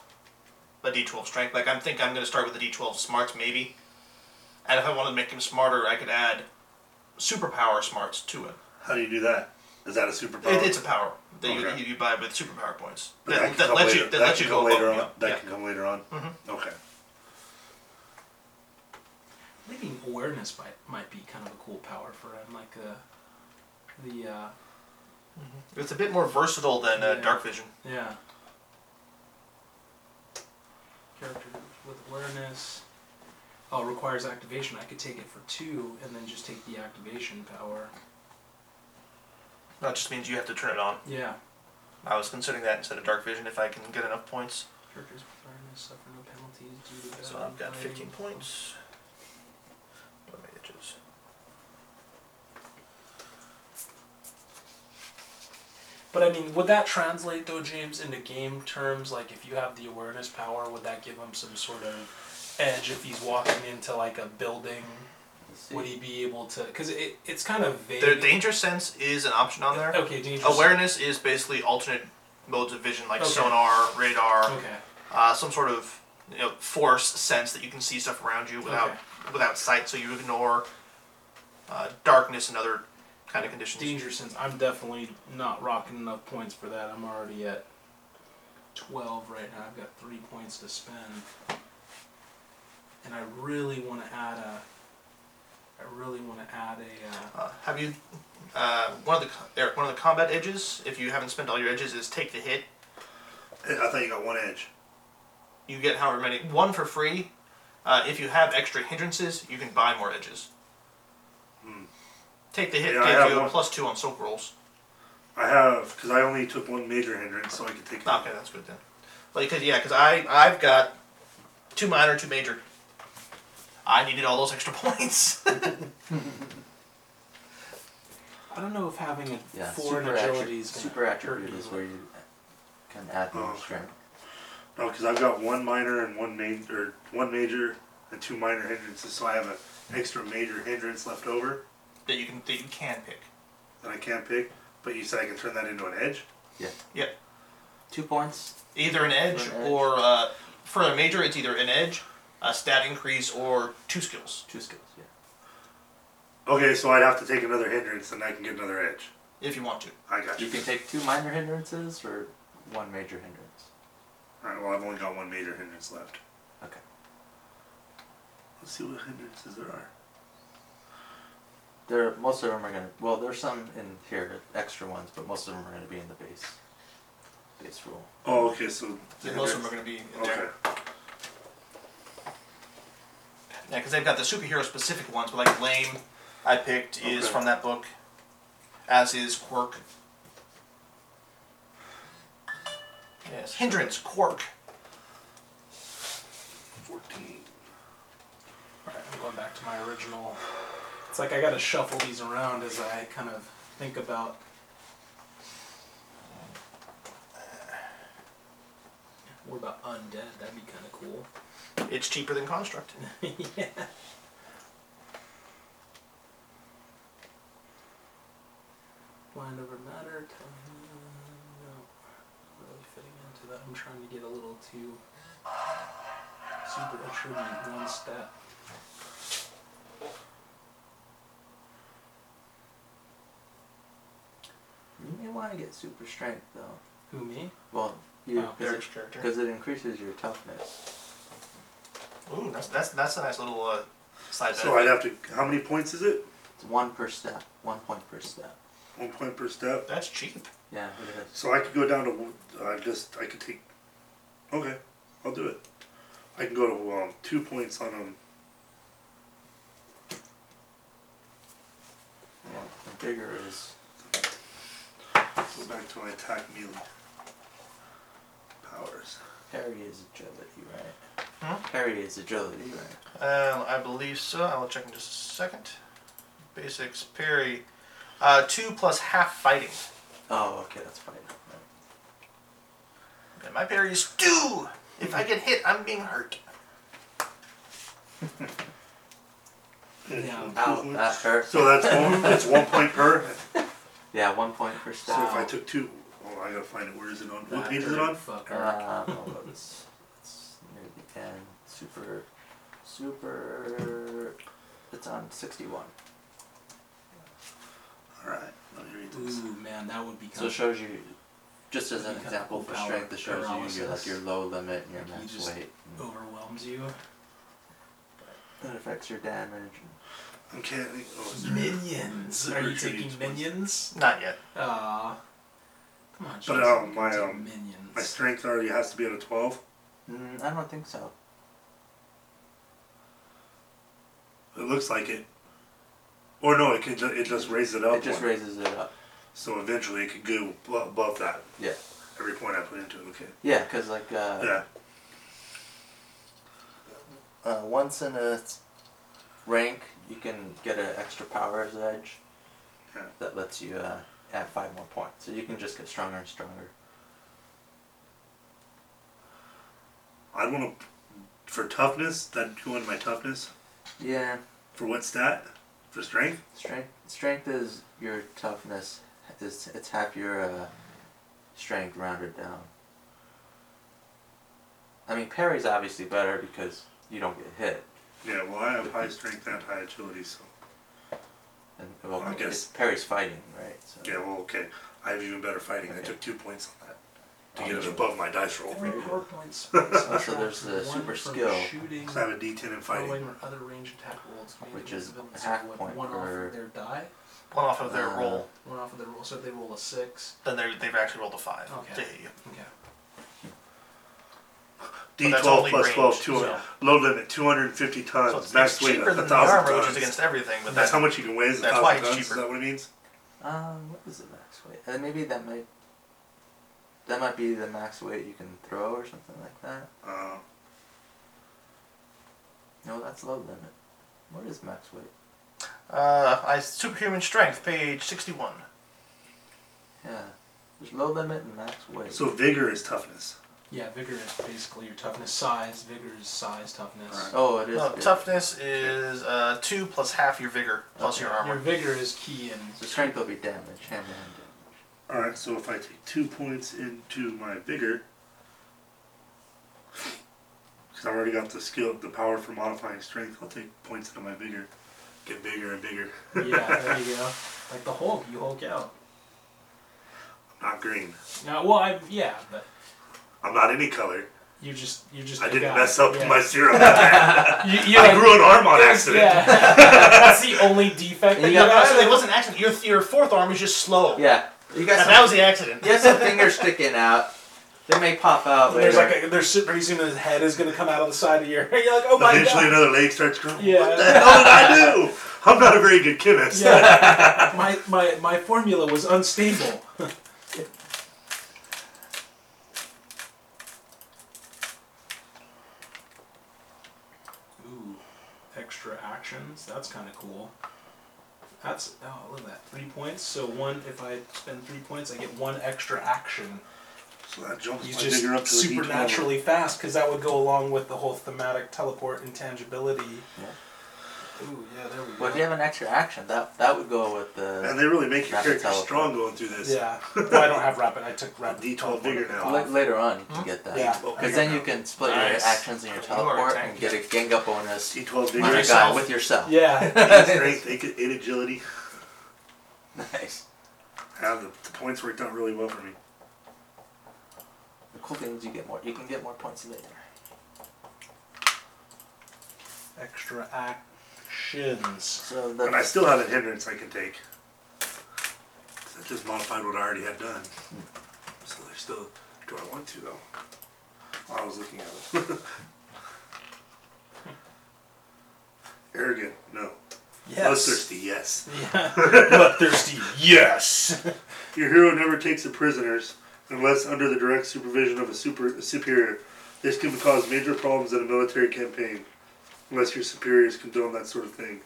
Speaker 1: a d12 strength. Like, I think I'm going to start with a d12 smarts, maybe. And if I wanted to make him smarter, I could add superpower smarts to it.
Speaker 3: How do you do that? Is that a superpower?
Speaker 1: it it's a power that you,
Speaker 3: Okay.
Speaker 1: you, buy with superpower points.
Speaker 3: But
Speaker 1: That,
Speaker 3: can
Speaker 1: that
Speaker 3: come
Speaker 1: lets
Speaker 3: later.
Speaker 1: you, that lets
Speaker 3: can
Speaker 1: you
Speaker 3: come
Speaker 1: go
Speaker 3: later
Speaker 1: above.
Speaker 3: on. That
Speaker 1: yeah. Mm-hmm.
Speaker 3: can come later on. Okay.
Speaker 2: Maybe awareness might, might be kind of a cool power for him, like uh, the, uh,
Speaker 1: It's a bit more versatile than uh,
Speaker 2: Yeah.
Speaker 1: dark vision.
Speaker 2: yeah. Character with awareness. Oh, requires activation. I could take it for two and then just take the activation power.
Speaker 1: That just means you have to turn it on.
Speaker 2: Yeah.
Speaker 1: I was considering that instead of dark vision if I can get enough points.
Speaker 2: Characters with awareness suffer no penalty penalties due to
Speaker 10: So
Speaker 2: bad
Speaker 10: I've got 15
Speaker 2: writing.
Speaker 10: points. What are my itches?
Speaker 2: But I mean, would that translate though, James, into game terms? Like, if you have the awareness power, would that give him some sort of edge if he's walking into like a building? Would he be able to? Because it, it's kind of vague.
Speaker 1: Their danger sense is an option on there.
Speaker 2: Okay, dangerous.
Speaker 1: Awareness is basically alternate modes of vision like
Speaker 2: Okay.
Speaker 1: sonar, radar,
Speaker 2: Okay.
Speaker 1: uh, some sort of you know, force sense that you can see stuff around you without without sight, so you ignore uh, darkness and other kind of conditions.
Speaker 2: Danger sense. I'm definitely not rocking enough points for that. I'm already at twelve right now. I've got three points to spend, and I really want to add a. I really want to add a. Uh,
Speaker 1: Uh, have you uh, one of the co- Eric? One of the combat edges, if you haven't spent all your edges, is take the hit.
Speaker 3: I thought you got one edge.
Speaker 1: You get however many one for free. Uh, if you have extra hindrances, you can buy more edges. Take the hit
Speaker 3: Hmm. Yeah, I
Speaker 1: gives
Speaker 3: have
Speaker 1: you a
Speaker 3: one.
Speaker 1: plus two on soak rolls.
Speaker 3: I have, because I only took one major hindrance, so I could take
Speaker 1: Ah, Okay, that's good then. Like, cause yeah, cause I I've got two minor, two major. I needed all those extra points.
Speaker 2: I don't know if having a
Speaker 4: Yeah,
Speaker 2: four in
Speaker 4: super,
Speaker 2: agility
Speaker 4: attri-
Speaker 2: is gonna
Speaker 4: super
Speaker 2: hurt
Speaker 4: attribute
Speaker 2: you.
Speaker 4: is where you can add
Speaker 3: Oh,
Speaker 4: more
Speaker 3: okay.
Speaker 4: strength.
Speaker 3: No, because Oh, I've got one minor and one main, or one major and two minor hindrances, so I have an extra major hindrance left over
Speaker 1: that you can that you can pick.
Speaker 3: that I can't pick. But you said I can turn that into an edge.
Speaker 4: Two points.
Speaker 1: Either an edge
Speaker 4: An edge.
Speaker 1: or uh, for a major, it's either an edge, a stat increase, or two skills.
Speaker 4: Two skills. Yeah.
Speaker 3: Okay, so I'd have to take another hindrance, and I can get another edge.
Speaker 1: if you want to.
Speaker 3: I got you.
Speaker 4: You can take two minor hindrances or one major hindrance.
Speaker 3: All right. Well, I've only got one major hindrance left.
Speaker 4: Okay.
Speaker 3: Let's see what hindrances there are.
Speaker 4: There, most of them are gonna. Well, there's some in here, extra ones, but most of them are gonna be in the base. Base rule.
Speaker 3: Oh, okay. So
Speaker 1: Most of them are going to be in
Speaker 3: okay.
Speaker 1: there. Yeah, because they've got the superhero specific ones, but like Lame, I picked, is
Speaker 3: Okay.
Speaker 1: from that book, as is Quirk. Yes, Hindrance, Quirk.
Speaker 3: Fourteen.
Speaker 2: Alright, I'm going back to my original. It's like I gotta shuffle these around as I kind of think about. uh, What about undead? That'd be kind of cool.
Speaker 1: It's cheaper than Construct.
Speaker 2: yeah. Mind over matter. Time. No, not really fitting into that. I'm trying to get a little too super attribute one step.
Speaker 4: You may want to get super strength though.
Speaker 2: Who me?
Speaker 4: Well, you
Speaker 2: Oh,
Speaker 4: because
Speaker 1: Eric's character.
Speaker 4: it, increases your toughness.
Speaker 1: Ooh, that's that's that's a nice little uh, side
Speaker 3: So
Speaker 1: benefit.
Speaker 3: I'd have to. How many points is it?
Speaker 4: It's one per step. One point per step.
Speaker 3: One point per step.
Speaker 1: That's cheap.
Speaker 4: Yeah. it is.
Speaker 3: So I could go down to. I just. I could take. Okay, I'll do it. I can go to um, two points on them.
Speaker 4: Yeah. The bigger is
Speaker 3: Go back to my attack melee powers.
Speaker 4: parry is agility, right?
Speaker 1: Huh?
Speaker 4: Parry is agility, right?
Speaker 1: Um, I believe so. I will check in just a second. Basics, parry. Uh, two plus half fighting.
Speaker 4: Oh, okay, that's fine. Right.
Speaker 1: And my parry is two! If I get hit, I'm being hurt.
Speaker 2: Yeah.
Speaker 3: Two
Speaker 4: Ow,
Speaker 3: points.
Speaker 4: that hurt.
Speaker 3: So that's one. that's one point per.
Speaker 4: Yeah, one point per step.
Speaker 3: So if I took two, oh, I gotta find it. Where is it on? What
Speaker 2: That
Speaker 3: page is it
Speaker 2: hurt,
Speaker 3: on?
Speaker 2: Fucker.
Speaker 4: Uh, no, it's, it's near the end. Super, super. It's on sixty-one.
Speaker 3: All right. Let me read this.
Speaker 2: Ooh, man, that would be
Speaker 4: So
Speaker 2: kind
Speaker 4: it
Speaker 2: of.
Speaker 4: shows you, just as
Speaker 2: You
Speaker 4: an
Speaker 2: got
Speaker 4: example for
Speaker 2: power
Speaker 4: strength, it shows you your, like your
Speaker 2: paralysis.
Speaker 4: low limit and your
Speaker 2: Like, you
Speaker 4: max
Speaker 2: just-
Speaker 4: weight. and
Speaker 2: Overwhelms you.
Speaker 4: That affects your damage. and-
Speaker 3: Okay. I think, oh, is there-
Speaker 2: Minions. Are you
Speaker 3: Attributes
Speaker 2: taking
Speaker 3: one.
Speaker 2: minions?
Speaker 1: Not yet.
Speaker 2: Uh, come on,
Speaker 3: But,
Speaker 2: Jason,
Speaker 3: um,
Speaker 2: you can
Speaker 3: my,
Speaker 2: take
Speaker 3: um,
Speaker 2: minions.
Speaker 3: My strength already has to be at a twelve.
Speaker 4: Mm, I don't think so.
Speaker 3: It looks like it. Or no, it can. Ju- it just raises it up.
Speaker 4: It just
Speaker 3: one.
Speaker 4: raises it up.
Speaker 3: so eventually it could go abo- above that.
Speaker 4: Yeah. Uh-huh.
Speaker 3: Every point I put into it. Okay.
Speaker 4: Yeah, because like uh,
Speaker 3: Yeah.
Speaker 4: uh, once in a s- rank, you can get an extra powers edge
Speaker 3: Yeah.
Speaker 4: that lets you uh, add five more points. So you can just get stronger and stronger.
Speaker 3: I want to for toughness. That go into my toughness.
Speaker 4: Yeah,
Speaker 3: For what stat? For strength.
Speaker 4: strength. Strength is your toughness. It's it's half your uh, strength rounded down. I mean, parry's obviously better because you don't get hit.
Speaker 3: Yeah. Well, I have high strength and high agility, so
Speaker 4: And well,
Speaker 3: I
Speaker 4: it's-
Speaker 3: guess-
Speaker 4: parry's fighting, right? So.
Speaker 3: yeah. Well, okay. I have even better fighting. I
Speaker 4: Okay. Oh,
Speaker 3: took two points on that to get it above my dice roll.
Speaker 2: Every power point
Speaker 4: so there's the super skill.
Speaker 2: Shooting,
Speaker 3: 'Cause I have a D10 in
Speaker 2: throwing,
Speaker 3: fighting.
Speaker 2: or other range attack rolls, made
Speaker 4: Which is
Speaker 2: invisible and
Speaker 4: a half
Speaker 2: so what,
Speaker 4: point
Speaker 2: one off
Speaker 4: per-
Speaker 2: of their die,
Speaker 1: One off of their
Speaker 4: Uh,
Speaker 1: roll,
Speaker 2: one off of their roll. So if they roll a six,
Speaker 1: then they're, they've actually rolled a five
Speaker 2: Okay.
Speaker 1: to hit you.
Speaker 2: okay.
Speaker 1: But that's
Speaker 3: D12
Speaker 1: only
Speaker 3: plus
Speaker 1: range,
Speaker 3: 12, two,
Speaker 1: so-
Speaker 3: low limit, 250
Speaker 4: Uh,
Speaker 3: tons.
Speaker 1: So it's,
Speaker 3: max
Speaker 1: it's
Speaker 3: weight,
Speaker 1: cheaper than the
Speaker 3: 1,000
Speaker 1: armor, which
Speaker 3: tons.
Speaker 1: is against everything, but that's
Speaker 3: That's how much you can weigh is a
Speaker 1: that's
Speaker 3: thousand
Speaker 1: why it's
Speaker 3: tons. Is
Speaker 1: cheaper.
Speaker 3: that what it means?
Speaker 4: Um, what is the max weight? Uh, maybe that might. That might be the max weight you can throw or something like that.
Speaker 3: Uh,
Speaker 4: No, that's low limit. What is max weight?
Speaker 1: uh, I, superhuman strength, page 61.
Speaker 4: Yeah, there's low limit and max weight.
Speaker 3: so vigor is toughness.
Speaker 2: Yeah, vigor is basically your toughness. Size, vigor is size, toughness.
Speaker 4: oh, it is
Speaker 1: No,
Speaker 4: good.
Speaker 1: toughness is uh, 2 plus half your vigor plus
Speaker 4: Okay.
Speaker 1: your
Speaker 2: Your
Speaker 1: armor.
Speaker 2: vigor is key in
Speaker 4: So strength will be damage, hand to hand damage.
Speaker 3: All right, so if I take two points into my vigor, because I already got the skill, the power for modifying strength, I'll take points into my vigor, get bigger and bigger.
Speaker 2: yeah, there you go. Like the Hulk, you Hulk out.
Speaker 3: Not green.
Speaker 2: Now, well, I yeah, but
Speaker 3: I'm not any color.
Speaker 2: you just you just.
Speaker 3: I
Speaker 2: the
Speaker 3: didn't
Speaker 2: guy.
Speaker 3: mess up
Speaker 2: yeah.
Speaker 3: my serum. I
Speaker 2: You, you know,
Speaker 3: grew an arm on accident.
Speaker 2: yeah. That's the only defect.
Speaker 4: You
Speaker 2: that
Speaker 1: Yeah,
Speaker 2: you
Speaker 4: got-
Speaker 1: no,
Speaker 2: have.
Speaker 1: actually, it wasn't accident. Your, your fourth arm is just slow.
Speaker 4: Yeah, you got
Speaker 1: And that
Speaker 4: some.
Speaker 1: was the accident.
Speaker 4: You got some fingers sticking out. They may pop out later.
Speaker 2: There's like a, there's pretty soon his head is gonna come out of the side of your. You're like, oh my
Speaker 3: Eventually,
Speaker 2: god.
Speaker 3: another leg starts growing.
Speaker 2: Yeah.
Speaker 3: What the hell did I do? I'm not a very good chemist.
Speaker 2: Yeah. my my my formula was unstable. Ooh, extra actions. That's kind of cool. That's oh look at that three points. So one if I spend three points, I get one extra action.
Speaker 3: So that jumps
Speaker 2: He's
Speaker 3: my
Speaker 2: just
Speaker 3: vigor up to a D12.
Speaker 2: supernaturally fast because that would go along with the whole thematic teleport intangibility. Ooh yeah, there we go.
Speaker 4: well, if you have an extra action, that that would go with the.
Speaker 3: And they really make your
Speaker 4: Rapid
Speaker 3: character
Speaker 4: teleport.
Speaker 3: strong going through this.
Speaker 2: Yeah. Well, I don't have rapid. I took rapid.
Speaker 3: D12 bigger
Speaker 2: Oh
Speaker 3: now.
Speaker 4: L- later on, you can get that.
Speaker 2: Yeah.
Speaker 4: Because then you can split
Speaker 1: Nice.
Speaker 4: your actions and your
Speaker 1: You are
Speaker 4: teleport and
Speaker 1: tanky.
Speaker 4: get a gang up bonus with
Speaker 3: D12
Speaker 4: your
Speaker 3: vigor.
Speaker 1: Nice.
Speaker 4: guy
Speaker 1: Yourself.
Speaker 4: with yourself.
Speaker 2: Yeah.
Speaker 3: Eight strength, eight, eight agility.
Speaker 4: Nice.
Speaker 3: Yeah, the, the points worked out really well for me.
Speaker 4: The cool thing is you get more. You can get more points later.
Speaker 2: Extra actions.
Speaker 4: So
Speaker 3: And I
Speaker 4: the
Speaker 3: still have a hindrance I can take. 'Cause I just modified what I already had done. So there's still. Do I want to though? While I was looking at it. Arrogant, no. Bloodthirsty, yes.
Speaker 2: Yeah. Bloodthirsty. Yes.
Speaker 3: Your hero never takes the prisoners unless under the direct supervision of a super a superior. This can cause major problems in a military campaign unless your superiors condone that sort of thing.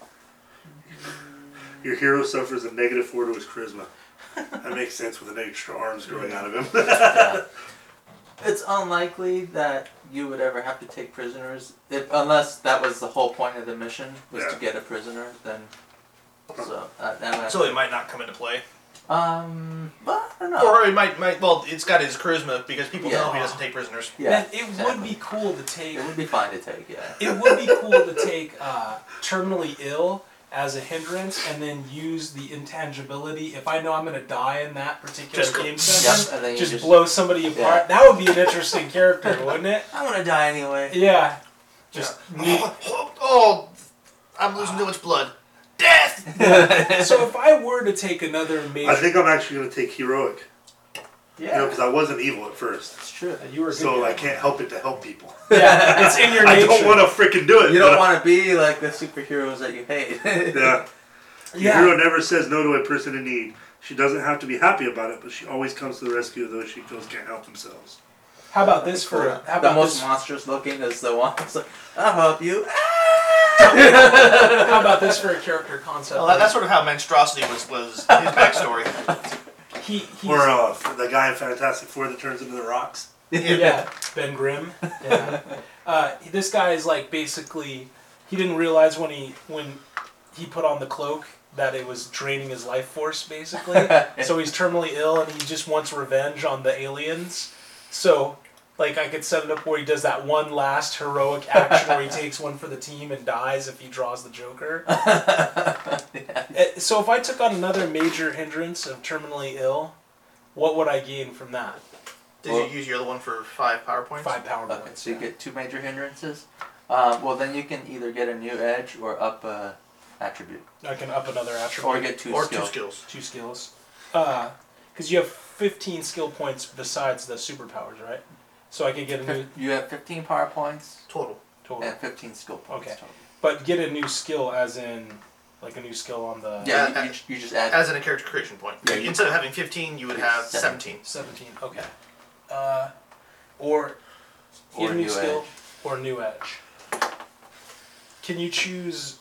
Speaker 3: Your hero suffers a negative four to his charisma. That makes sense with an extra arms growing out of him.
Speaker 4: it's unlikely that you would ever have to take prisoners, if, unless that was the whole point of the mission was to
Speaker 3: Yeah.
Speaker 4: get a prisoner. Then, so uh, that
Speaker 1: So it might not come into play.
Speaker 4: might, um, but I don't know.
Speaker 1: Or it might, might, well, it's got his charisma because people
Speaker 4: Yeah.
Speaker 1: know he doesn't take prisoners.
Speaker 4: yeah,
Speaker 2: Man, it would
Speaker 4: exactly.
Speaker 2: be cool to take.
Speaker 4: It would be fine to take. Yeah.
Speaker 2: It would be cool to take uh, terminally ill as a hindrance and then use the intangibility. If I know I'm going to die in that particular
Speaker 1: Just go-
Speaker 2: game
Speaker 4: Yep.
Speaker 2: session,
Speaker 4: And then you
Speaker 2: just,
Speaker 4: just
Speaker 2: blow somebody apart.
Speaker 4: Yeah.
Speaker 2: That would be an interesting character, wouldn't it?
Speaker 4: I want to die anyway.
Speaker 2: Yeah. Just neat.
Speaker 1: Oh, I'm losing too much blood. Death!
Speaker 2: so if I were to take another major,
Speaker 3: I think I'm actually going to take heroic. You know,
Speaker 2: yeah,
Speaker 3: because I wasn't evil at first.
Speaker 4: It's true.
Speaker 2: you were a good
Speaker 3: So
Speaker 2: guy.
Speaker 3: I can't help it to help people.
Speaker 2: Yeah, it's in your
Speaker 3: I
Speaker 2: nature.
Speaker 3: don't want to freaking do it.
Speaker 4: You don't
Speaker 3: but I-
Speaker 4: want to be like the superheroes that you hate.
Speaker 3: Yeah. Your
Speaker 2: Yeah.
Speaker 3: hero never says no to a person in need. She doesn't have to be happy about it, but she always comes to the rescue of those she feels can't help themselves.
Speaker 2: How about this for
Speaker 4: Cool.
Speaker 2: how
Speaker 4: the
Speaker 2: about
Speaker 4: most
Speaker 2: this,
Speaker 4: monstrous looking is the one that's like, I'll help you.
Speaker 2: how about this for a character concept?
Speaker 1: Well, that, Oh, that's sort of how monstrosity was was his backstory.
Speaker 2: he, he's,
Speaker 3: Or uh, the guy in Fantastic Four that turns into the rocks.
Speaker 2: yeah, Ben Grimm. Yeah. uh, this guy is like basically he didn't realize when he when he put on the cloak that it was draining his life force basically. so he's terminally ill and he just wants revenge on the aliens. So like I could set it up where he does that one last heroic action where he takes one for the team and dies if he draws the Joker. Eh, So if I took on another major hindrance of terminally ill, what would I gain from that?
Speaker 1: Did
Speaker 4: Well-
Speaker 1: you use your other one for five PowerPoints?
Speaker 2: Five power
Speaker 4: Okay,
Speaker 2: points.
Speaker 4: so you get two major hindrances. Um, well, then you can either get a new edge or up a attribute,
Speaker 2: I can up another attribute.
Speaker 4: or get two
Speaker 1: or
Speaker 4: skill.
Speaker 1: two skills.
Speaker 2: two skills. Because you have 15 skill points besides the superpowers, right? So I could get a new.
Speaker 4: Fif- You have 15 power points
Speaker 1: Total.
Speaker 2: Total.
Speaker 4: and 15 skill points.
Speaker 2: Okay.
Speaker 4: total.
Speaker 2: But get a new skill, as in, like a new skill on the.
Speaker 4: Yeah,
Speaker 1: Yeah,
Speaker 4: you, you, you just add.
Speaker 1: As in a character creation point.
Speaker 4: Yeah, you-
Speaker 1: Instead of having 15, you would have
Speaker 4: Seven.
Speaker 1: 17.
Speaker 2: 17. Okay. Uh, or
Speaker 4: Or
Speaker 2: get a new,
Speaker 4: new
Speaker 2: skill
Speaker 4: edge.
Speaker 2: or new edge. Can you choose.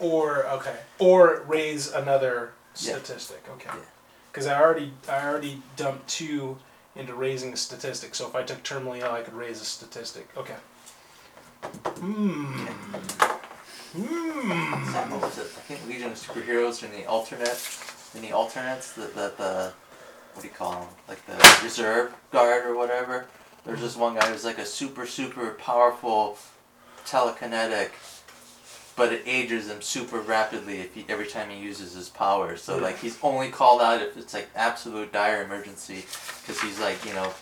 Speaker 2: Or, okay. Or raise another
Speaker 4: Yeah.
Speaker 2: statistic. Okay.
Speaker 4: Yeah.
Speaker 2: Because I already I already dumped two into raising a statistic. So if I took terminally ill, I could raise a statistic. Okay. Hmm. Hmm.
Speaker 4: What was it? I think Legion of Superheroes in the alternate, in the alternates, the, the, the what do you call them? Like the reserve guard or whatever. There's this one guy who's like a super, super powerful telekinetic, but it ages him super rapidly if he, every time he uses his power. So like he's only called out if it's like absolute dire emergency, because he's like you know.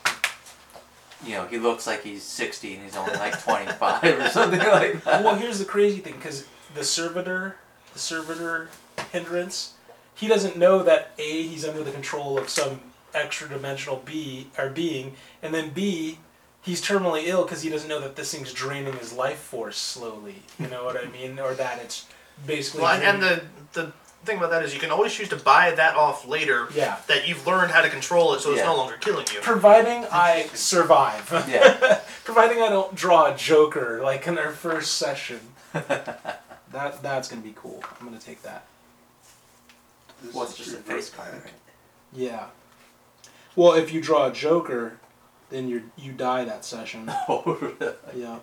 Speaker 4: You know, he looks like he's 60 and he's only like 25 or something like that.
Speaker 2: well, here's the crazy thing because the servitor, the servitor hindrance, he doesn't know that A, he's under the control of some extra dimensional B or being, and then B, he's terminally ill because he doesn't know that this thing's draining his life force slowly. You know what I mean? Or that it's basically.
Speaker 1: Well, and, and
Speaker 2: draining-
Speaker 1: the, the thing about that is you can always choose to buy that off later
Speaker 2: Yeah.
Speaker 1: that you've learned how to control it so it's
Speaker 4: Yeah.
Speaker 1: no longer killing you.
Speaker 2: Providing I survive.
Speaker 4: Yeah.
Speaker 2: Providing I don't draw a Joker like in our first session. that that's gonna be cool. I'm gonna take that.
Speaker 3: This
Speaker 4: Well, it's
Speaker 3: is
Speaker 4: just a
Speaker 3: your
Speaker 4: face
Speaker 3: birth
Speaker 4: card.
Speaker 3: pack.
Speaker 4: right?
Speaker 2: Yeah. Well, if you draw a Joker, then you you die that session.
Speaker 4: Oh, really?
Speaker 2: yeah.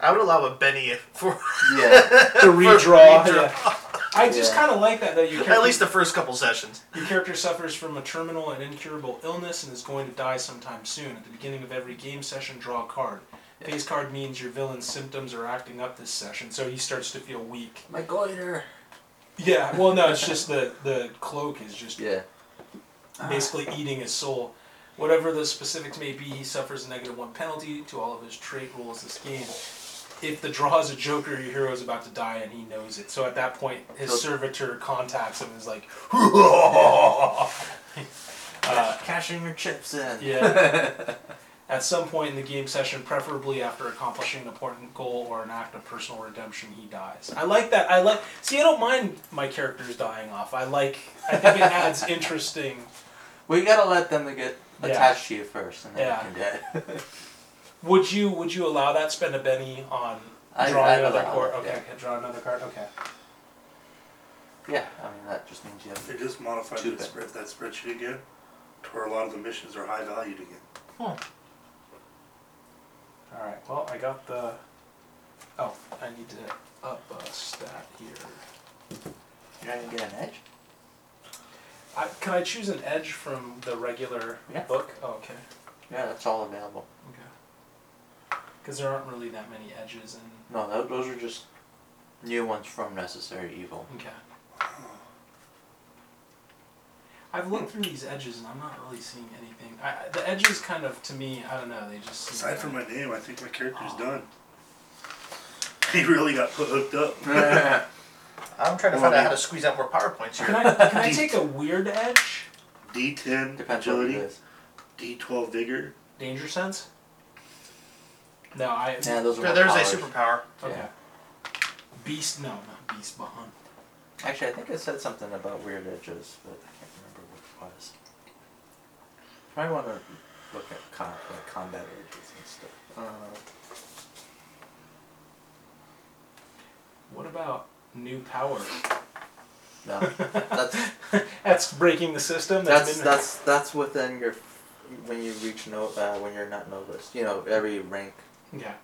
Speaker 1: I would allow a Benny if- for
Speaker 4: yeah.
Speaker 2: To redraw.
Speaker 1: redraw.
Speaker 2: yeah. I just
Speaker 4: Yeah.
Speaker 2: kind of like that though. Your character,
Speaker 1: at least the first couple sessions.
Speaker 2: your character suffers from a terminal and incurable illness and is going to die sometime soon. At the beginning of every game session, draw a card. Face card means your villain's symptoms are acting up this session, so he starts to feel weak.
Speaker 4: My goiter.
Speaker 2: Yeah. Well, no, it's just the the cloak is just
Speaker 4: Yeah.
Speaker 2: basically eating his soul. Whatever the specifics may be, he suffers a negative one penalty to all of his trait rules this game. If the draw is a joker, your hero is about to die, and he knows it. So at that point, his
Speaker 4: So-
Speaker 2: servitor contacts him and is like,
Speaker 4: Uh, Cashing your chips in.
Speaker 2: Yeah. At some point in the game session, preferably after accomplishing an important goal or an act of personal redemption, he dies. I like that. I like. See, I don't mind my characters dying off. I like. I think it adds interesting.
Speaker 4: We gotta let them to get
Speaker 2: Yeah.
Speaker 4: attached to you first, and then
Speaker 2: Yeah.
Speaker 4: you can get.
Speaker 2: Would you would you allow that? Spend a penny on
Speaker 4: I-
Speaker 2: draw
Speaker 4: I'd
Speaker 2: another
Speaker 4: allow
Speaker 2: card.
Speaker 4: it,
Speaker 2: Okay,
Speaker 4: yeah.
Speaker 2: okay, draw another card. Okay.
Speaker 4: yeah. I mean that just means you have.
Speaker 3: They just modified
Speaker 4: Too
Speaker 3: that,
Speaker 4: bad.
Speaker 3: spread, that spreadsheet again to where a lot of the missions are high valued again.
Speaker 2: All right. Well, I got the. Oh, I need to up a stat here.
Speaker 4: You're not gonna get an edge.
Speaker 2: I, can I choose an edge from the regular
Speaker 4: Yeah.
Speaker 2: book? Oh, okay.
Speaker 4: Yeah, that's all available.
Speaker 2: Okay. Because there aren't really that many edges in.
Speaker 4: No, tho- those are just new ones from Necessary Evil.
Speaker 2: Okay. I've looked through these edges and I'm not really seeing anything. I, I- the edges kind of, to me, I don't know. They just. seem
Speaker 3: Aside
Speaker 2: like-
Speaker 3: from my name, I think my character's
Speaker 4: Oh.
Speaker 2: Aw.
Speaker 3: done. He really got put hooked up.
Speaker 1: I'm trying to
Speaker 3: Well,
Speaker 1: find out
Speaker 3: I-
Speaker 1: how to squeeze out more PowerPoints
Speaker 2: Can
Speaker 1: here.
Speaker 2: I can I take a weird edge?
Speaker 3: D10
Speaker 4: Depends on what it
Speaker 3: agility,
Speaker 4: is.
Speaker 3: D12 vigor.
Speaker 2: Danger sense? No, I.
Speaker 4: Yeah, those are.
Speaker 1: There-
Speaker 4: more
Speaker 1: there's a
Speaker 4: powers.
Speaker 1: superpower.
Speaker 2: Okay.
Speaker 4: Yeah.
Speaker 2: Beast? No, not beast. Behind.
Speaker 4: Actually, I think it said something about weird edges, but I can't remember what it was. Probably want to
Speaker 10: look at com- like combat edges and stuff.
Speaker 4: Uh.
Speaker 2: What about new power?
Speaker 4: No, that's
Speaker 2: That's breaking the system.
Speaker 4: that's
Speaker 2: been-
Speaker 4: that's that's within your when you reach no uh, when you're not noticed. You know, every rank
Speaker 2: yeah.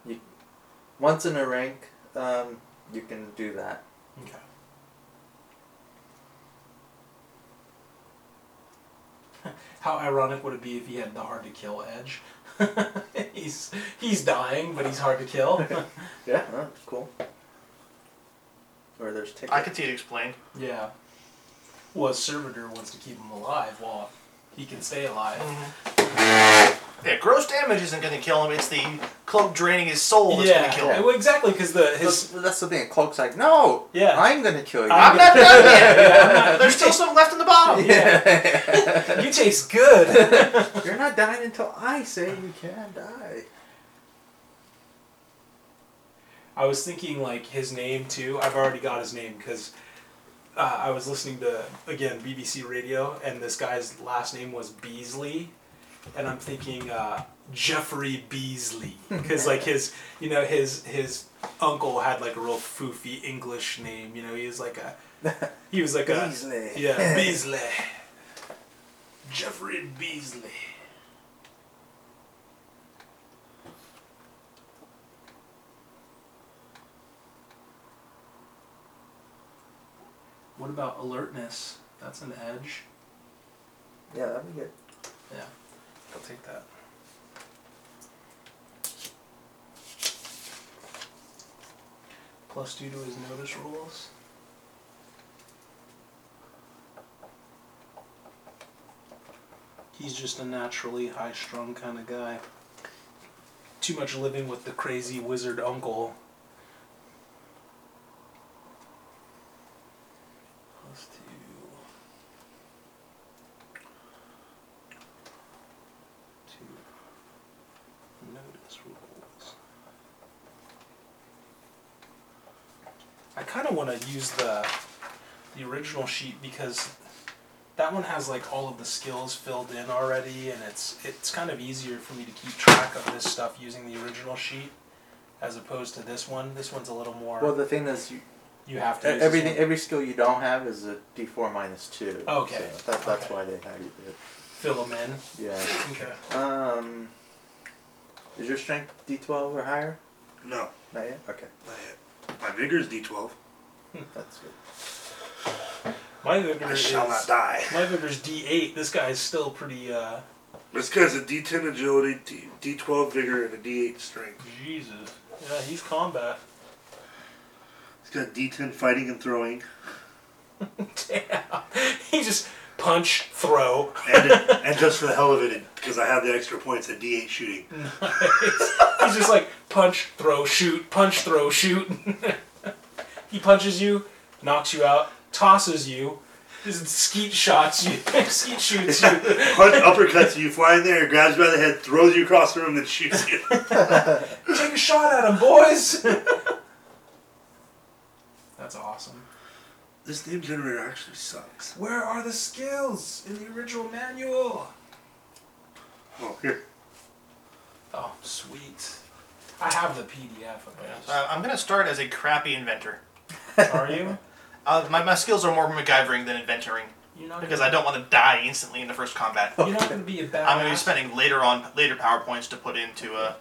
Speaker 4: once in a rank, um, you can do that.
Speaker 2: Okay. How ironic would it be if he had the hard to kill edge? he's he's dying, but he's hard to kill.
Speaker 4: Yeah, huh, cool. Or there's tickets.
Speaker 1: I could see it explained.
Speaker 2: yeah. Well, Servitor wants to keep him alive while he can stay alive.
Speaker 1: Yeah, gross damage isn't going to kill him. It's the cloak draining his soul that's going to kill
Speaker 2: yeah.
Speaker 1: him.
Speaker 2: Well, exactly, because the
Speaker 4: That's,
Speaker 2: his
Speaker 4: that's the thing. Cloak's like, no,
Speaker 2: Yeah.
Speaker 4: I'm gonna kill you.
Speaker 1: I'm not done yet. I'm not- There's still some left in the bottom.
Speaker 2: you taste good.
Speaker 4: You're not dying until I say you can die.
Speaker 2: I was thinking like his name too. I've already got his name because uh, I was listening to again BBC Radio, and this guy's last name was Beasley, and I'm thinking uh, Jeffrey Beasley because like his you know his his uncle had like a real foofy English name. You know he was like a he was like a
Speaker 4: Beasley.
Speaker 2: yeah Beasley Jeffrey Beasley. What about alertness? That's an edge.
Speaker 4: Yeah, that'd be good.
Speaker 2: Yeah, I'll take that. Plus two to his notice rules. He's just a naturally high strung kind of guy. Too much living with the crazy wizard uncle. Plus two. to notice rules. I kind of want to use the the original sheet because that one has like all of the skills filled in already, and it's it's kind of easier for me to keep track of this stuff using the original sheet as opposed to this one. This one's a little more
Speaker 4: Well, the thing is, you,
Speaker 2: you have
Speaker 4: e-
Speaker 2: to use this
Speaker 4: everything,
Speaker 2: one.
Speaker 4: every skill you don't have is a D4 minus two.
Speaker 2: Okay.
Speaker 4: So that, that's
Speaker 2: Okay.
Speaker 4: why they have you do it.
Speaker 2: fill them in.
Speaker 4: Yeah.
Speaker 2: Okay.
Speaker 4: Um, is your strength D12 or higher?
Speaker 3: No,
Speaker 4: Not yet. Okay,
Speaker 3: not yet. My vigor is D12.
Speaker 4: that's good.
Speaker 2: My vigor
Speaker 3: I
Speaker 2: is
Speaker 3: shall not die.
Speaker 2: my vigor's D eight. This guy's still pretty. uh
Speaker 3: This guy's a D10 agility, D- D12 vigor, and a D8 strength.
Speaker 2: Jesus. Yeah, he's combat.
Speaker 3: He's got D10 fighting and throwing,
Speaker 2: Damn. He just punch, throw.
Speaker 3: and, and just for the hell of it, because I have the extra points, a D8 shooting.
Speaker 2: He's just like punch, throw, shoot, punch, throw, shoot. he punches you, knocks you out, tosses you, just skeet shots you, skeet shoots you.
Speaker 3: Punch uppercuts you, fly in there, grabs you by the head, throws you across the room, then shoots you.
Speaker 2: Take a shot at him, boys. That's awesome.
Speaker 3: This name generator actually sucks.
Speaker 2: Where are the skills in the original manual?
Speaker 3: Oh, here.
Speaker 2: Oh, sweet. I have the PDF of it.
Speaker 1: Uh, I'm going to start as a crappy inventor.
Speaker 2: Are you?
Speaker 1: Uh, my, my skills are more MacGyvering than inventoring
Speaker 2: You're not
Speaker 1: because
Speaker 2: gonna-
Speaker 1: I don't want to die instantly in the first combat.
Speaker 2: You're not going to be a badass.
Speaker 1: I'm going to be spending later on later power points to put into uh,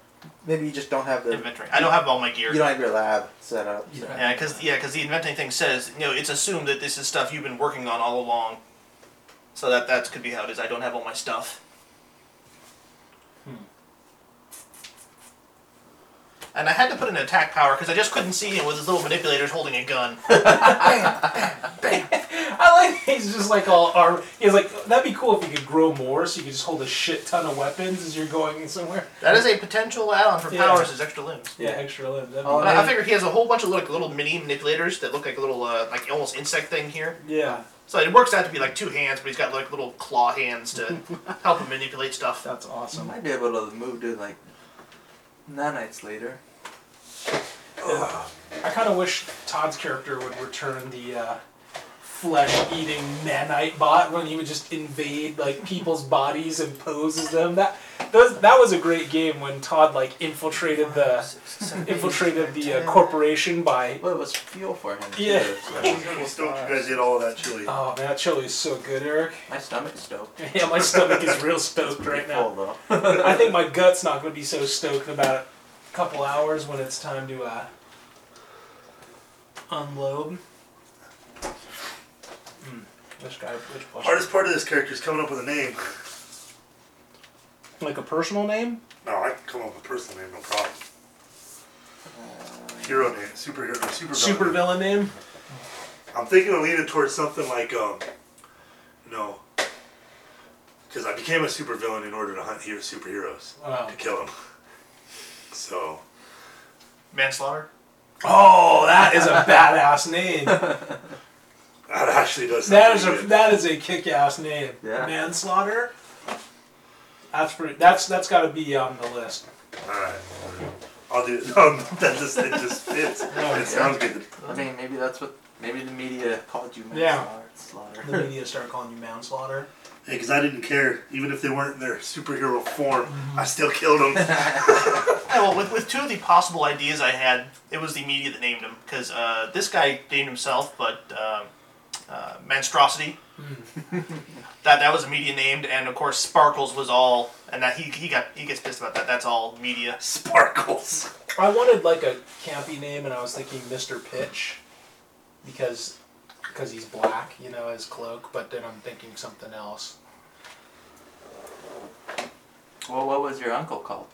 Speaker 4: Maybe you just don't have the.
Speaker 1: inventory. I don't have all my gear.
Speaker 4: You don't have your lab set up. so-
Speaker 2: Yeah.
Speaker 1: Yeah, because yeah, 'cause the inventing thing says you know it's assumed that this is stuff you've been working on all along, so that that could be how it is. I don't have all my stuff. And I had to put in attack power because I just couldn't see him with his little manipulators holding a gun.
Speaker 2: I like he's just like all arm. He's like that'd be cool if you could grow more, so you could just hold a shit ton of weapons as you're going somewhere.
Speaker 1: That is a potential add-on for
Speaker 2: Yeah.
Speaker 1: powers is extra limbs.
Speaker 2: Yeah, extra limbs. That'd be
Speaker 4: Oh,
Speaker 1: But I, I
Speaker 4: Alright.
Speaker 1: figure he has a whole bunch of like little mini manipulators that look like a little uh, like almost insect thing here.
Speaker 2: yeah,
Speaker 1: So it works out to be like two hands, but he's got like little claw hands to help him manipulate stuff.
Speaker 2: that's
Speaker 4: I
Speaker 2: awesome.
Speaker 4: might be able to move to like nanites later.
Speaker 2: I kind of wish Todd's character would return the uh, flesh-eating nanite bot when he would just invade like people's bodies and poses them. That those, that was a great game when Todd like infiltrated the infiltrated the uh, corporation by.
Speaker 4: Well, it was fuel for him. too,
Speaker 2: Yeah.
Speaker 4: so-
Speaker 3: I'm stoked you guys did all of that chili.
Speaker 2: Oh man, that chili is so good, Eric.
Speaker 4: My stomach's stoked.
Speaker 2: Yeah, my stomach is real stoked
Speaker 4: Pretty
Speaker 2: right now.
Speaker 4: full, though.
Speaker 2: I think my gut's not going to be so stoked in about a couple hours when it's time to uh, unload. Mm, Which guy? Which plush?
Speaker 3: Hardest part of this character is coming up with a name.
Speaker 2: Like a personal name?
Speaker 3: No, I can come up with a personal name, no problem. Hero name, superhero, or super.
Speaker 2: Super villain name?
Speaker 3: I'm thinking of leaning towards something like, um, you know, because I became a supervillain in order to hunt hero superheroes
Speaker 2: Oh.
Speaker 3: to kill them. So
Speaker 1: Manslaughter?
Speaker 2: oh, that is a badass name.
Speaker 3: that actually does. sound
Speaker 2: That is a
Speaker 3: pretty good.
Speaker 2: that is a kick-ass name.
Speaker 4: Yeah.
Speaker 2: Manslaughter. That's pretty. That's that's got to be on the list.
Speaker 3: All right. I'll do. Um, that just it just fits. it sounds good.
Speaker 4: I mean, maybe that's what. Maybe the media called you
Speaker 2: Yeah.
Speaker 4: manslaughter. slaughter.
Speaker 2: The media start calling you manslaughter.
Speaker 3: Yeah, because I didn't care, even if they weren't in their superhero form,
Speaker 2: Mm-hmm.
Speaker 3: I still killed them.
Speaker 1: Yeah, well, with, with two of the possible ideas I had, it was the media that named him because uh, this guy named himself, but um uh, Monstrosity. that that was a media named, and of course Sparkles was all, and that he, he got he gets pissed about that. That's all media.
Speaker 3: Sparkles.
Speaker 2: I wanted like a campy name, and I was thinking Mr. Pitch, because because he's black, you know, his cloak. But then I'm thinking something else.
Speaker 4: Well, what was your uncle called?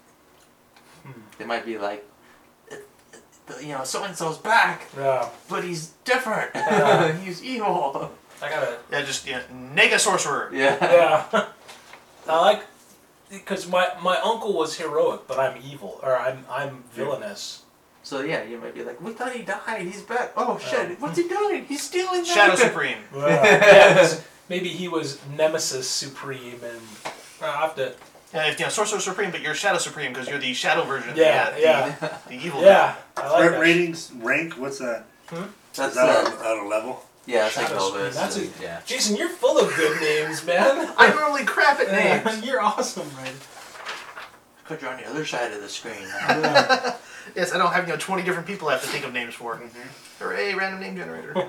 Speaker 4: They might be like, "It- it- you know, so and so's back,
Speaker 2: Yeah,
Speaker 4: but he's different.
Speaker 2: Yeah.
Speaker 4: he's evil.
Speaker 2: I gotta.
Speaker 1: Yeah, just yeah, Nega Sorcerer.
Speaker 4: Yeah.
Speaker 2: Yeah, I like because my my uncle was heroic, but I'm evil, or I'm I'm villainous.
Speaker 4: So yeah, you might be like, we thought he died. He's back. Oh shit, what's he doing? He's stealing. that."
Speaker 1: Shadow Supreme.
Speaker 2: Yeah, 'cause maybe he was Nemesis Supreme, and I have to.
Speaker 1: Yeah, if, you know, Sorcerer Supreme, but you're Shadow Supreme because you're the shadow version. of the,
Speaker 2: Yeah,
Speaker 1: uh,
Speaker 2: yeah,
Speaker 1: The, the evil.
Speaker 2: yeah. I like
Speaker 3: Current
Speaker 2: that.
Speaker 3: ratings, rank, what's that? Is
Speaker 4: That's
Speaker 3: that
Speaker 4: uh,
Speaker 3: on, on a level?
Speaker 4: yeah, it's like
Speaker 2: Shadow Supreme.
Speaker 4: Elvis.
Speaker 2: That's a,
Speaker 4: and- yeah.
Speaker 2: Jason, you're full of good names, man.
Speaker 1: I'm really crap at names.
Speaker 2: Yeah, you're awesome, right?
Speaker 4: Put you on the other side of the screen.
Speaker 1: Yes, I don't have you know twenty different people I have to think of names for.
Speaker 2: Mm-hmm.
Speaker 1: Hooray, random name generator.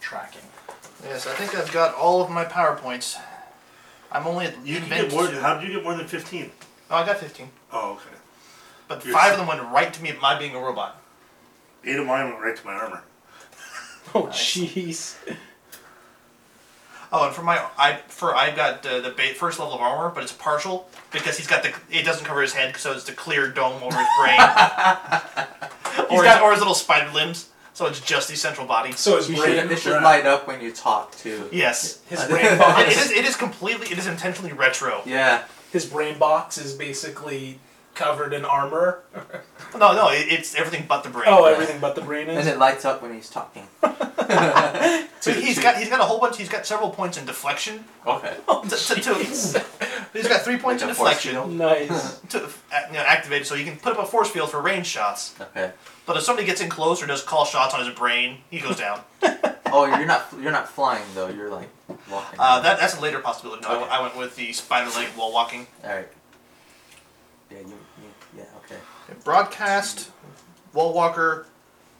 Speaker 2: Tracking.
Speaker 1: yes, I think I've got all of my PowerPoints. I'm only at
Speaker 3: You can
Speaker 1: invent
Speaker 3: get more.
Speaker 1: two.
Speaker 3: How did you get more than fifteen?
Speaker 1: Oh, I got fifteen,
Speaker 3: Oh, okay.
Speaker 1: but
Speaker 3: You're
Speaker 1: five
Speaker 3: s-
Speaker 1: of them went right to me at my being a robot.
Speaker 3: Eight of mine went right to my armor.
Speaker 2: Oh, jeez.
Speaker 1: Oh, and for my I for I've got uh, the ba- first level of armor, but it's partial because he's got the it doesn't cover his head, so it's the clear dome over his brain. he's
Speaker 2: Or
Speaker 1: got
Speaker 2: his-
Speaker 1: or his little spider limbs, so it's just his central body.
Speaker 2: So his
Speaker 4: You should,
Speaker 2: brain,
Speaker 4: it should light up when you talk too.
Speaker 1: Yes,
Speaker 2: his brain box,
Speaker 1: it, it is. It is completely. It is intentionally retro.
Speaker 4: Yeah.
Speaker 2: his brain box is basically covered in armor.
Speaker 1: No, no, it, it's everything but the brain.
Speaker 2: Oh, everything but the brain
Speaker 4: And
Speaker 2: is.
Speaker 4: it lights up when he's talking.
Speaker 1: So he's got he's got a whole bunch. He's got several points in deflection.
Speaker 4: Okay.
Speaker 1: To, to, to, he's got three points in
Speaker 4: Like a force
Speaker 1: deflection
Speaker 2: Nice.
Speaker 1: to uh, you know, activate, so you can put up a force field for range shots.
Speaker 4: Okay.
Speaker 1: But if somebody gets in close or does call shots on his brain, he goes down.
Speaker 4: Oh, you're not you're not flying though. You're like walking.
Speaker 1: Uh, that that's a later possibility. No, I-
Speaker 4: Okay.
Speaker 1: I, went with the spider leg while walking.
Speaker 4: All right. Yeah. You, you. Yeah. Okay.
Speaker 1: Broadcast, wall walker,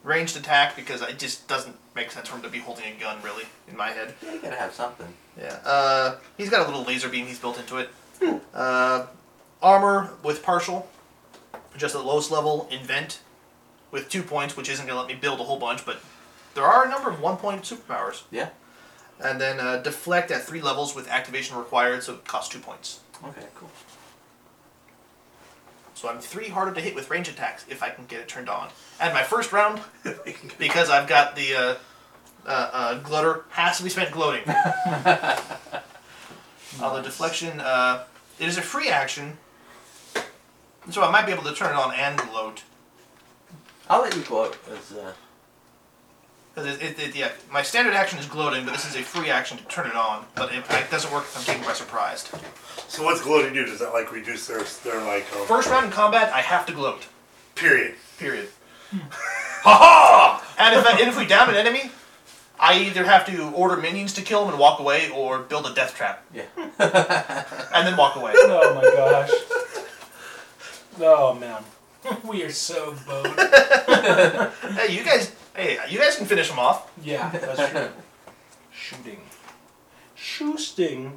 Speaker 1: ranged attack because it just doesn't make sense for him to be holding a gun really in my head.
Speaker 4: Yeah, you gotta have something.
Speaker 1: Yeah. Uh, he's got a little laser beam he's built into it. Uh, armor with partial, just at the lowest level. Invent with two points, which isn't going to let me build a whole bunch, but there are a number of one point superpowers.
Speaker 4: Yeah.
Speaker 1: And then uh, deflect at three levels with activation required, so it costs two points.
Speaker 4: Okay. Cool.
Speaker 1: So I'm three harder to hit with range attacks if I can get it turned on. And my first round, because I've got the uh, uh, uh, glutter, has to be spent gloating. Although deflection, uh, it is a free action, so I might be able to turn it on and gloat.
Speaker 4: I'll let you go out as uh,
Speaker 1: Because it, it, it, yeah, my standard action is gloating, but this is a free action to turn it on. But it, it doesn't work if I'm taken by surprise.
Speaker 3: So what's gloating do? Does that like reduce their their like um,
Speaker 1: First round in combat, I have to gloat.
Speaker 3: period?
Speaker 1: Period.
Speaker 3: Ha ha!
Speaker 1: And if, and if we down an enemy, I either have to order minions to kill him and walk away, or build a death trap
Speaker 4: Yeah.
Speaker 2: Hmm.
Speaker 1: and then walk away.
Speaker 2: Oh my gosh. Oh man. we are so boned.
Speaker 1: hey, you guys. Hey, you guys can finish him off.
Speaker 2: Yeah, that's true. Shooting. Shoosting.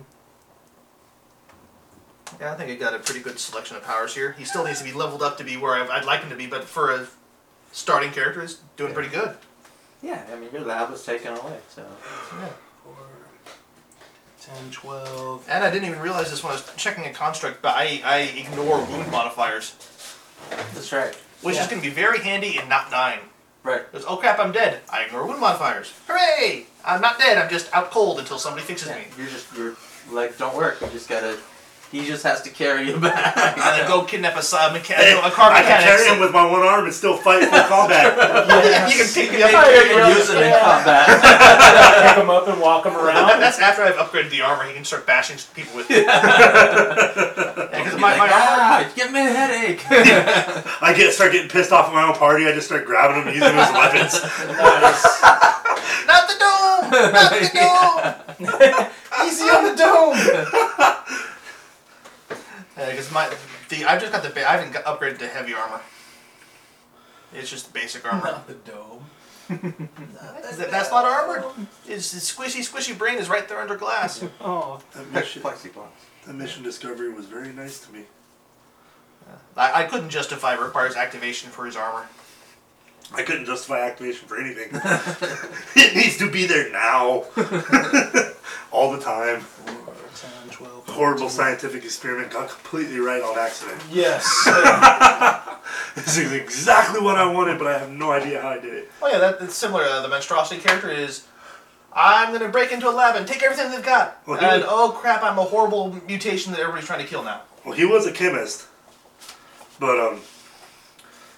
Speaker 1: Yeah, I think I got a pretty good selection of powers here. He still needs to be leveled up to be where I- I'd like him to be, but for a starting character, he's doing pretty good.
Speaker 4: Yeah, I mean, your lab was taken away, so.
Speaker 2: 10, 12.
Speaker 1: And I didn't even realize this when I was checking a construct, but I, I ignore wound modifiers,
Speaker 4: That's right.
Speaker 1: which
Speaker 2: Yeah.
Speaker 1: is going to be very handy in not dying.
Speaker 4: Right.
Speaker 1: Because, oh crap, I'm dead. I ignore wound modifiers. Hooray! I'm not dead, I'm just out cold until somebody fixes
Speaker 4: Yeah,
Speaker 1: me.
Speaker 4: you're just, your legs don't work. You just gotta, he just has to carry you back.
Speaker 1: I then go kidnap a, sa- mecha-
Speaker 3: Hey,
Speaker 1: a car
Speaker 3: I can
Speaker 1: mechanic.
Speaker 3: carry him with my one arm and still fight full combat.
Speaker 1: you can pick me
Speaker 4: You
Speaker 1: up.
Speaker 4: can
Speaker 1: and carry me around.
Speaker 4: use it in
Speaker 2: Yeah.
Speaker 4: combat.
Speaker 2: Pick him up and walk him
Speaker 1: That-
Speaker 2: around.
Speaker 1: That's after I've upgraded the armor, he can start bashing people with it. Because my, my armor
Speaker 4: ah, it's giving me a headache.
Speaker 3: I get start getting pissed off at my own party. I just start grabbing them and using them as weapons.
Speaker 2: Nice.
Speaker 1: Not the dome! Not the dome!
Speaker 2: Easy on the dome!
Speaker 1: Because my, the I've just got the ba- I haven't got upgraded to heavy armor. It's just basic armor.
Speaker 2: Not the dome.
Speaker 1: Is that- that's not armored. It's, it's squishy, squishy brain is right there under glass.
Speaker 2: Oh.
Speaker 3: That mission,
Speaker 4: Plexiglass.
Speaker 3: that mission discovery was very nice to me.
Speaker 1: I, I couldn't justify requires activation for his armor.
Speaker 3: I couldn't justify activation for anything. it needs to be there now, all the time.
Speaker 2: 10, 12.
Speaker 3: Horrible scientific experiment got completely right on accident.
Speaker 2: Yes.
Speaker 3: This is exactly what I wanted, but I have no idea how I did it.
Speaker 1: Oh yeah, that, that's similar. Uh, the monstrosity character is, I'm gonna break into a lab and take everything they've got.
Speaker 3: Well, he
Speaker 1: and
Speaker 3: would-
Speaker 1: oh crap, I'm a horrible mutation that everybody's trying to kill now.
Speaker 3: Well, he was a chemist, but um,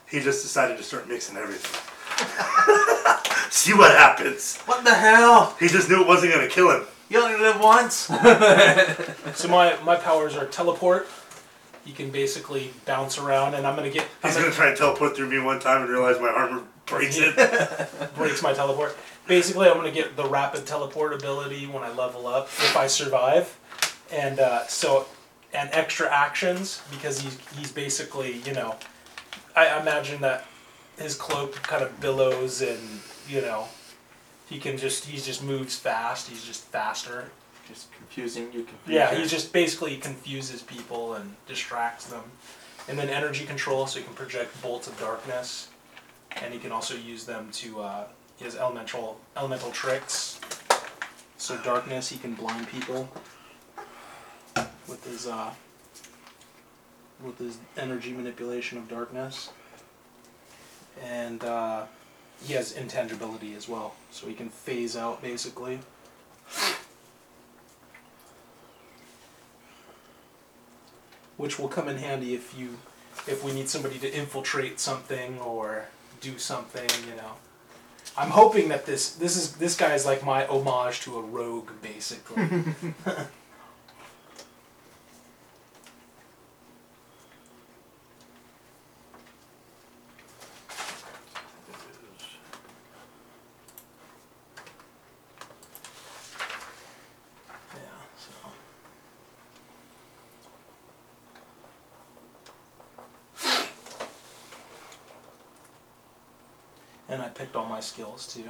Speaker 3: he just decided to start mixing everything. See what happens.
Speaker 4: What the hell?
Speaker 3: He just knew it wasn't gonna kill him.
Speaker 4: You only live once?
Speaker 2: So my, my powers are teleport. You can basically bounce around, and I'm gonna get. I'm
Speaker 3: He's
Speaker 2: gonna,
Speaker 3: gonna try and teleport through me one time and realize my armor breaks it.
Speaker 2: breaks my teleport. Basically, I'm gonna get the rapid teleport ability when I level up if I survive, and uh, so and extra actions because he's he's basically you know, I imagine that his cloak kind of billows and you know, he can just he just moves fast. He's just faster.
Speaker 4: Just confusing you. Confusing.
Speaker 2: Yeah, he just basically confuses people and distracts them. And then energy control, so he can project bolts of darkness, and he can also use them to uh, his elemental elemental tricks. So darkness, he can blind people with his uh, with his energy manipulation of darkness, and uh, he has intangibility as well, so he can phase out basically. which will come in handy if you if we need somebody to infiltrate something or do something you know i'm hoping that this this is this guy is like my homage to a rogue basically yeah so and I picked all my skills too.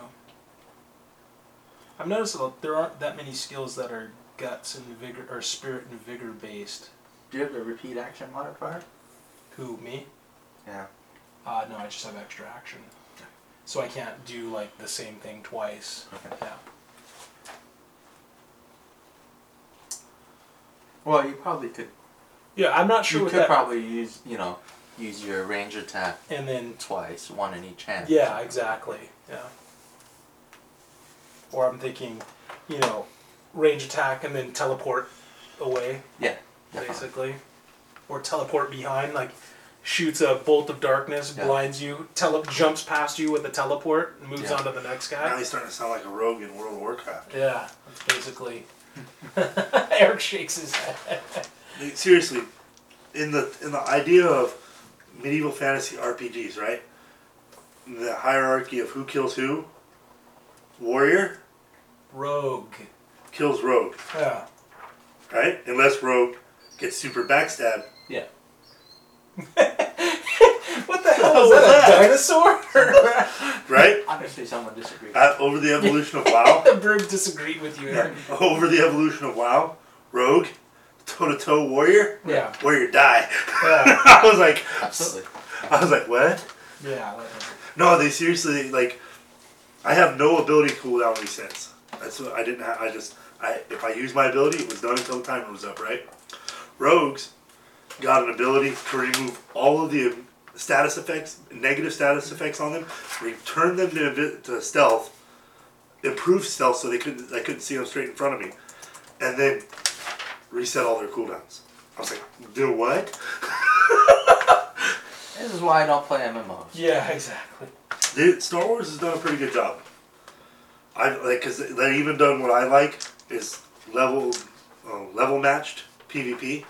Speaker 2: I've noticed that there aren't that many skills that are guts and vigor or spirit and vigor based.
Speaker 4: Do you have a repeat action modifier?
Speaker 2: Who me?
Speaker 4: Yeah.
Speaker 2: Uh, no, I just have extra action, so I can't do like the same thing twice.
Speaker 4: Okay.
Speaker 2: Yeah.
Speaker 4: Well, you probably could.
Speaker 2: Yeah, I'm not sure
Speaker 4: you
Speaker 2: what
Speaker 4: could
Speaker 2: that.
Speaker 4: probably use, you know, use your range attack
Speaker 2: and then
Speaker 4: twice, one in each hand.
Speaker 2: yeah, exactly. Yeah. Or I'm thinking, you know, range attack and then teleport away.
Speaker 4: Yeah. definitely.
Speaker 2: basically, or teleport behind, like shoots a bolt of darkness,
Speaker 4: Yeah.
Speaker 2: blinds you, tele- jumps past you with a teleport, and moves
Speaker 4: Yeah.
Speaker 2: on to the next
Speaker 3: Now
Speaker 2: guy.
Speaker 3: he's starting to sound like a rogue in World of Warcraft.
Speaker 2: Yeah, that's basically. Eric shakes his head.
Speaker 3: Like, seriously, in the in the idea of medieval fantasy RPGs, right? the hierarchy of who kills who, warrior
Speaker 2: Rogue.
Speaker 3: kills rogue,
Speaker 2: Yeah.
Speaker 3: right? Unless rogue gets super backstabbed.
Speaker 2: What the hell is that? A dinosaur?
Speaker 3: right?
Speaker 4: Obviously, someone disagrees.
Speaker 3: Uh, over the evolution of WoW,
Speaker 2: the bird disagreed with you.
Speaker 3: yeah, over the evolution of WoW, rogue, toe to toe warrior,
Speaker 2: Yeah.
Speaker 3: warrior die.
Speaker 2: Yeah.
Speaker 3: I was like,
Speaker 4: Absolutely.
Speaker 3: I was like, what?
Speaker 2: yeah.
Speaker 3: No, they seriously like. I have no ability cooldown resets. That's what I didn't have. I just I if I used my ability, it was done until the timer was up, right? Rogues got an ability to remove all of the status effects, negative status effects on them, return them to, invi- to stealth, improve stealth so they couldn't I couldn't see them straight in front of me, and then reset all their cooldowns. I was like, do what?
Speaker 4: This is why I don't play MMOs.
Speaker 2: Yeah, exactly.
Speaker 3: They, Star Wars has done a pretty good job. I like because they even done what I like is level uh, level matched PvP,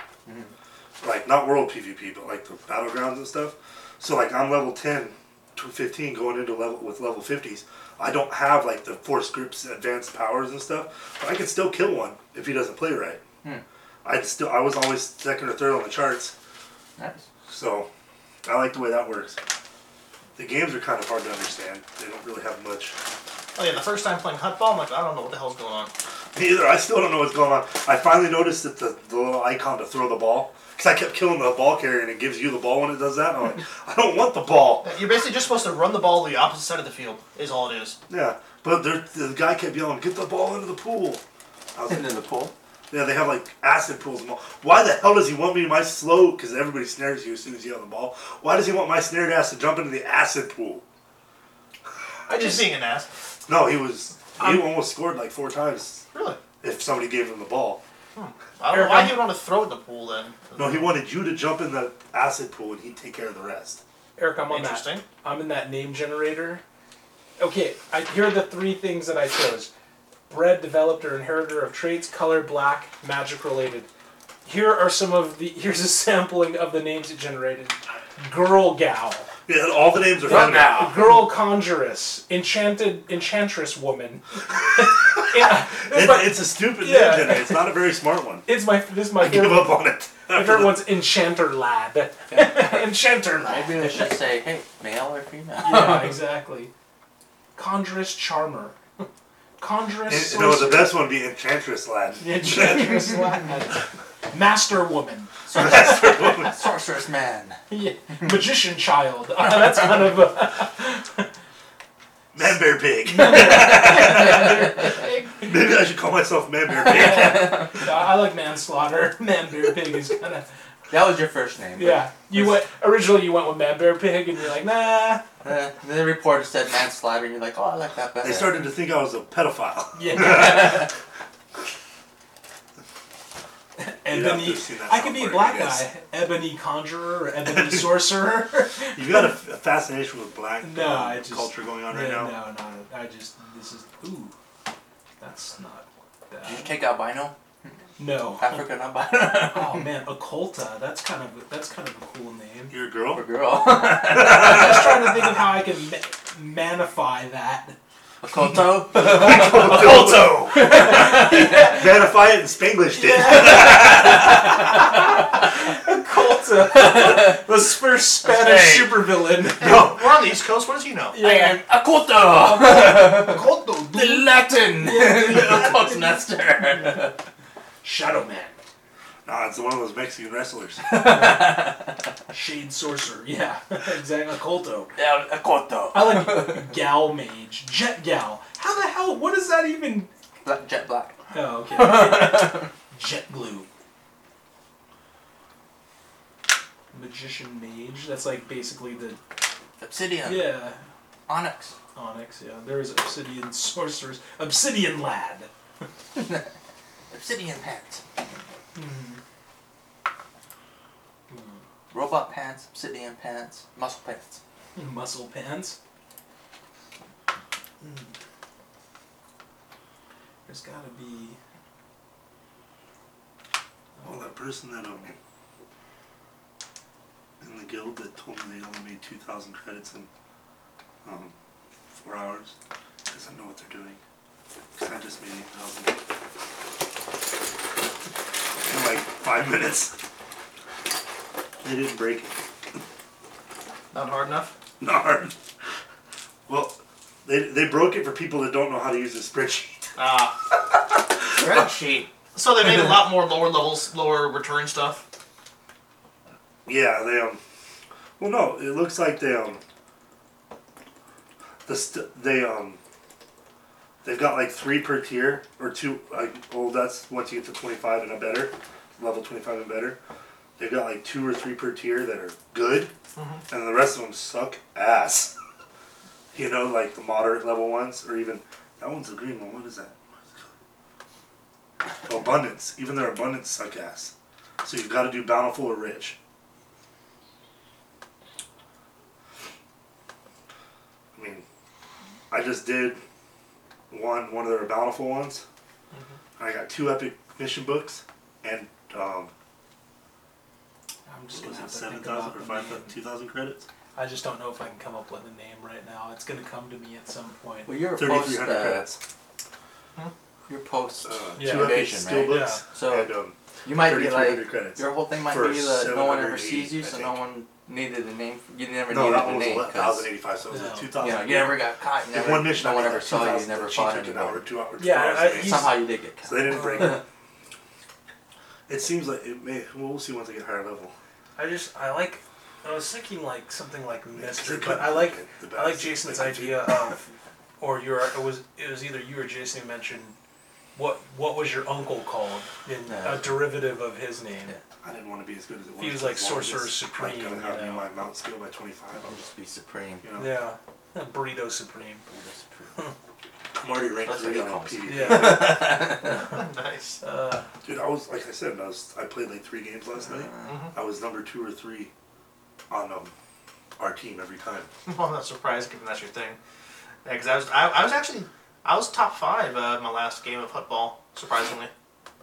Speaker 3: like not world PvP, but like the battlegrounds and stuff. So like I'm level 10 to 15 going into level with level 50s. I don't have like the force group's advanced powers and stuff, but I can still kill one if he doesn't play right. I'd still I was always second or third on the charts,
Speaker 4: Nice.
Speaker 3: so I like the way that works. The games are kind of hard to understand. They don't really have much.
Speaker 1: Oh yeah, the first time playing hotball, I'm like, I don't know what the hell's going on.
Speaker 3: Neither. I still don't know what's going on. I finally noticed that the, the little icon to throw the ball, because I kept killing the ball carrier and it gives you the ball when it does that. and I'm like, I don't want the ball.
Speaker 1: You're basically just supposed to run the ball to the opposite side of the field. Is all it is.
Speaker 3: Yeah, but there, the guy kept yelling, "Get the ball into the pool." I was
Speaker 4: And
Speaker 3: like,
Speaker 4: in the pool.
Speaker 3: yeah, they have like acid pools. And all. Why the hell does he want me my slow? Because everybody snares you as soon as you yell the ball. Why does he want my snared ass to jump into the acid pool?
Speaker 1: I just being an ass.
Speaker 3: No, he was. He almost scored like four times
Speaker 1: Really?
Speaker 3: if somebody gave him the ball.
Speaker 1: I don't know why he would want to throw in the pool then.
Speaker 3: No, he wanted you to jump in the acid pool and he'd take care of the rest.
Speaker 2: Eric, I'm on
Speaker 1: Interesting.
Speaker 2: that. I'm in that name generator. Okay, I, here are the three things that I chose: bred, developed, or inheritor of traits, color, black, magic related. Here are some of the. Here's a sampling of the names it generated: girl, gal,
Speaker 3: Yeah, and all the names are found now.
Speaker 2: girl, conjuress, enchanted, enchantress, woman. yeah, it's, my,
Speaker 3: It, it's a stupid
Speaker 2: Yeah.
Speaker 3: name, Jenny. It's not a very smart one.
Speaker 2: it's my. This is my
Speaker 3: I give
Speaker 2: favorite.
Speaker 3: up on it.
Speaker 2: My favorite one's enchanter lad. enchanter lad.
Speaker 4: Maybe they should say, hey, male or female.
Speaker 2: yeah, exactly. Conjurous Charmer. Conjurous
Speaker 3: And- no, the
Speaker 2: sorcerer.
Speaker 3: best one would be Enchantress Lad.
Speaker 2: Enchantress lad. Master Woman.
Speaker 4: Sorceress man.
Speaker 2: Yeah. Magician Child. Uh, that's kind of a...
Speaker 3: Man Bear Pig. Maybe I should call myself Man Bear Pig.
Speaker 2: I like Manslaughter. Man Bear Pig is kind of...
Speaker 4: That was your first name. but,
Speaker 2: Yeah. You went... Originally you went with Man Bear Pig and you're like, nah.
Speaker 4: Uh, the reporter said manslaughter, and you're like, oh, I like that better.
Speaker 3: they started to think I was a pedophile.
Speaker 2: Yeah.
Speaker 3: You'd
Speaker 2: Ebony.
Speaker 3: have to see that
Speaker 2: I could be a
Speaker 3: somewhere,
Speaker 2: black
Speaker 3: I guess.
Speaker 2: guy. Ebony Conjurer or Ebony Sorcerer.
Speaker 3: You've got a, a fascination with black
Speaker 2: No,
Speaker 3: um,
Speaker 2: I just-
Speaker 3: culture going on
Speaker 2: Yeah,
Speaker 3: right now.
Speaker 2: No, no, I just this is ooh, that's not
Speaker 4: Did you
Speaker 2: that.
Speaker 4: take albino?
Speaker 2: No.
Speaker 4: African albino?
Speaker 2: Oh man, Occulta. That's kind of that's kind of a cool name.
Speaker 3: You're a girl?
Speaker 4: Or girl?
Speaker 2: I was trying to think of how I can ma- manify that.
Speaker 4: Okoto?
Speaker 3: Culto! Vanify it and Spanglish did.
Speaker 2: Occulta, the first Spanish
Speaker 1: Hey.
Speaker 2: supervillain.
Speaker 3: No,
Speaker 1: We're on the East Coast. What does he know?
Speaker 4: I am Okoto!
Speaker 2: Occulto,
Speaker 4: the Latin! Okoto master.
Speaker 2: Shadow Man,
Speaker 3: Nah, it's one of those Mexican wrestlers.
Speaker 2: Shade Sorcerer. Yeah, exactly. Occulto.
Speaker 4: Yeah, Okoto.
Speaker 3: Oh.
Speaker 2: I like Gal Mage, Jet Gal. How the hell? What is that even?
Speaker 4: Black, jet black.
Speaker 2: Oh, okay. Jet glue. Magician mage. That's like basically the
Speaker 4: Obsidian.
Speaker 2: yeah.
Speaker 4: Onyx.
Speaker 2: Onyx. Yeah. There is obsidian sorcerers. Obsidian lad.
Speaker 4: Obsidian pants. Robot pants, obsidian pants, muscle pants.
Speaker 2: Muscle pants. Hmm. There's gotta be.
Speaker 3: Well, that person that um, in the guild that told me they only made two thousand credits in um, four hours because I know what they're doing. 'Cause I just made eight thousand in like five minutes. They didn't break it.
Speaker 1: Not hard enough.
Speaker 3: Not hard. Well, they they broke it for people that don't know how to use a spreadsheet.
Speaker 1: Ah, spreadsheet. So they made a lot more lower levels, lower return stuff.
Speaker 3: Yeah, they um. Well, no, it looks like they um. The st- they um. They've got like three per tier or two. Like, oh, that's once you get to twenty five and a better, level twenty five and better. They've got like two or three per tier that are good, and the rest of them suck ass. you know, like the moderate level ones, or even that one's a green one. What is that? Abundance. Even their abundance suck ass. So you've got to do bountiful or rich. I mean, I just did one one of their bountiful ones.
Speaker 2: Mm-hmm.
Speaker 3: I got two epic mission books and um,
Speaker 2: I'm just
Speaker 3: what
Speaker 2: gonna
Speaker 3: was
Speaker 2: have
Speaker 3: it
Speaker 2: to
Speaker 3: seven
Speaker 2: think about
Speaker 3: thousand or
Speaker 2: the
Speaker 3: five
Speaker 2: name.
Speaker 3: thousand, two thousand credits?
Speaker 2: I just don't know if I can come up with a name right now. It's gonna come to me at some point.
Speaker 4: Well, your
Speaker 3: Thirty three
Speaker 4: post,
Speaker 3: hundred
Speaker 4: uh,
Speaker 3: credits.
Speaker 4: your post
Speaker 3: Uh,
Speaker 2: Yeah.
Speaker 3: two epic
Speaker 4: invasion,
Speaker 3: skill
Speaker 4: right?
Speaker 2: book.
Speaker 3: books
Speaker 4: So-
Speaker 3: and um,
Speaker 4: You might
Speaker 3: thirty
Speaker 4: be
Speaker 3: three hundred
Speaker 4: like,
Speaker 3: credits.
Speaker 4: your whole thing might
Speaker 3: For
Speaker 4: be that no one ever
Speaker 3: 780,
Speaker 4: sees you,
Speaker 3: I
Speaker 4: so
Speaker 3: think.
Speaker 4: no one needed a name. For, you never
Speaker 3: No,
Speaker 4: needed
Speaker 3: that
Speaker 4: a
Speaker 3: one was
Speaker 4: name
Speaker 3: eleven thousand eighty five. So it was
Speaker 2: No.
Speaker 3: a two
Speaker 4: you, know,
Speaker 3: thousand.
Speaker 4: you never got caught. You
Speaker 3: In
Speaker 4: never,
Speaker 3: one mission,
Speaker 4: no
Speaker 3: I
Speaker 4: one
Speaker 3: got
Speaker 4: ever
Speaker 3: like
Speaker 4: saw
Speaker 3: 2,000
Speaker 4: you. Never
Speaker 3: She
Speaker 4: fought
Speaker 3: took an
Speaker 4: anyone.
Speaker 3: hour, two hours. two
Speaker 2: Yeah,
Speaker 3: hours
Speaker 2: I-
Speaker 3: to make.
Speaker 2: he's-
Speaker 4: Somehow you did get
Speaker 3: so
Speaker 4: caught.
Speaker 3: they didn't break it. It seems like it may. Well, we'll see once I get higher level.
Speaker 2: I just I like I was thinking like something like mystery,
Speaker 3: They
Speaker 2: but I
Speaker 3: couldn't
Speaker 2: like
Speaker 3: make it the
Speaker 2: I like
Speaker 3: best.
Speaker 2: Jason's
Speaker 3: They could do-
Speaker 2: idea of or your it was it was either you or Jason who mentioned what what was your uncle called in
Speaker 4: Yeah.
Speaker 2: a derivative of his name.
Speaker 3: I didn't want to be as good as it was.
Speaker 2: He was like
Speaker 3: as long as
Speaker 2: Sorcerer
Speaker 3: it's, like,
Speaker 2: Supreme,
Speaker 3: gonna
Speaker 2: you
Speaker 3: have me
Speaker 2: know.
Speaker 3: my mount skill by twenty five.
Speaker 4: I'll just be supreme.
Speaker 3: You know,
Speaker 2: Yeah. Uh, Burrito Supreme.
Speaker 3: I'm already ranked
Speaker 4: That's
Speaker 3: three
Speaker 4: what
Speaker 3: on
Speaker 4: he calls
Speaker 3: PvP.
Speaker 2: Yeah.
Speaker 1: nice.
Speaker 2: uh,
Speaker 3: Dude, I was like I said, I was I played like three games last night.
Speaker 2: Mm-hmm.
Speaker 3: I was number two or three on um, our team every time.
Speaker 1: Well, I'm not surprised given that's your thing. Yeah, 'cause I was I, I was actually I was top five uh, my last game of football. Surprisingly,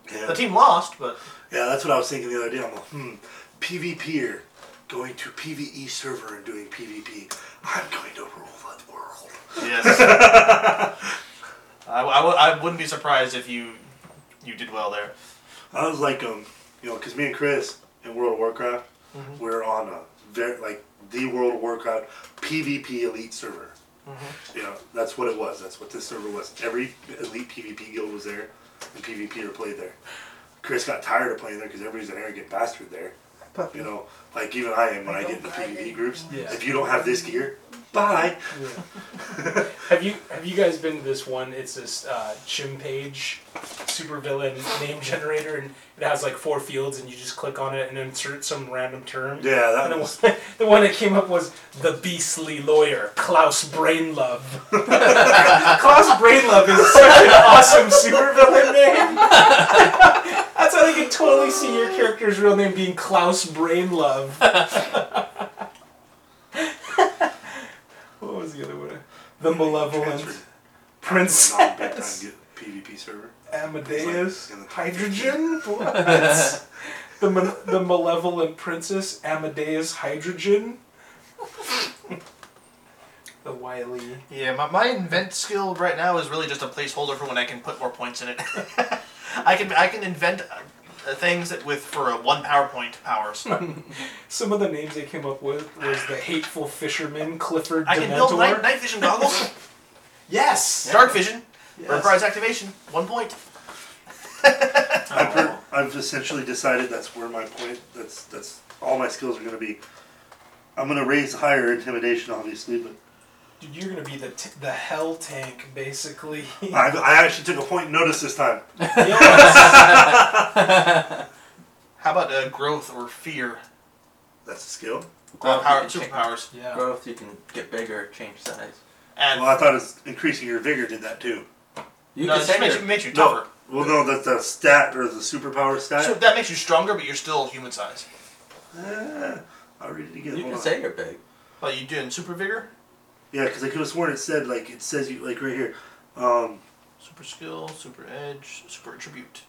Speaker 1: the
Speaker 3: Yeah,
Speaker 1: team lost, but
Speaker 3: yeah, that's what I was thinking the other day. I'm like, hmm, PvPer going to PVE server and doing PvP. I'm going to rule the world.
Speaker 1: yes, I, I, w- I wouldn't be surprised if you you did well there.
Speaker 3: I was like, um, you know, because me and Chris in World of Warcraft,
Speaker 2: Mm-hmm.
Speaker 3: we're on a very like the World of Warcraft PvP elite server.
Speaker 2: Mm-hmm.
Speaker 3: You know, that's what it was. That's what this server was. Every elite PvP guild was there, and PvPer played there. Chris got tired of playing there because everybody's an arrogant bastard there. You know, like even I am when I get in the PvP groups.
Speaker 2: Yeah.
Speaker 3: If you don't have this gear, bye.
Speaker 2: have you have you guys been to this one? It's this uh, Chimpage supervillain name generator, and it has like four fields, and you just click on it and insert some random term.
Speaker 3: Yeah,
Speaker 2: And
Speaker 3: that
Speaker 2: the
Speaker 3: was.
Speaker 2: one, the one that came up was the beastly lawyer, Klaus Brainlove. Klaus Brainlove is such an awesome supervillain name. That's how they can totally see your character's real name being Klaus Brainlove. what was the other one? The malevolent
Speaker 3: Transferred.
Speaker 2: Prince
Speaker 3: Non big time PvP server.
Speaker 2: Amadeus
Speaker 3: Like, in the-
Speaker 2: Hydrogen. What? the ma- the malevolent princess Amadeus Hydrogen. the wily.
Speaker 1: Yeah, my, my invent skill right now is really just a placeholder for when I can put more points in it. I can I can invent uh, things that with for a one PowerPoint powers.
Speaker 2: Some of the names they came up with was the hateful fisherman Clifford
Speaker 1: I can build
Speaker 2: Dementor.
Speaker 1: night, night vision goggles,
Speaker 2: yes.
Speaker 1: dark vision,
Speaker 2: Yes.
Speaker 1: reprise activation, one point.
Speaker 3: I've, heard, I've essentially decided that's where my point. That's that's all my skills are going to be. I'm going to raise higher intimidation, obviously, but
Speaker 2: Dude, you're gonna be the t- the hell tank basically.
Speaker 3: I, I actually took a point and notice this time.
Speaker 2: Yes.
Speaker 1: How about uh, growth or fear?
Speaker 3: That's a skill.
Speaker 1: Uh,
Speaker 4: Growth,
Speaker 1: power,
Speaker 4: you can change-
Speaker 1: superpowers.
Speaker 2: yeah.
Speaker 4: growth, you can get bigger, change size.
Speaker 1: And
Speaker 3: Well, I thought it's increasing your vigor did that too.
Speaker 4: You
Speaker 1: no,
Speaker 4: can
Speaker 1: it just
Speaker 4: say
Speaker 1: makes you,
Speaker 4: your-
Speaker 1: makes you tougher.
Speaker 3: Well, no, that's the stat or the superpower
Speaker 4: uh,
Speaker 3: stat.
Speaker 1: So that makes you stronger, but you're still human size.
Speaker 3: Ah, I'll read it again. Hold
Speaker 4: you can
Speaker 3: on.
Speaker 4: say you're big.
Speaker 1: But you doing super vigor,
Speaker 3: Yeah, because I could have sworn it said like it says you like right here. Um,
Speaker 1: super skill, super edge, super attribute.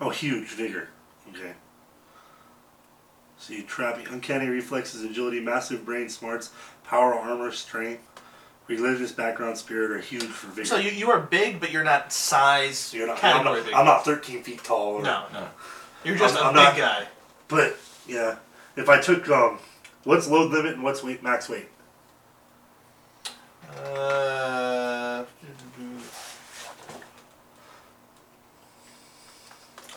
Speaker 3: oh, huge vigor. Okay. So you trap uncanny reflexes, agility, massive brain smarts, power, armor, strength, religious background, spirit are huge for vigor.
Speaker 1: So you, you are big, but you're not size
Speaker 3: So you're not, I'm
Speaker 1: category
Speaker 3: not,
Speaker 1: big.
Speaker 3: I'm not 13 feet tall. Or,
Speaker 1: no, no. You're just
Speaker 3: I'm-
Speaker 1: a
Speaker 3: I'm
Speaker 1: big
Speaker 3: not-
Speaker 1: guy.
Speaker 3: But yeah, if I took um, what's load limit and what's weight max weight?
Speaker 1: Uh,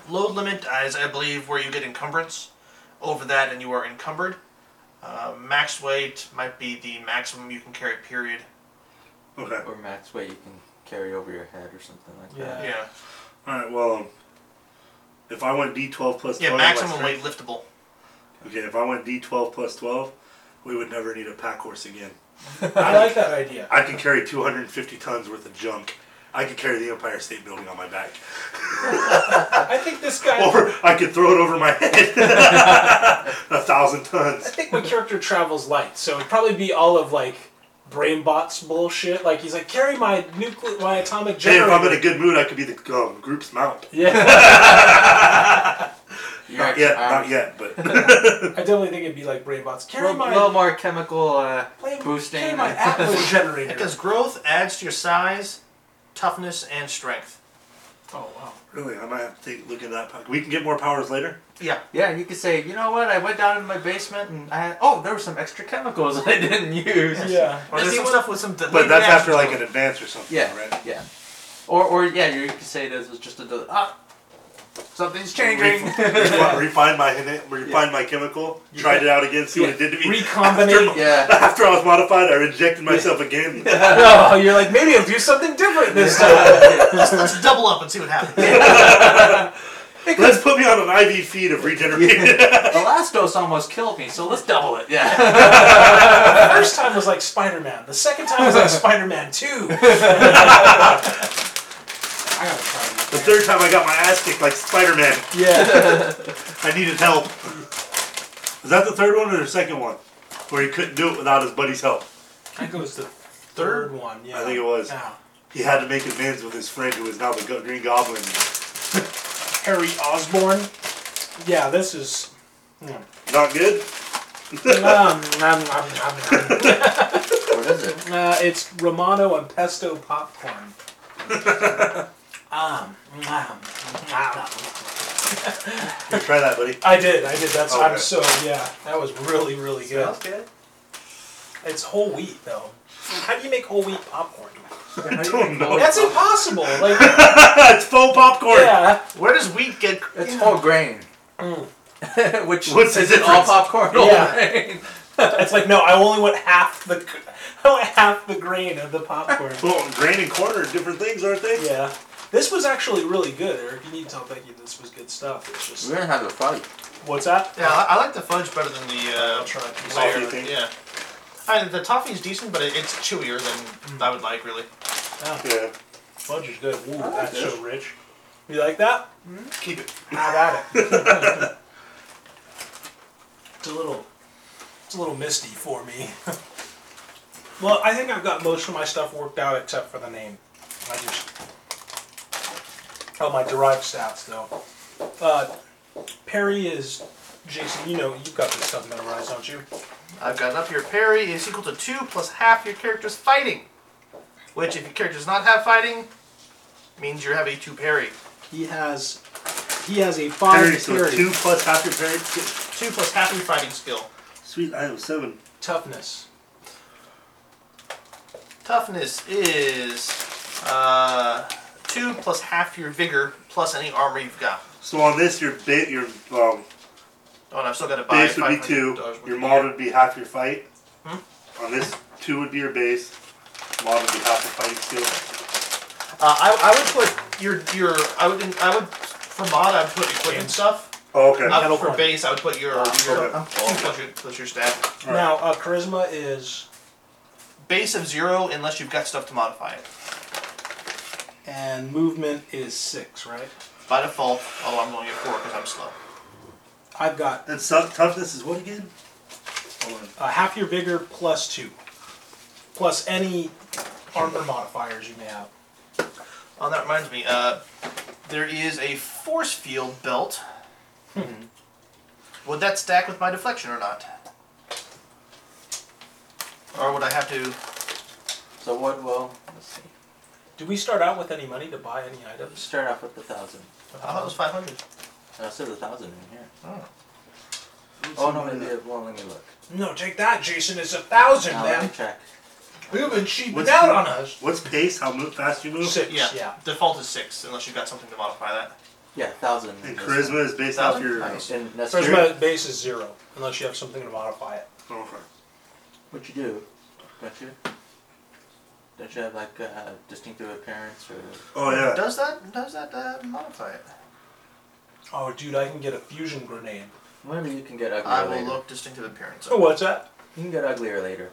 Speaker 1: load limit is, I believe, where you get encumbrance. Over that, and you are encumbered. Uh, max weight might be the maximum you can carry. Period.
Speaker 3: Okay.
Speaker 4: Or max weight you can carry over your head or something like
Speaker 2: Yeah.
Speaker 4: that.
Speaker 1: Yeah.
Speaker 3: All right. Well, um, if I went D12 plus
Speaker 1: Yeah.
Speaker 3: 12,
Speaker 1: Maximum
Speaker 3: like-
Speaker 1: weight liftable.
Speaker 3: Okay. If I went D12 plus 12, we would never need a pack horse again.
Speaker 2: I like that idea.
Speaker 3: I can carry 250 tons worth of junk. I could carry the Empire State Building on my back.
Speaker 2: I think this guy.
Speaker 3: Or I could throw it over my head. a thousand
Speaker 2: I
Speaker 3: tons.
Speaker 2: think my character travels light, so it'd probably be all of like brain bots bullshit. Like he's like, carry my nuclear, my atomic
Speaker 3: Hey, if
Speaker 2: generator.
Speaker 3: I'm in a good mood, I could be the um, group's mount.
Speaker 2: yeah,
Speaker 4: Yeah.
Speaker 3: Not yet, not yet, but
Speaker 2: I definitely think it'd be like brain bots.
Speaker 4: A
Speaker 2: Carry
Speaker 4: little,
Speaker 2: my
Speaker 4: little more chemical uh,
Speaker 2: play-
Speaker 4: boosting.
Speaker 2: Carry my Atlas generator.
Speaker 1: Because growth adds to your size, toughness, and strength.
Speaker 2: Oh wow.
Speaker 3: really, I might have to take a look at that. pack. We can get more powers later.
Speaker 1: Yeah.
Speaker 4: Yeah, you could say, you know what? I went down in my basement and I had, oh, there were some extra chemicals I didn't use.
Speaker 2: Yeah.
Speaker 1: Or
Speaker 4: Is
Speaker 1: there's
Speaker 4: he
Speaker 1: some
Speaker 4: one-
Speaker 1: stuff with some.
Speaker 3: But that's after like an advance or something,
Speaker 4: Yeah,
Speaker 3: right?
Speaker 4: yeah. Or, or yeah, you could say this was just a del- ah, something's changing.
Speaker 3: Refi- refine my refine my chemical. Tried it out again. See what it did to me.
Speaker 2: Recombinate.
Speaker 3: After,
Speaker 4: yeah.
Speaker 3: after I was modified, I rejected myself again.
Speaker 2: No, Oh, you're like maybe I'll do something different this time.
Speaker 1: let's, let's double up and see what happens.
Speaker 3: Let's put me on an IV feed of regeneration.
Speaker 4: The last dose almost killed me, so let's double it. Yeah.
Speaker 2: The first time was like Spider Man. The second time was like Spider Man Two. I gotta try.
Speaker 3: the third time, I got my ass kicked like Spider-Man.
Speaker 2: these. Yeah.
Speaker 3: I needed help. Was that the third one or the second one, where he couldn't do it without his buddy's help?
Speaker 2: I think it was the third one. Yeah.
Speaker 3: I think it was.
Speaker 2: Yeah.
Speaker 3: He had to make amends with his friend, who is now the Go- Green Goblin.
Speaker 2: Harry Osborne. Yeah, this is.
Speaker 3: Not good.
Speaker 2: Um, um, um, um, um.
Speaker 4: what is it?
Speaker 2: Uh, it's Romano and pesto popcorn. um, um, um.
Speaker 3: Here, try that, buddy.
Speaker 2: I did, I did. That's I'm
Speaker 3: Okay.
Speaker 2: so yeah. That was really really good.
Speaker 1: Okay.
Speaker 2: It's whole wheat though. How do you make whole wheat popcorn?
Speaker 3: I don't know.
Speaker 2: That's impossible. Like
Speaker 3: Oh, it's faux popcorn.
Speaker 2: yeah.
Speaker 1: Where does wheat get?
Speaker 4: It's whole grain. Which
Speaker 3: What's the
Speaker 4: Mm. is it all
Speaker 3: difference?
Speaker 4: popcorn? Whole
Speaker 2: Yeah.
Speaker 4: grain.
Speaker 2: It's like no, I only want half the I want half the grain of the popcorn.
Speaker 3: Well, grain and corn are different things, aren't they?
Speaker 2: Yeah. This was actually really good, Eric. You need to tell Becky this was good stuff. It's
Speaker 4: We're
Speaker 2: just
Speaker 4: gonna have a fight.
Speaker 2: what's that?
Speaker 1: Yeah, I, I like the fudge better than the uh,
Speaker 2: I'll try a piece.
Speaker 1: layer.
Speaker 3: Toffee thing.
Speaker 1: Yeah. I mean, the toffee is decent, but it, it's chewier than I would like, really.
Speaker 3: Yeah.
Speaker 2: Fudge is good. Ooh,
Speaker 4: like
Speaker 2: that's so rich. You like that?
Speaker 3: Keep it.
Speaker 2: Have at it. it's a little, it's a little misty for me. well, I think I've got most of my stuff worked out except for the name. I just, oh, my derived stats though. Uh, Perry is Jason. You know, you've got this stuff memorized, don't you?
Speaker 1: I've got up here. Parry is equal to two plus half your character's fighting, which if your character does not have fighting, means you have a two parry.
Speaker 2: He has, he has a five
Speaker 3: Parry, so it's two plus half your parry.
Speaker 1: Two plus half your fighting skill.
Speaker 3: Sweet, I have seven.
Speaker 2: toughness.
Speaker 1: Toughness is uh, two plus half your vigor plus any armor you've got.
Speaker 3: So on this, your bit, your um,
Speaker 1: Oh, and I've still got to buy
Speaker 3: base would be two.
Speaker 1: $500 worth
Speaker 3: Your
Speaker 1: of
Speaker 3: mod
Speaker 1: gear.
Speaker 3: would be half your fight. On this, two would be your base. Mod would be half your fighting skill.
Speaker 1: Uh, I, I would put your your I would I would for mod I would put equipment stuff.
Speaker 3: Oh, okay.
Speaker 1: Not
Speaker 2: Metal
Speaker 1: for
Speaker 2: one.
Speaker 1: base I would put your, your
Speaker 3: Uh, okay.
Speaker 1: two plus your plus your stat.
Speaker 3: All right.
Speaker 2: Now, uh, charisma is,
Speaker 1: Base of zero unless you've got stuff to modify it.
Speaker 2: and movement is six, right?
Speaker 1: By default, although I'm only at four because I'm slow.
Speaker 2: I've got
Speaker 3: And so, toughness is what again? Hold on.
Speaker 2: Uh, half your vigor plus two, plus any armor modifiers you may have.
Speaker 1: Oh, that reminds me. Uh, there is a force field belt Would that stack with my deflection or not? Or would I have to?
Speaker 4: So what will let's see.
Speaker 2: Do we start out with any money to buy any items?
Speaker 4: Start off with the thousand.
Speaker 1: I thought it was five hundred.
Speaker 4: I said the thousand in here.
Speaker 1: Oh.
Speaker 4: Oh no, maybe it well let me look.
Speaker 2: No, take that, Jason. It's a thousand,
Speaker 4: Now let me check.
Speaker 2: We've been cheaping
Speaker 3: What's
Speaker 2: out
Speaker 3: the-
Speaker 2: on us.
Speaker 3: What's pace? How mo- fast you move?
Speaker 2: Six,
Speaker 1: Yeah.
Speaker 2: yeah.
Speaker 1: Default is six, unless you've got something to modify that.
Speaker 4: Yeah, thousand. in
Speaker 3: And
Speaker 4: this
Speaker 3: charisma is based off
Speaker 1: Thousand?
Speaker 3: your.
Speaker 4: one. Nice. And that's your,
Speaker 2: Charisma base is zero, unless you have something to modify it.
Speaker 3: Oh, Okay.
Speaker 4: what you do, don't you? Don't you have like a distinctive appearance or
Speaker 3: Oh yeah.
Speaker 1: Does that does that uh, modify it?
Speaker 2: Oh, dude, I can get a fusion grenade.
Speaker 4: whatever you can get uglier
Speaker 1: I will
Speaker 4: later.
Speaker 1: look distinctive appearance.
Speaker 2: Oh, what's that?
Speaker 4: You can get uglier later.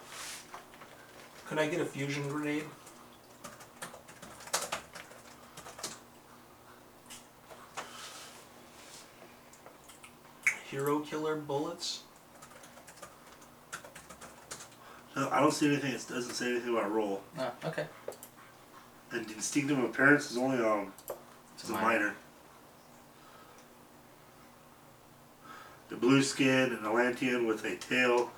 Speaker 2: Can I get a fusion grenade? Hero killer bullets?
Speaker 3: No, I don't see anything. It doesn't say anything about roll.
Speaker 4: Oh, okay.
Speaker 3: And distinctive appearance is only um. It's a minor. The blue skin, an Atlantean with a tail,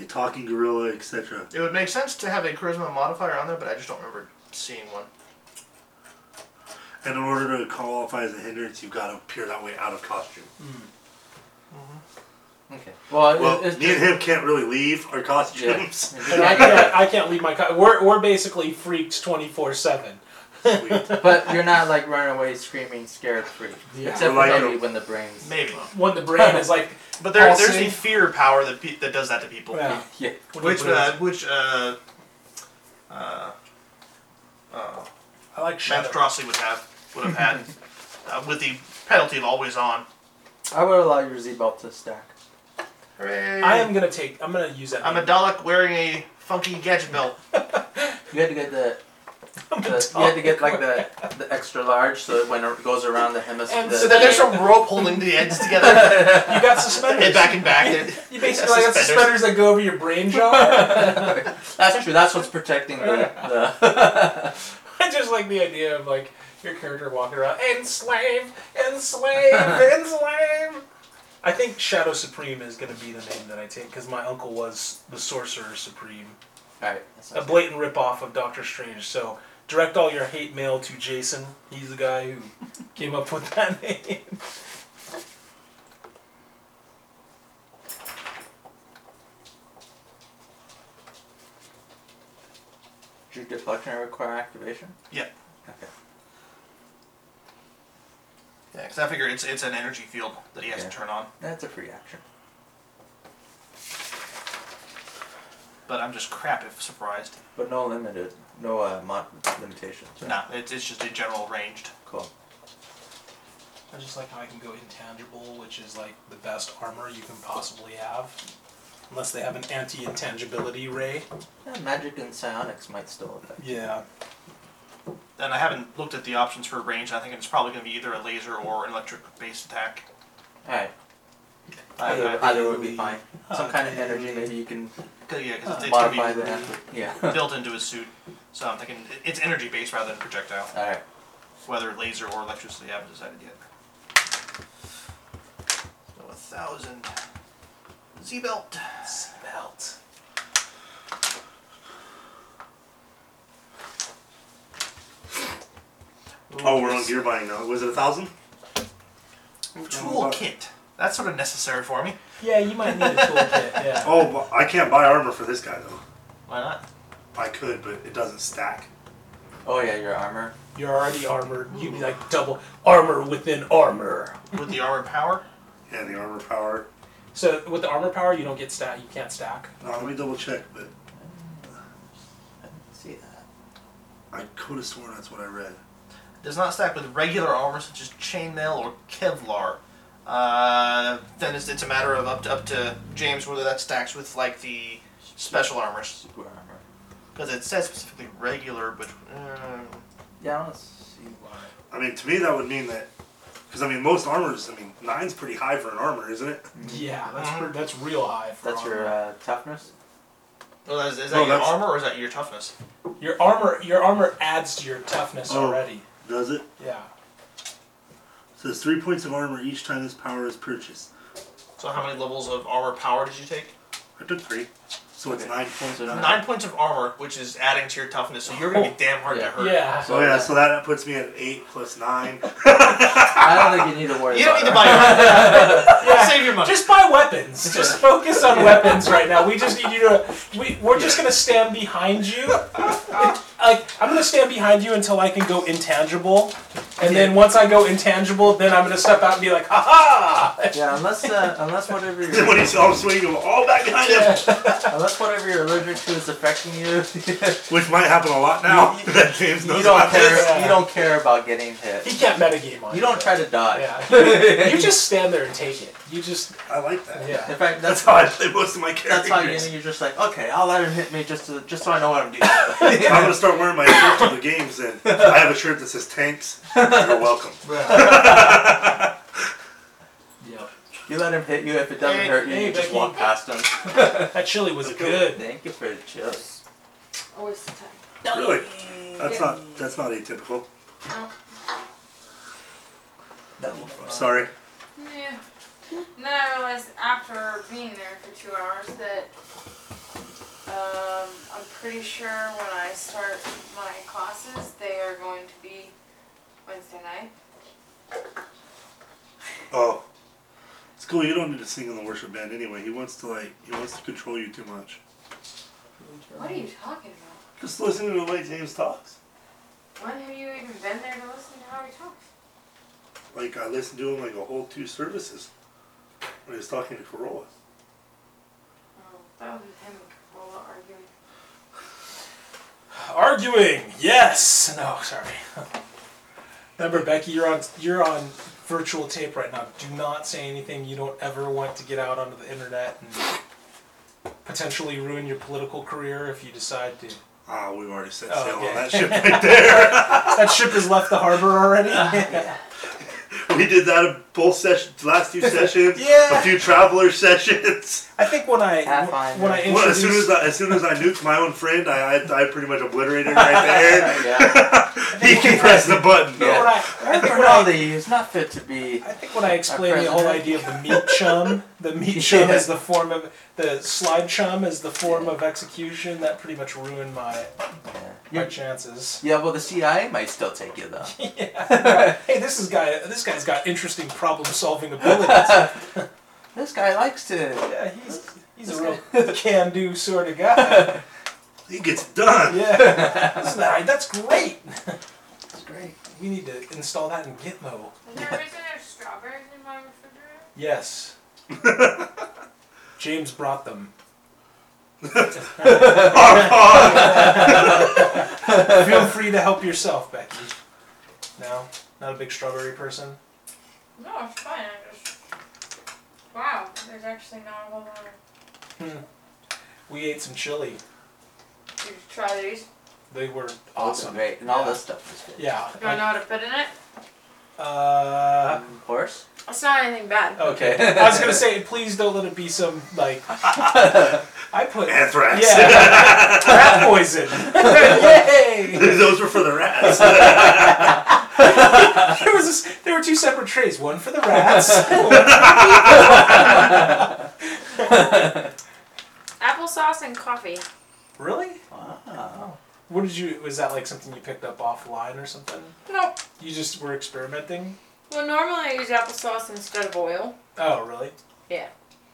Speaker 3: a talking gorilla, etc.
Speaker 1: It would make sense to have a charisma modifier on there, but I just don't remember seeing one.
Speaker 3: And in order to qualify as a hindrance, you've got to appear that way out of costume.
Speaker 4: Okay. Well,
Speaker 3: Well,
Speaker 4: it, it's
Speaker 3: me and
Speaker 4: just,
Speaker 3: him can't really leave our costumes.
Speaker 2: And I can't, I can't leave my car. We're, we're basically freaks 24 7.
Speaker 3: Sweet.
Speaker 4: but you're not like running away screaming, scared free.
Speaker 2: Yeah.
Speaker 4: Except
Speaker 3: Or like
Speaker 4: for maybe
Speaker 3: a-
Speaker 4: when the brains.
Speaker 1: Maybe,
Speaker 2: When the brain is like,
Speaker 1: but there,
Speaker 2: All
Speaker 1: there's
Speaker 2: seen.
Speaker 1: a fear power that pe- that does that to people.
Speaker 2: yeah.
Speaker 4: Yeah.
Speaker 2: When the
Speaker 1: Which
Speaker 2: brain
Speaker 1: uh,
Speaker 2: is-
Speaker 1: which uh, uh, uh,
Speaker 2: I like
Speaker 1: Matt
Speaker 2: shadow.
Speaker 1: Strossley would have would have had uh, with the penalty of always on.
Speaker 4: I would allow your Z belt to stack.
Speaker 1: Hooray!
Speaker 2: I am gonna take. I'm gonna use that.
Speaker 1: I'm a
Speaker 2: name.
Speaker 1: Dalek wearing a funky gadget belt.
Speaker 4: You had to get the. the you had to get like the the extra large so it when it goes around the hemisphere.
Speaker 2: And
Speaker 4: the,
Speaker 1: So then there's some rope holding the ends together,
Speaker 2: You got suspenders.
Speaker 1: and back and back. It,
Speaker 2: You basically got suspenders.
Speaker 1: Suspenders.
Speaker 2: that go over your brain jar.
Speaker 4: that's true. That's what's protecting the. the
Speaker 2: I just like the idea of like your character walking around enslave, enslave, enslave. I think Shadow Supreme is gonna be the name that I take because my uncle was the Sorcerer Supreme,
Speaker 4: All right.
Speaker 2: a blatant ripoff of Doctor Strange. So direct all your hate mail to Jason. He's the guy who came up with that name.
Speaker 4: Does your deflection require activation?
Speaker 1: Yeah.
Speaker 4: Okay.
Speaker 1: Yeah, because I figure it's it's an energy field that he has
Speaker 4: Yeah.
Speaker 1: to turn on.
Speaker 4: That's a free action.
Speaker 1: But I'm just crap if surprised.
Speaker 4: But no limited, no uh, mod limitations. right?
Speaker 1: Nah, it's, it's just a general ranged.
Speaker 4: Cool.
Speaker 2: I just like how I can go intangible, which is like the best armor you can possibly have. Unless they have an anti intangibility ray.
Speaker 4: Yeah, magic and psionics might still affect.
Speaker 2: Yeah.
Speaker 1: And I haven't looked at the options for range. I think it's probably going to be either a laser or an electric based attack.
Speaker 4: All right.
Speaker 1: I-
Speaker 4: Either,
Speaker 1: I-
Speaker 4: either would be fine. Some kind of energy, maybe you can
Speaker 1: yeah, because it's going
Speaker 4: modify
Speaker 1: to
Speaker 4: the.
Speaker 1: be
Speaker 4: Yeah.
Speaker 1: built into his suit. So I'm thinking it- it's energy based rather than projectile.
Speaker 4: All right.
Speaker 1: Whether laser or electricity, I haven't decided yet. So a thousand. Z belt.
Speaker 2: Belt.
Speaker 3: oh, we're on gear buying now. Was it a thousand?
Speaker 1: Toolkit. That's sort of necessary for me.
Speaker 2: Yeah, you might need a toolkit, yeah.
Speaker 3: Oh, but I can't buy armor for this guy though.
Speaker 1: Why not?
Speaker 3: I could, but it doesn't stack.
Speaker 4: Oh yeah, your armor.
Speaker 2: You're already armored. You'd be like double armor within armor.
Speaker 1: With the armor power?
Speaker 3: Yeah, the armor power.
Speaker 2: So with the armor power you don't get stack you can't stack.
Speaker 3: Now let me double check, but
Speaker 4: I didn't see that.
Speaker 3: I could have sworn that's what I read.
Speaker 1: does not stack with regular armor such as chainmail or Kevlar. Uh, then it's, it's a matter of up to up to James whether that stacks with like the special armors
Speaker 4: Square armor.
Speaker 1: because it says specifically regular, but um,
Speaker 4: Yeah, I don't see why.
Speaker 3: I mean, to me that would mean that, because I mean most armors. I mean nine's pretty high for an armor, isn't it?
Speaker 2: Yeah, that's pre- that's real high for
Speaker 4: That's
Speaker 2: armor.
Speaker 4: your uh, toughness.
Speaker 1: well, is, is that
Speaker 3: No,
Speaker 1: your
Speaker 3: that's-
Speaker 1: armor or is that your toughness?
Speaker 2: your armor your armor adds to your toughness
Speaker 3: uh, Oh.
Speaker 2: already.
Speaker 3: Does it?
Speaker 2: Yeah.
Speaker 3: So it's three points of armor each time this power is purchased.
Speaker 1: So how many levels of armor power did you take?
Speaker 3: I took three, so it's nine points.
Speaker 4: So
Speaker 1: Nine points of armor, which is adding to your toughness, so you're gonna be damn hard to
Speaker 4: Yeah.
Speaker 1: hurt.
Speaker 2: Yeah.
Speaker 3: Oh yeah, so that puts me at eight plus nine.
Speaker 4: I don't think you need to worry
Speaker 1: You don't
Speaker 4: about
Speaker 1: need to
Speaker 4: it.
Speaker 1: buy your
Speaker 2: Yeah.
Speaker 1: Save your money.
Speaker 2: Just buy weapons. Just focus on weapons right now. We just need you to. We, we're just gonna stand behind you. Like I'm gonna stand behind you until I can go intangible, and then once I go intangible, then I'm gonna step out and be like, ha ha.
Speaker 4: Yeah, unless uh, unless whatever
Speaker 3: Then when
Speaker 4: you're
Speaker 3: he saw him swing, he went all back behind him,
Speaker 4: unless whatever you're allergic to is affecting you,
Speaker 3: which might happen a lot now that James knows
Speaker 4: you don't
Speaker 3: about this.
Speaker 4: care. You don't care about getting
Speaker 2: He
Speaker 4: hit.
Speaker 2: can't metagame on
Speaker 4: You don't try to dodge.
Speaker 2: Yeah. You just stand there and take it. You just
Speaker 3: I like that.
Speaker 2: yeah.
Speaker 4: In fact,
Speaker 3: That's
Speaker 4: that's
Speaker 3: how I play most of my characters.
Speaker 4: that's how you you're just like okay, I'll let him hit me just to, just so I know what I'm doing.
Speaker 3: I'm gonna start wearing my shirt to the games, and I have a shirt that says "Tanks." You're welcome.
Speaker 2: Yeah.
Speaker 4: you let him hit you if it doesn't
Speaker 1: Hey,
Speaker 4: hurt you,
Speaker 2: hey,
Speaker 4: you just
Speaker 2: Becky.
Speaker 4: walk past him.
Speaker 2: That chili was good.
Speaker 4: Thank you for the chips.
Speaker 8: A waste of time.
Speaker 3: Really, that's not that's not atypical. Sorry.
Speaker 8: Yeah. And then I realized after being there for two hours that um, I'm pretty sure when I start my classes, they are going to be Wednesday night.
Speaker 3: Oh, it's cool. You don't need to sing in the worship band anyway. He wants to like he wants to control you too much.
Speaker 8: What are you talking about?
Speaker 3: Just listen to the way James talks.
Speaker 8: When have you even been there to listen to how he talks?
Speaker 3: Like I listened to him like a whole two services when he was talking to Corolla.
Speaker 8: Oh, that was him and Corolla arguing.
Speaker 2: Arguing. Yes. No. Sorry. Remember, Becky, you're on you're on virtual tape right now. Do not say anything you don't ever want to get out onto the internet and potentially ruin your political career if you decide to.
Speaker 3: Ah, we've already set
Speaker 2: Oh,
Speaker 3: sail
Speaker 2: okay.
Speaker 3: on that ship right there.
Speaker 2: That ship has left the harbor already.
Speaker 3: we did that in both sessions, last two sessions.
Speaker 2: Yeah.
Speaker 3: A few traveler sessions.
Speaker 2: I think when I
Speaker 4: Pathfinder.
Speaker 2: when I
Speaker 3: Well, as soon as
Speaker 2: introduced
Speaker 3: I, as soon as I nuked my own friend, I I, I pretty much obliterated him right there.
Speaker 4: yeah.
Speaker 3: he can press the button. though.
Speaker 4: Yeah.
Speaker 2: when I,
Speaker 4: I
Speaker 2: I
Speaker 4: think
Speaker 2: think when I
Speaker 4: Rinaldi is not fit to be.
Speaker 2: I think when I explained the whole idea of the meat chum, the meat chum as the form of the slide chum as the form of execution, that pretty much ruined my my
Speaker 4: Yeah.
Speaker 2: chances.
Speaker 4: Yeah, well, the CIA might still take you though.
Speaker 2: Hey, this is guy. This guy's got interesting problem solving abilities.
Speaker 4: This guy likes to.
Speaker 2: yeah, he's he's a real can do sort of guy.
Speaker 3: He gets done.
Speaker 2: Yeah, Listen, I- that's great.
Speaker 4: It's great.
Speaker 2: We need to install that in Gitmo.
Speaker 8: Is there a reason there's strawberries in my refrigerator?
Speaker 2: Yes. James brought them. Feel free to help yourself, Becky. No, not a big strawberry person.
Speaker 8: No, it's fine. I just. Wow, there's actually not a whole lot of.
Speaker 2: We ate some chili.
Speaker 8: Did you try these?
Speaker 2: They were
Speaker 4: Awesome.
Speaker 2: awesome.
Speaker 4: Great. And all
Speaker 2: Yeah.
Speaker 4: this stuff is good.
Speaker 2: Yeah.
Speaker 8: Do I know how to fit in it?
Speaker 4: Mm,
Speaker 2: Uh,
Speaker 4: Horse?
Speaker 8: It's not anything bad.
Speaker 2: okay.
Speaker 4: Okay.
Speaker 2: I was gonna say, please don't let it be some like. I put. Yeah.
Speaker 3: Anthrax.
Speaker 2: rat poison. Yay!
Speaker 3: Those were for the rats.
Speaker 2: There was this, there were two separate trays. One for the rats.
Speaker 8: Applesauce and coffee.
Speaker 2: really?
Speaker 4: Wow.
Speaker 2: What did you? Was that like something you picked up offline or something?
Speaker 8: No.
Speaker 2: You just were experimenting.
Speaker 8: Well, normally I use applesauce instead of oil.
Speaker 2: Oh, really?
Speaker 8: Yeah.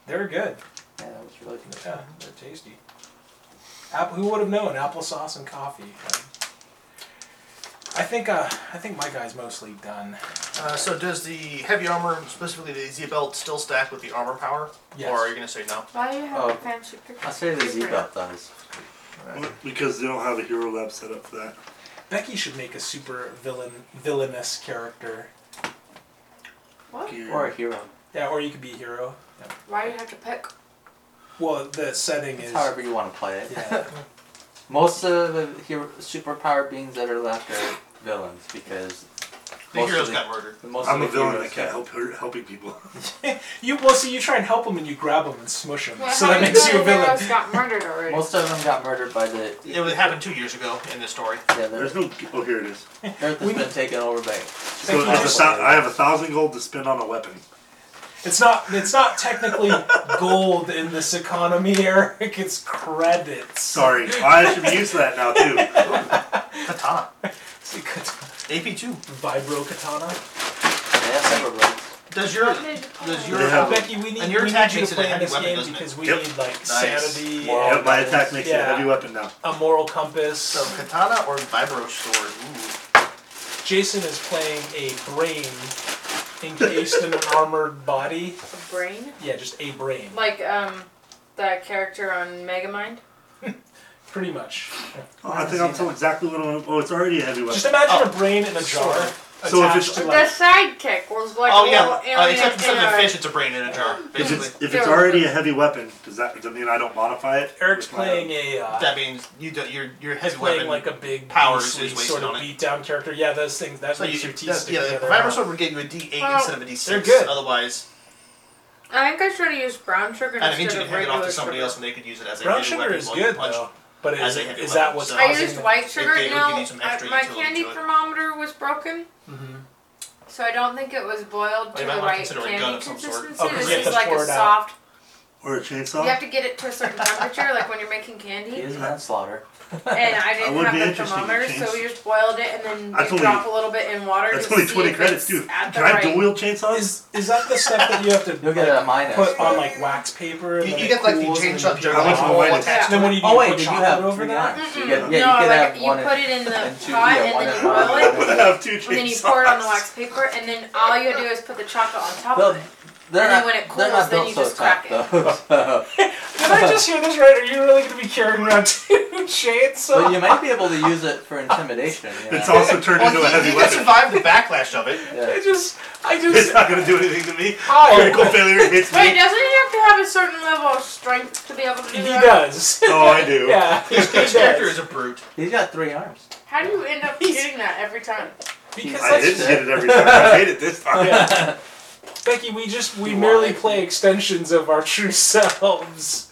Speaker 2: They're good.
Speaker 4: Yeah, that was really good.
Speaker 2: Yeah, they're tasty. Apple, who would have known applesauce and coffee? Like, I think uh, I think my guy's mostly done.
Speaker 1: Uh, so does the heavy armor, specifically the Z belt, still stack with the armor power?
Speaker 2: Yes.
Speaker 1: Or are you gonna say no?
Speaker 8: Why do you have
Speaker 4: Oh.
Speaker 8: a fancy picture?
Speaker 4: I'll say the Z belt does.
Speaker 3: because they don't have a hero lab set up for that.
Speaker 2: Becky should make a super villain villainous character.
Speaker 8: What?
Speaker 4: Or a hero.
Speaker 2: Yeah, or you could be a hero.
Speaker 8: Why do you have to pick?
Speaker 2: Well, the setting
Speaker 4: It's
Speaker 2: is.
Speaker 4: however you want to play it.
Speaker 2: Yeah.
Speaker 4: Most of the hero, superpower beings that are left are villains because
Speaker 1: The
Speaker 4: Most
Speaker 1: heroes
Speaker 4: of the-
Speaker 1: got murdered.
Speaker 4: most
Speaker 3: I'm a
Speaker 4: of the
Speaker 3: villain that
Speaker 4: heroes
Speaker 3: can't help her, helping people.
Speaker 2: You well, see, you try and help him and you grab him and smush him,
Speaker 8: Well,
Speaker 2: so
Speaker 8: how
Speaker 2: that
Speaker 8: many
Speaker 2: makes you a
Speaker 8: other
Speaker 2: villain.
Speaker 8: heroes got murdered already.
Speaker 4: Most of them got murdered by the.
Speaker 1: It would- happened two years ago in this story.
Speaker 4: Yeah, the
Speaker 3: There's no. Oh, here it is.
Speaker 4: Earth has
Speaker 2: We-
Speaker 4: been taken over by.
Speaker 3: So
Speaker 2: Thank you.
Speaker 3: it's a thou- I have a thousand gold to spend on a weapon.
Speaker 2: It's not. It's not technically gold in this economy, Eric. It's credits.
Speaker 3: Sorry, I should be used to that now too.
Speaker 1: Katana.
Speaker 2: It's a kat-
Speaker 1: AP two.
Speaker 2: Vibro katana.
Speaker 1: Does your
Speaker 8: Does
Speaker 1: does
Speaker 8: your
Speaker 1: your
Speaker 3: They have-
Speaker 2: oh, Becky, we need,
Speaker 1: and your
Speaker 2: we
Speaker 1: attack
Speaker 2: need you
Speaker 1: makes it
Speaker 2: to
Speaker 1: a
Speaker 2: play in
Speaker 1: heavy
Speaker 2: this
Speaker 1: weapon,
Speaker 2: game
Speaker 1: doesn't it?
Speaker 2: because we
Speaker 3: Yep.
Speaker 2: need
Speaker 1: Nice.
Speaker 2: like sanity,
Speaker 4: Moral
Speaker 3: Yep, my
Speaker 2: and,
Speaker 3: attack makes it a heavy weapon now.
Speaker 2: a moral compass.
Speaker 1: so katana or vibro sword?
Speaker 2: Jason is playing a brain encased in an armored body.
Speaker 8: a brain?
Speaker 2: Yeah, just a brain,
Speaker 8: Like um, that character on Megamind.
Speaker 2: pretty much.
Speaker 3: Oh, I think I'm told exactly what I'm. Oh, it's already a heavy
Speaker 2: Just
Speaker 3: weapon.
Speaker 2: imagine
Speaker 1: Oh.
Speaker 2: a brain in a jar
Speaker 1: Sorry.
Speaker 3: So if
Speaker 2: attached
Speaker 3: it's-
Speaker 2: to
Speaker 8: The
Speaker 2: like.
Speaker 8: sidekick was like
Speaker 1: oh
Speaker 8: a
Speaker 1: yeah,
Speaker 8: little
Speaker 1: uh,
Speaker 8: alien
Speaker 1: except instead of
Speaker 8: in
Speaker 1: a
Speaker 8: a-
Speaker 1: fish, it's a brain in a jar.
Speaker 3: If
Speaker 1: Basically,
Speaker 3: it's, if it's already a heavy weapon, does that does that mean I don't modify it?
Speaker 2: Eric's
Speaker 3: With my-
Speaker 2: playing a. Uh,
Speaker 1: that means you do, your your heavy
Speaker 2: He's playing
Speaker 1: weapon
Speaker 2: like a big
Speaker 1: powers
Speaker 2: beastly
Speaker 1: is wasted
Speaker 2: sort of
Speaker 1: on it.
Speaker 2: beat down character. Yeah, those things that
Speaker 1: So you,
Speaker 2: makes your
Speaker 1: should
Speaker 2: teeth stick
Speaker 1: yeah, the
Speaker 2: together.
Speaker 1: vibro sword would get you a D8
Speaker 8: Well,
Speaker 1: instead of a D6.
Speaker 2: they're good.
Speaker 1: Otherwise,
Speaker 8: I think I should have used brown sugar
Speaker 1: and it means you
Speaker 8: instead
Speaker 1: can
Speaker 8: of
Speaker 1: hand it off
Speaker 8: regular
Speaker 1: to somebody
Speaker 8: sugar.
Speaker 1: else and they could use it as a
Speaker 2: Brown
Speaker 1: heavy
Speaker 2: sugar
Speaker 1: weapon
Speaker 2: is
Speaker 1: while you
Speaker 2: good
Speaker 1: punch.
Speaker 2: though, but
Speaker 1: as
Speaker 2: is,
Speaker 1: a
Speaker 2: it-
Speaker 1: heavy
Speaker 2: is that
Speaker 1: weapon,
Speaker 2: what's
Speaker 1: so-
Speaker 8: I
Speaker 2: causing?
Speaker 8: used
Speaker 2: it?
Speaker 8: white
Speaker 1: It-
Speaker 8: sugar.
Speaker 1: it would give
Speaker 8: no,
Speaker 1: you some
Speaker 8: I,
Speaker 1: extra
Speaker 8: my
Speaker 1: utility
Speaker 8: candy
Speaker 1: to it.
Speaker 8: thermometer was broken,
Speaker 2: Mhm.
Speaker 8: so I don't think it was boiled
Speaker 1: Well,
Speaker 8: to
Speaker 1: you
Speaker 8: the
Speaker 1: might wanna
Speaker 8: right
Speaker 1: consider a gun
Speaker 8: candy
Speaker 1: of some sort.
Speaker 8: consistency.
Speaker 2: Oh, 'cause
Speaker 8: this
Speaker 1: you have
Speaker 8: is
Speaker 1: to
Speaker 8: like a
Speaker 2: pour it out.
Speaker 8: soft.
Speaker 3: Or a chainsaw?
Speaker 8: You have to get it to a certain temperature, like when you're making candy.
Speaker 4: He is manslaughter.
Speaker 8: and I didn't
Speaker 3: would be
Speaker 8: have the
Speaker 3: interested in
Speaker 8: thermometer, so
Speaker 3: chains.
Speaker 8: we just boiled it and then
Speaker 3: That's
Speaker 8: you
Speaker 3: only-
Speaker 8: drop a little bit in water.
Speaker 3: That's
Speaker 8: to
Speaker 3: only
Speaker 8: see
Speaker 3: 20
Speaker 8: if
Speaker 3: credits,
Speaker 8: it's
Speaker 3: dude.
Speaker 8: At the
Speaker 3: Can I
Speaker 8: right.
Speaker 3: dual wheel chainsaws?
Speaker 2: Is is that the stuff that you have to
Speaker 4: You'll get
Speaker 2: like,
Speaker 4: a minus.
Speaker 2: put on like wax paper? And
Speaker 1: You,
Speaker 2: then
Speaker 1: you
Speaker 2: it
Speaker 1: get like the
Speaker 2: cools and
Speaker 1: chain
Speaker 2: then
Speaker 1: shot
Speaker 2: you
Speaker 1: jar
Speaker 2: put
Speaker 3: How
Speaker 2: it
Speaker 3: much
Speaker 2: on.
Speaker 3: will mine is?
Speaker 8: Yeah.
Speaker 2: Then what do you do?
Speaker 4: Oh
Speaker 2: put
Speaker 4: wait, did you
Speaker 2: chocolate
Speaker 4: have
Speaker 2: over
Speaker 4: three
Speaker 2: that?
Speaker 4: knives? You
Speaker 8: Mm-mm.
Speaker 4: get, yeah,
Speaker 8: no,
Speaker 4: you can
Speaker 8: like
Speaker 4: have
Speaker 8: you
Speaker 4: one
Speaker 8: put
Speaker 4: in-
Speaker 8: it in the
Speaker 4: and two-
Speaker 8: pot
Speaker 4: yeah,
Speaker 8: and
Speaker 4: one
Speaker 8: then
Speaker 4: in
Speaker 8: you
Speaker 4: one.
Speaker 8: boil
Speaker 3: I'm
Speaker 8: it,
Speaker 3: gonna have two chainsaws.
Speaker 8: and then you pour it on the wax paper, and then all you do is put the chocolate on top
Speaker 4: Well,
Speaker 8: of it.
Speaker 4: they're
Speaker 8: And then
Speaker 4: not,
Speaker 8: when it
Speaker 4: they're
Speaker 8: cools,
Speaker 4: not
Speaker 8: then
Speaker 4: built
Speaker 8: you
Speaker 4: so
Speaker 8: just
Speaker 4: tough,
Speaker 8: crack
Speaker 4: though. so,
Speaker 2: Did I just hear this right? Are you really going to be carrying around two chainsaws?
Speaker 4: but you might be able to use it for intimidation. You know?
Speaker 3: It's also turned
Speaker 1: Well,
Speaker 3: into a
Speaker 1: he,
Speaker 3: heavy
Speaker 1: he can
Speaker 3: weapon.
Speaker 1: survive the backlash of it.
Speaker 4: Yeah.
Speaker 2: I just, I
Speaker 3: It's
Speaker 2: just.
Speaker 3: not gonna do anything to me.
Speaker 8: Oh.
Speaker 3: Critical
Speaker 2: Hi.
Speaker 3: failure hits
Speaker 8: Wait,
Speaker 3: me.
Speaker 8: doesn't he have to have a certain level of strength to be able to
Speaker 2: He
Speaker 8: do that?
Speaker 2: does.
Speaker 3: Oh, I do.
Speaker 2: Yeah, he
Speaker 1: His character
Speaker 2: does.
Speaker 1: is a brute.
Speaker 4: He's got three arms.
Speaker 8: How do you end up
Speaker 2: He's-
Speaker 8: getting that every time?
Speaker 2: Because
Speaker 3: I
Speaker 2: that's
Speaker 3: didn't get it every time. I made it this time.
Speaker 2: Yeah. Becky, we just we merely
Speaker 4: Why?
Speaker 2: play extensions of our true selves.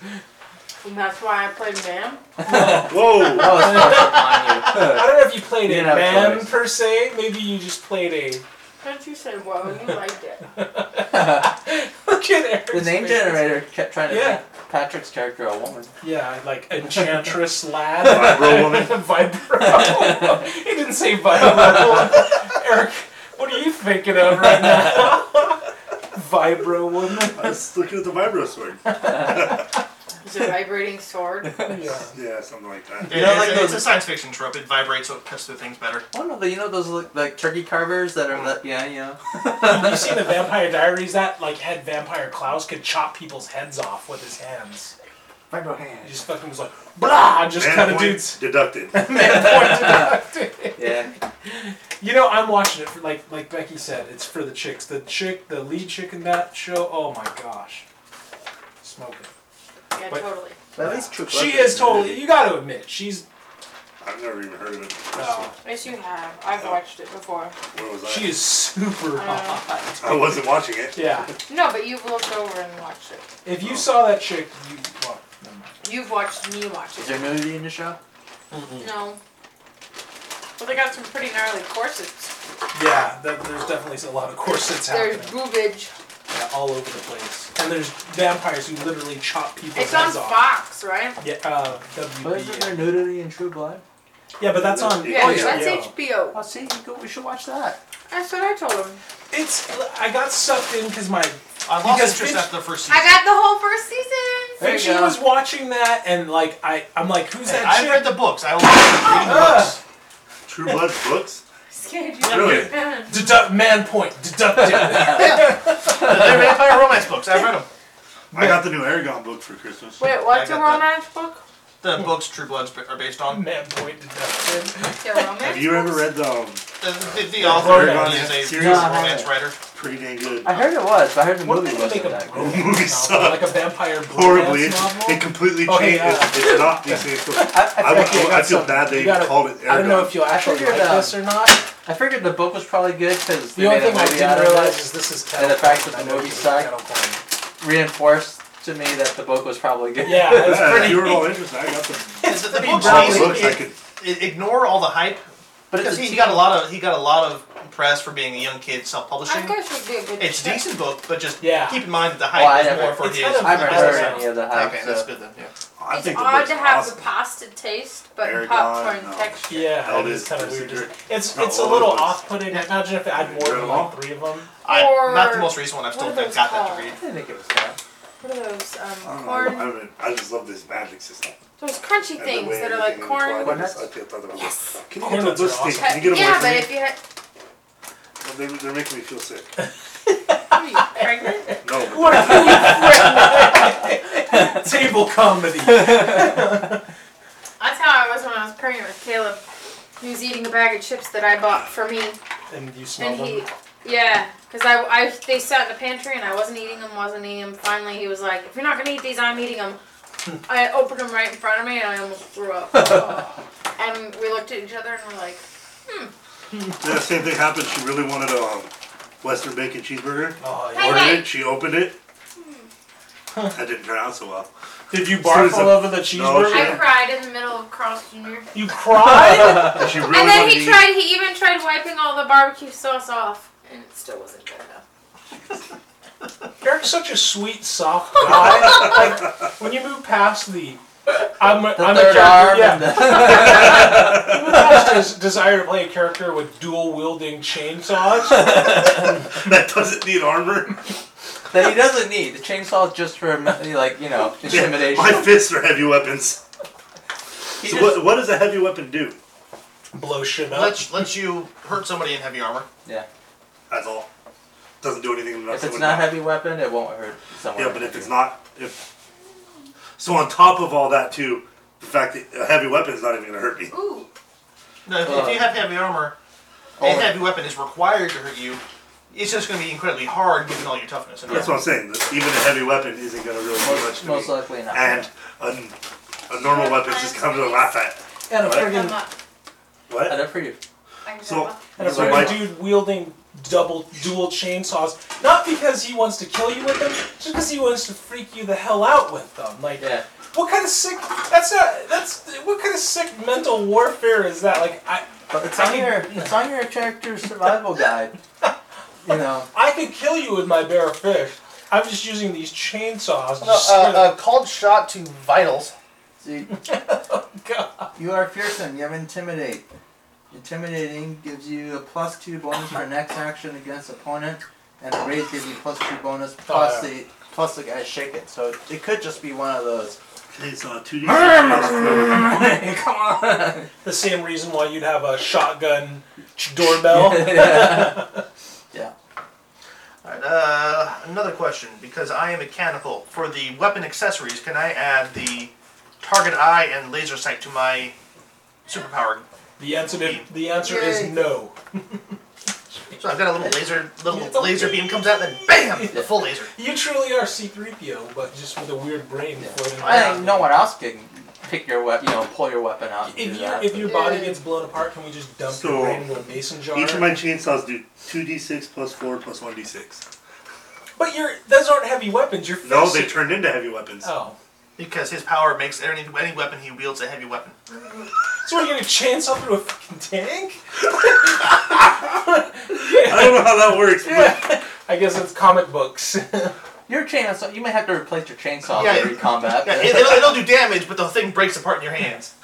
Speaker 8: And that's why I played Bam.
Speaker 3: Whoa!
Speaker 4: Oh, it's
Speaker 2: I don't know if you played a
Speaker 4: You didn't have a
Speaker 2: man
Speaker 4: choice.
Speaker 2: per se. Maybe you just played a.
Speaker 8: Don't you say, well, you liked it.
Speaker 2: Look at Eric's
Speaker 4: The name
Speaker 2: face.
Speaker 4: generator kept trying to
Speaker 2: Yeah.
Speaker 4: make Patrick's character a woman.
Speaker 2: Yeah, like enchantress lad.
Speaker 3: Vibro woman.
Speaker 2: Vibro. he didn't say vibro. Eric, what are you thinking of right now? Vibro woman.
Speaker 3: I was looking at the vibro sword.
Speaker 8: Is it vibrating sword?
Speaker 2: Yeah.
Speaker 3: Yeah, something like that.
Speaker 1: It-
Speaker 4: know,
Speaker 1: it's,
Speaker 4: like
Speaker 1: it's
Speaker 4: those-
Speaker 1: a science fiction trope. It vibrates so it cuts through things better.
Speaker 4: One of the, you know those like, like turkey carvers that are, that, yeah, you know.
Speaker 2: Have you seen the Vampire Diaries? That like had Vampire Klaus could chop people's heads off with his hands.
Speaker 4: Vibro
Speaker 2: He
Speaker 4: hand.
Speaker 2: just fucking was like, blah, and just
Speaker 3: Man
Speaker 2: kind of
Speaker 3: point
Speaker 2: dudes.
Speaker 3: deducted.
Speaker 2: Man point to-
Speaker 4: Yeah.
Speaker 2: You know, I'm watching it for like like Becky said, it's for the chicks. The chick, the lead chick in that show. Oh my gosh, smoking.
Speaker 8: Yeah,
Speaker 2: Wait.
Speaker 8: totally.
Speaker 4: At least True
Speaker 2: She
Speaker 4: Colors
Speaker 2: is totally. You got to admit, she's.
Speaker 3: I've never even heard of it.
Speaker 2: Uh,
Speaker 8: Yes, you have. I've watched it before. Um,
Speaker 3: Where was I?
Speaker 2: she is super
Speaker 8: Uh,
Speaker 2: hot.
Speaker 3: I wasn't watching it.
Speaker 2: Yeah.
Speaker 8: No, but you've looked over and watched it.
Speaker 2: If you saw that chick, you. Well, never mind.
Speaker 8: You've watched me watch
Speaker 4: Is
Speaker 8: it.
Speaker 4: there nudity in the show?
Speaker 8: No. Well, they got some pretty gnarly corsets.
Speaker 2: yeah, that, there's definitely a lot of corsets
Speaker 8: There's
Speaker 2: happening
Speaker 8: boobage.
Speaker 2: yeah, all over the place, and there's vampires who literally chop people's
Speaker 8: It's on
Speaker 2: heads off.
Speaker 8: Fox, right?
Speaker 2: Yeah, uh,
Speaker 4: But isn't there
Speaker 2: WB.
Speaker 4: nudity in True Blood?
Speaker 2: Yeah, but that's on.
Speaker 8: Yeah,
Speaker 3: Oh, yeah.
Speaker 8: that's
Speaker 2: HBO.
Speaker 8: HBO.
Speaker 4: Oh, see, you go, we should watch that.
Speaker 8: That's what I told him.
Speaker 2: It's. I got sucked in because my
Speaker 1: I lost
Speaker 2: Because
Speaker 1: interest
Speaker 2: Finch-
Speaker 1: after the first season.
Speaker 8: I got the whole first season.
Speaker 4: There you
Speaker 2: She
Speaker 4: go.
Speaker 2: was watching that, and like I, I'm like, who's
Speaker 1: Hey,
Speaker 2: that
Speaker 1: I've
Speaker 2: chick?
Speaker 1: read the books. I was
Speaker 3: True Blood books?
Speaker 8: Scared you.
Speaker 3: Really?
Speaker 2: Deduct man point. Deducted.
Speaker 1: reading books. They're vampire romance books. I've read them.
Speaker 3: I got the new Aragon book for Christmas.
Speaker 8: Wait, what's
Speaker 1: I
Speaker 8: a
Speaker 1: got that.
Speaker 8: romance book?
Speaker 1: The books True Bloods are based on.
Speaker 2: man point deducted.
Speaker 8: Yeah, romance
Speaker 3: Have you ever read the um,
Speaker 1: The, the, the
Speaker 2: Romance.
Speaker 1: author is a
Speaker 3: Serious
Speaker 1: romance
Speaker 4: romance.
Speaker 1: writer.
Speaker 3: pretty dang good
Speaker 4: I heard it was, but I heard the
Speaker 2: What
Speaker 4: movie
Speaker 2: did they make
Speaker 4: wasn't
Speaker 2: a
Speaker 4: that good.
Speaker 2: romance
Speaker 3: Movie
Speaker 2: novel,
Speaker 3: sucked.
Speaker 2: Like a vampire
Speaker 3: horribly?
Speaker 2: romance
Speaker 3: It,
Speaker 2: novel.
Speaker 3: it completely
Speaker 2: Oh,
Speaker 3: changed.
Speaker 2: yeah.
Speaker 3: It's, it's not the same story.
Speaker 4: I, I,
Speaker 3: I,
Speaker 4: figured,
Speaker 3: I, I feel bad they
Speaker 2: You gotta-
Speaker 3: called it Aragon.
Speaker 2: I don't know if you'll actually
Speaker 4: figured,
Speaker 2: like
Speaker 4: uh,
Speaker 2: this or not.
Speaker 4: I figured the book was probably good because
Speaker 2: The
Speaker 4: they
Speaker 2: only
Speaker 4: made a
Speaker 2: thing I
Speaker 4: movie out
Speaker 2: didn't
Speaker 4: of
Speaker 2: realize
Speaker 4: it.
Speaker 2: is this is
Speaker 4: and the fact that the
Speaker 2: Kettle
Speaker 4: movie
Speaker 2: Corn.
Speaker 4: sucked.
Speaker 2: Kettle Corn.
Speaker 4: Reinforced to me that the book was probably good.
Speaker 2: Yeah,
Speaker 3: Yeah,
Speaker 2: that's
Speaker 3: if
Speaker 2: pretty.
Speaker 3: you were all interested. I got the
Speaker 1: The, the
Speaker 2: pretty
Speaker 1: books
Speaker 2: broadly-
Speaker 1: basically-
Speaker 3: books. I could
Speaker 1: I- ignore all the hype
Speaker 4: But it's
Speaker 1: Because
Speaker 4: a
Speaker 1: he,
Speaker 4: teen-
Speaker 1: he got a lot of he got a lot of press for being a young kid
Speaker 8: I
Speaker 1: self-publishing.
Speaker 8: guess would be a good.
Speaker 1: It's a
Speaker 8: check.
Speaker 1: decent book, but just
Speaker 2: Yeah.
Speaker 1: keep in mind that the
Speaker 4: Oh, I
Speaker 1: hype is
Speaker 4: never-
Speaker 1: more for
Speaker 2: It's
Speaker 1: his.
Speaker 2: kind of-
Speaker 4: I haven't heard
Speaker 1: business.
Speaker 4: any of the hype.
Speaker 1: Okay,
Speaker 4: so.
Speaker 1: that's good then. Yeah.
Speaker 3: I
Speaker 8: It's
Speaker 3: think the
Speaker 8: odd
Speaker 3: book's
Speaker 8: to have
Speaker 3: awesome.
Speaker 8: the pasta taste, but
Speaker 3: Aragon,
Speaker 8: popcorn
Speaker 3: no.
Speaker 8: texture.
Speaker 2: Yeah,
Speaker 3: Held
Speaker 2: it is
Speaker 3: is
Speaker 2: kind of weird.
Speaker 3: disagree-
Speaker 2: isn't it? It's
Speaker 3: No,
Speaker 2: it's a
Speaker 3: all
Speaker 2: little
Speaker 3: of us.
Speaker 2: off-putting. Imagine if I had more than like three of them.
Speaker 1: I,
Speaker 8: Or-
Speaker 1: not the most recent one. I've
Speaker 8: what
Speaker 1: still
Speaker 8: are those
Speaker 1: got that
Speaker 8: called?
Speaker 1: to read.
Speaker 4: I think it was fun.
Speaker 8: What are those
Speaker 3: I
Speaker 8: um,
Speaker 3: don't know. I,
Speaker 8: corn?
Speaker 3: haven't- I just love this magic system.
Speaker 8: Those crunchy
Speaker 3: And the
Speaker 8: things
Speaker 3: way
Speaker 8: that are like
Speaker 3: everything
Speaker 8: corn.
Speaker 3: intertwined, I just-
Speaker 4: Corn
Speaker 3: I think I thought that was-
Speaker 8: Yes.
Speaker 3: Can you
Speaker 2: Corn
Speaker 3: get
Speaker 2: nuts
Speaker 3: those
Speaker 2: are
Speaker 3: those things?
Speaker 2: awesome.
Speaker 3: Can you get them away
Speaker 8: yeah, but
Speaker 3: from
Speaker 8: if you had,
Speaker 3: me? They, they're making me feel sick.
Speaker 8: are you pregnant?
Speaker 3: No, but
Speaker 2: What a table comedy.
Speaker 8: That's how I was when I was pregnant with Caleb. He was eating a bag of chips that I bought for me,
Speaker 2: And you smell
Speaker 8: and he,
Speaker 2: them.
Speaker 8: yeah, because I, I, they sat in the pantry and I wasn't eating them, wasn't eating them. Finally, he was like, "If you're not gonna eat these, I'm eating them." I opened them right in front of me, and I almost threw up. and we looked at each other and we're like,
Speaker 3: Yeah, same thing happened. She really wanted a um, Western bacon cheeseburger.
Speaker 2: Oh, yeah.
Speaker 8: Hey,
Speaker 3: Ordered
Speaker 8: hey.
Speaker 3: it. She opened it. That didn't turn out so well.
Speaker 2: Did you
Speaker 3: soon
Speaker 2: barf
Speaker 3: as
Speaker 2: all
Speaker 3: I-
Speaker 2: over the cheeseburger?
Speaker 8: I cried in the middle of Carl's Jr.
Speaker 2: You cried?
Speaker 3: And she really
Speaker 8: And then
Speaker 3: wanted
Speaker 8: he
Speaker 3: to eat-
Speaker 8: tried. He even tried wiping all the barbecue sauce off, and it still wasn't good enough.
Speaker 2: Eric's such a sweet, soft guy. like, when you move past the. I'm a,
Speaker 4: The
Speaker 2: I'm a
Speaker 4: third
Speaker 2: character.
Speaker 4: arm.
Speaker 2: yeah.
Speaker 4: And the
Speaker 2: You move past his desire to play a character with dual wielding chainsaws.
Speaker 3: That doesn't need armor.
Speaker 4: that he doesn't need. The chainsaw is just for like you know intimidation.
Speaker 3: My fists are heavy weapons.
Speaker 4: He
Speaker 3: So
Speaker 4: just-
Speaker 3: what, what does a heavy weapon do?
Speaker 2: Blow shit up.
Speaker 1: Let's let you hurt somebody in heavy armor.
Speaker 4: yeah.
Speaker 3: That's all. Doesn't do anything. to knock
Speaker 4: If it's
Speaker 3: someone
Speaker 4: not
Speaker 3: down.
Speaker 4: heavy weapon, it won't hurt someone.
Speaker 3: Yeah, but if it's not, if so, on top of all that too, the fact that a heavy weapon is not even going to hurt me.
Speaker 8: Ooh,
Speaker 1: No, if, if you have heavy armor, a
Speaker 4: Only-
Speaker 1: heavy weapon is required to hurt you. It's just going to be incredibly hard given all your toughness. And
Speaker 3: That's what I'm saying. that Even a heavy weapon isn't going to really do much
Speaker 4: most,
Speaker 3: to
Speaker 4: most
Speaker 3: me.
Speaker 4: likely not.
Speaker 3: And a, a normal weapon just comes to laugh at.
Speaker 2: and a
Speaker 3: What?
Speaker 8: I'm
Speaker 2: friggin',
Speaker 8: up.
Speaker 4: I
Speaker 3: What?
Speaker 4: don't for you.
Speaker 8: I can
Speaker 3: So,
Speaker 8: go up.
Speaker 2: and a
Speaker 3: so
Speaker 2: friggin'
Speaker 3: my,
Speaker 2: dude wielding double dual chainsaws. Not because he wants to kill you with them, just because he wants to freak you the hell out with them. Like,
Speaker 4: Yeah.
Speaker 2: What kind of sick? That's not. That's what kind of sick mental warfare is that? Like I,
Speaker 4: But it's
Speaker 2: I
Speaker 4: on
Speaker 2: mean-
Speaker 4: your it's on your character's survival guide. You know.
Speaker 2: I could kill you with my bare fist. I'm just using these chainsaws. to
Speaker 1: No, uh,
Speaker 2: scare the-
Speaker 1: uh, called shot to vitals.
Speaker 4: See,
Speaker 2: God.
Speaker 4: you are fearsome. You have intimidate. Intimidating gives you a plus two bonus for next action against opponent, and the raise gives you plus two bonus plus
Speaker 2: yeah.
Speaker 4: the plus the guy shake it. So it could just be one of those.
Speaker 3: okay, so a 2D6.
Speaker 4: Come on.
Speaker 2: The same reason why you'd have a shotgun ch- doorbell.
Speaker 1: All right, uh, another question. Because I am mechanical, for the weapon accessories, can I add the target eye and laser sight to my superpower?
Speaker 2: the answer. To, the answer is
Speaker 4: Yay.
Speaker 2: no.
Speaker 1: So I've got a little laser, little laser beam comes out, then bam, the full laser.
Speaker 2: You truly are C-3PO, but just with a weird brain floating
Speaker 4: I think
Speaker 2: around.
Speaker 4: no one else can pick your weapon. You know, pull your weapon out. And do
Speaker 2: If your
Speaker 4: that,
Speaker 2: if
Speaker 4: but-
Speaker 2: your body gets blown apart, can we just dump
Speaker 3: So,
Speaker 2: your brain into a mason jar?
Speaker 3: Each of my chainsaws do 2D6 plus 4 plus 1D6.
Speaker 2: but you're those aren't heavy weapons. You're
Speaker 3: No, they turned into heavy weapons.
Speaker 2: Oh.
Speaker 1: Because his power makes any, any weapon he wields a heavy weapon.
Speaker 2: So we're gonna chainsaw through a fucking tank?
Speaker 3: I don't know how that works, but
Speaker 2: I guess it's comic books. Oh
Speaker 4: Your chainsaw, you may have to replace your chainsaw
Speaker 1: Yeah,
Speaker 4: every
Speaker 1: yeah.
Speaker 4: combat.
Speaker 1: Yeah, it, it'll, it'll do damage, but the thing breaks apart in your hands.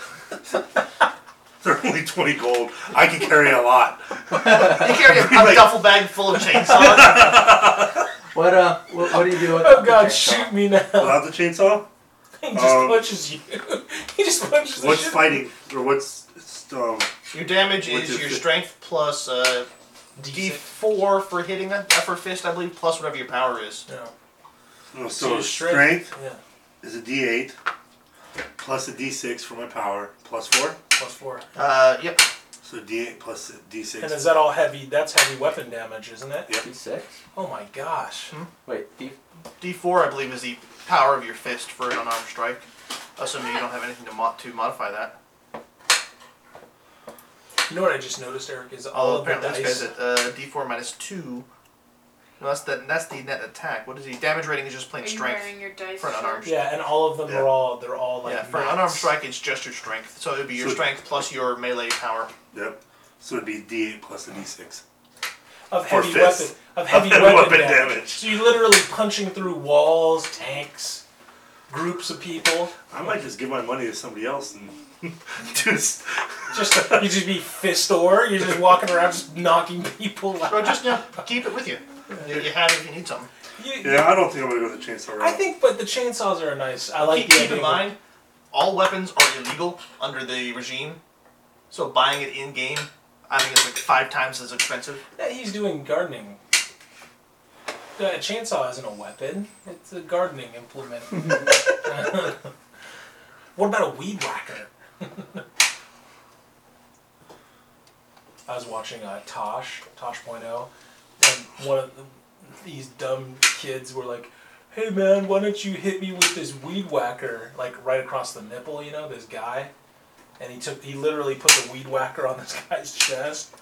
Speaker 3: they're only 20 gold. I can carry a lot.
Speaker 1: You carry a, a
Speaker 3: Like-
Speaker 1: duffel bag full of chainsaws.
Speaker 4: What uh, what, what do you do with
Speaker 2: oh
Speaker 4: the
Speaker 2: god,
Speaker 4: chainsaw?
Speaker 2: shoot me now.
Speaker 3: Without the chainsaw,
Speaker 2: He just
Speaker 3: Um,
Speaker 2: punches you. He just punches the
Speaker 3: what's
Speaker 2: shit-
Speaker 3: fighting? Or what's. Um,
Speaker 1: your damage
Speaker 3: Which
Speaker 1: is
Speaker 3: is
Speaker 1: your
Speaker 3: the-
Speaker 1: strength plus uh, D4 for hitting a for fist, I believe, plus whatever your power is.
Speaker 2: No.
Speaker 3: no,
Speaker 2: So
Speaker 3: so
Speaker 2: your
Speaker 3: strength
Speaker 2: Yeah,
Speaker 3: is a D8 plus a D6 for my power plus 4.
Speaker 2: plus four.
Speaker 1: Uh, yep.
Speaker 3: So D8 plus a D6.
Speaker 2: And is that all heavy? That's heavy weapon damage, isn't it?
Speaker 4: D6?
Speaker 2: Oh my gosh.
Speaker 4: Wait, D.
Speaker 1: D4, I believe, is the power of your fist for an unarmed strike. Assuming you don't have anything to, mo- to modify that.
Speaker 2: You know what I just noticed, Eric, is all
Speaker 1: Although
Speaker 2: of the
Speaker 1: Oh, apparently this
Speaker 2: dice.
Speaker 1: guy's at uh, D4 minus 2. No, that's, the, that's the net attack. What is he? Damage rating is just plain
Speaker 8: Are you
Speaker 1: strength.
Speaker 8: wearing your dice
Speaker 1: for an
Speaker 8: shirt?
Speaker 1: unarmed-
Speaker 2: Yeah, and all of them
Speaker 3: Yeah.
Speaker 2: are all they're all like
Speaker 1: yeah, for an
Speaker 2: mats.
Speaker 1: unarmed strike, it's just your strength. So it would be your
Speaker 3: So-
Speaker 1: strength plus your melee power.
Speaker 3: Yep. So it'd be D8 plus a D6.
Speaker 2: Of
Speaker 3: Or
Speaker 2: heavy
Speaker 3: fist.
Speaker 2: weapon. Of heavy
Speaker 3: Of
Speaker 2: weapon,
Speaker 3: weapon
Speaker 2: damage.
Speaker 3: damage.
Speaker 2: So you're literally punching through walls, tanks, groups of people.
Speaker 3: I might just give my money to somebody else and just.
Speaker 2: Just you just be fist or you're just walking around just knocking people out.
Speaker 1: Bro, just you know, keep it with you. You you have it if you need something.
Speaker 2: You-
Speaker 3: Yeah, I don't think I'm gonna go with the chainsaw.
Speaker 2: I
Speaker 3: route.
Speaker 2: think, but the chainsaws are nice. I like
Speaker 1: keep,
Speaker 2: the
Speaker 1: keep
Speaker 2: idea
Speaker 1: in
Speaker 2: of-
Speaker 1: mind, all weapons are illegal under the regime, so buying it in game, I think it's like five times as expensive.
Speaker 2: Yeah, he's doing gardening. The chainsaw isn't a weapon; it's a gardening implement. what about a weed whacker? I was watching uh, Tosh Tosh.0, and one of the, these dumb kids were like, "Hey man, why don't you hit me with this weed whacker?" Like right across the nipple, you know, this guy, and he took he literally put the weed whacker on this guy's chest,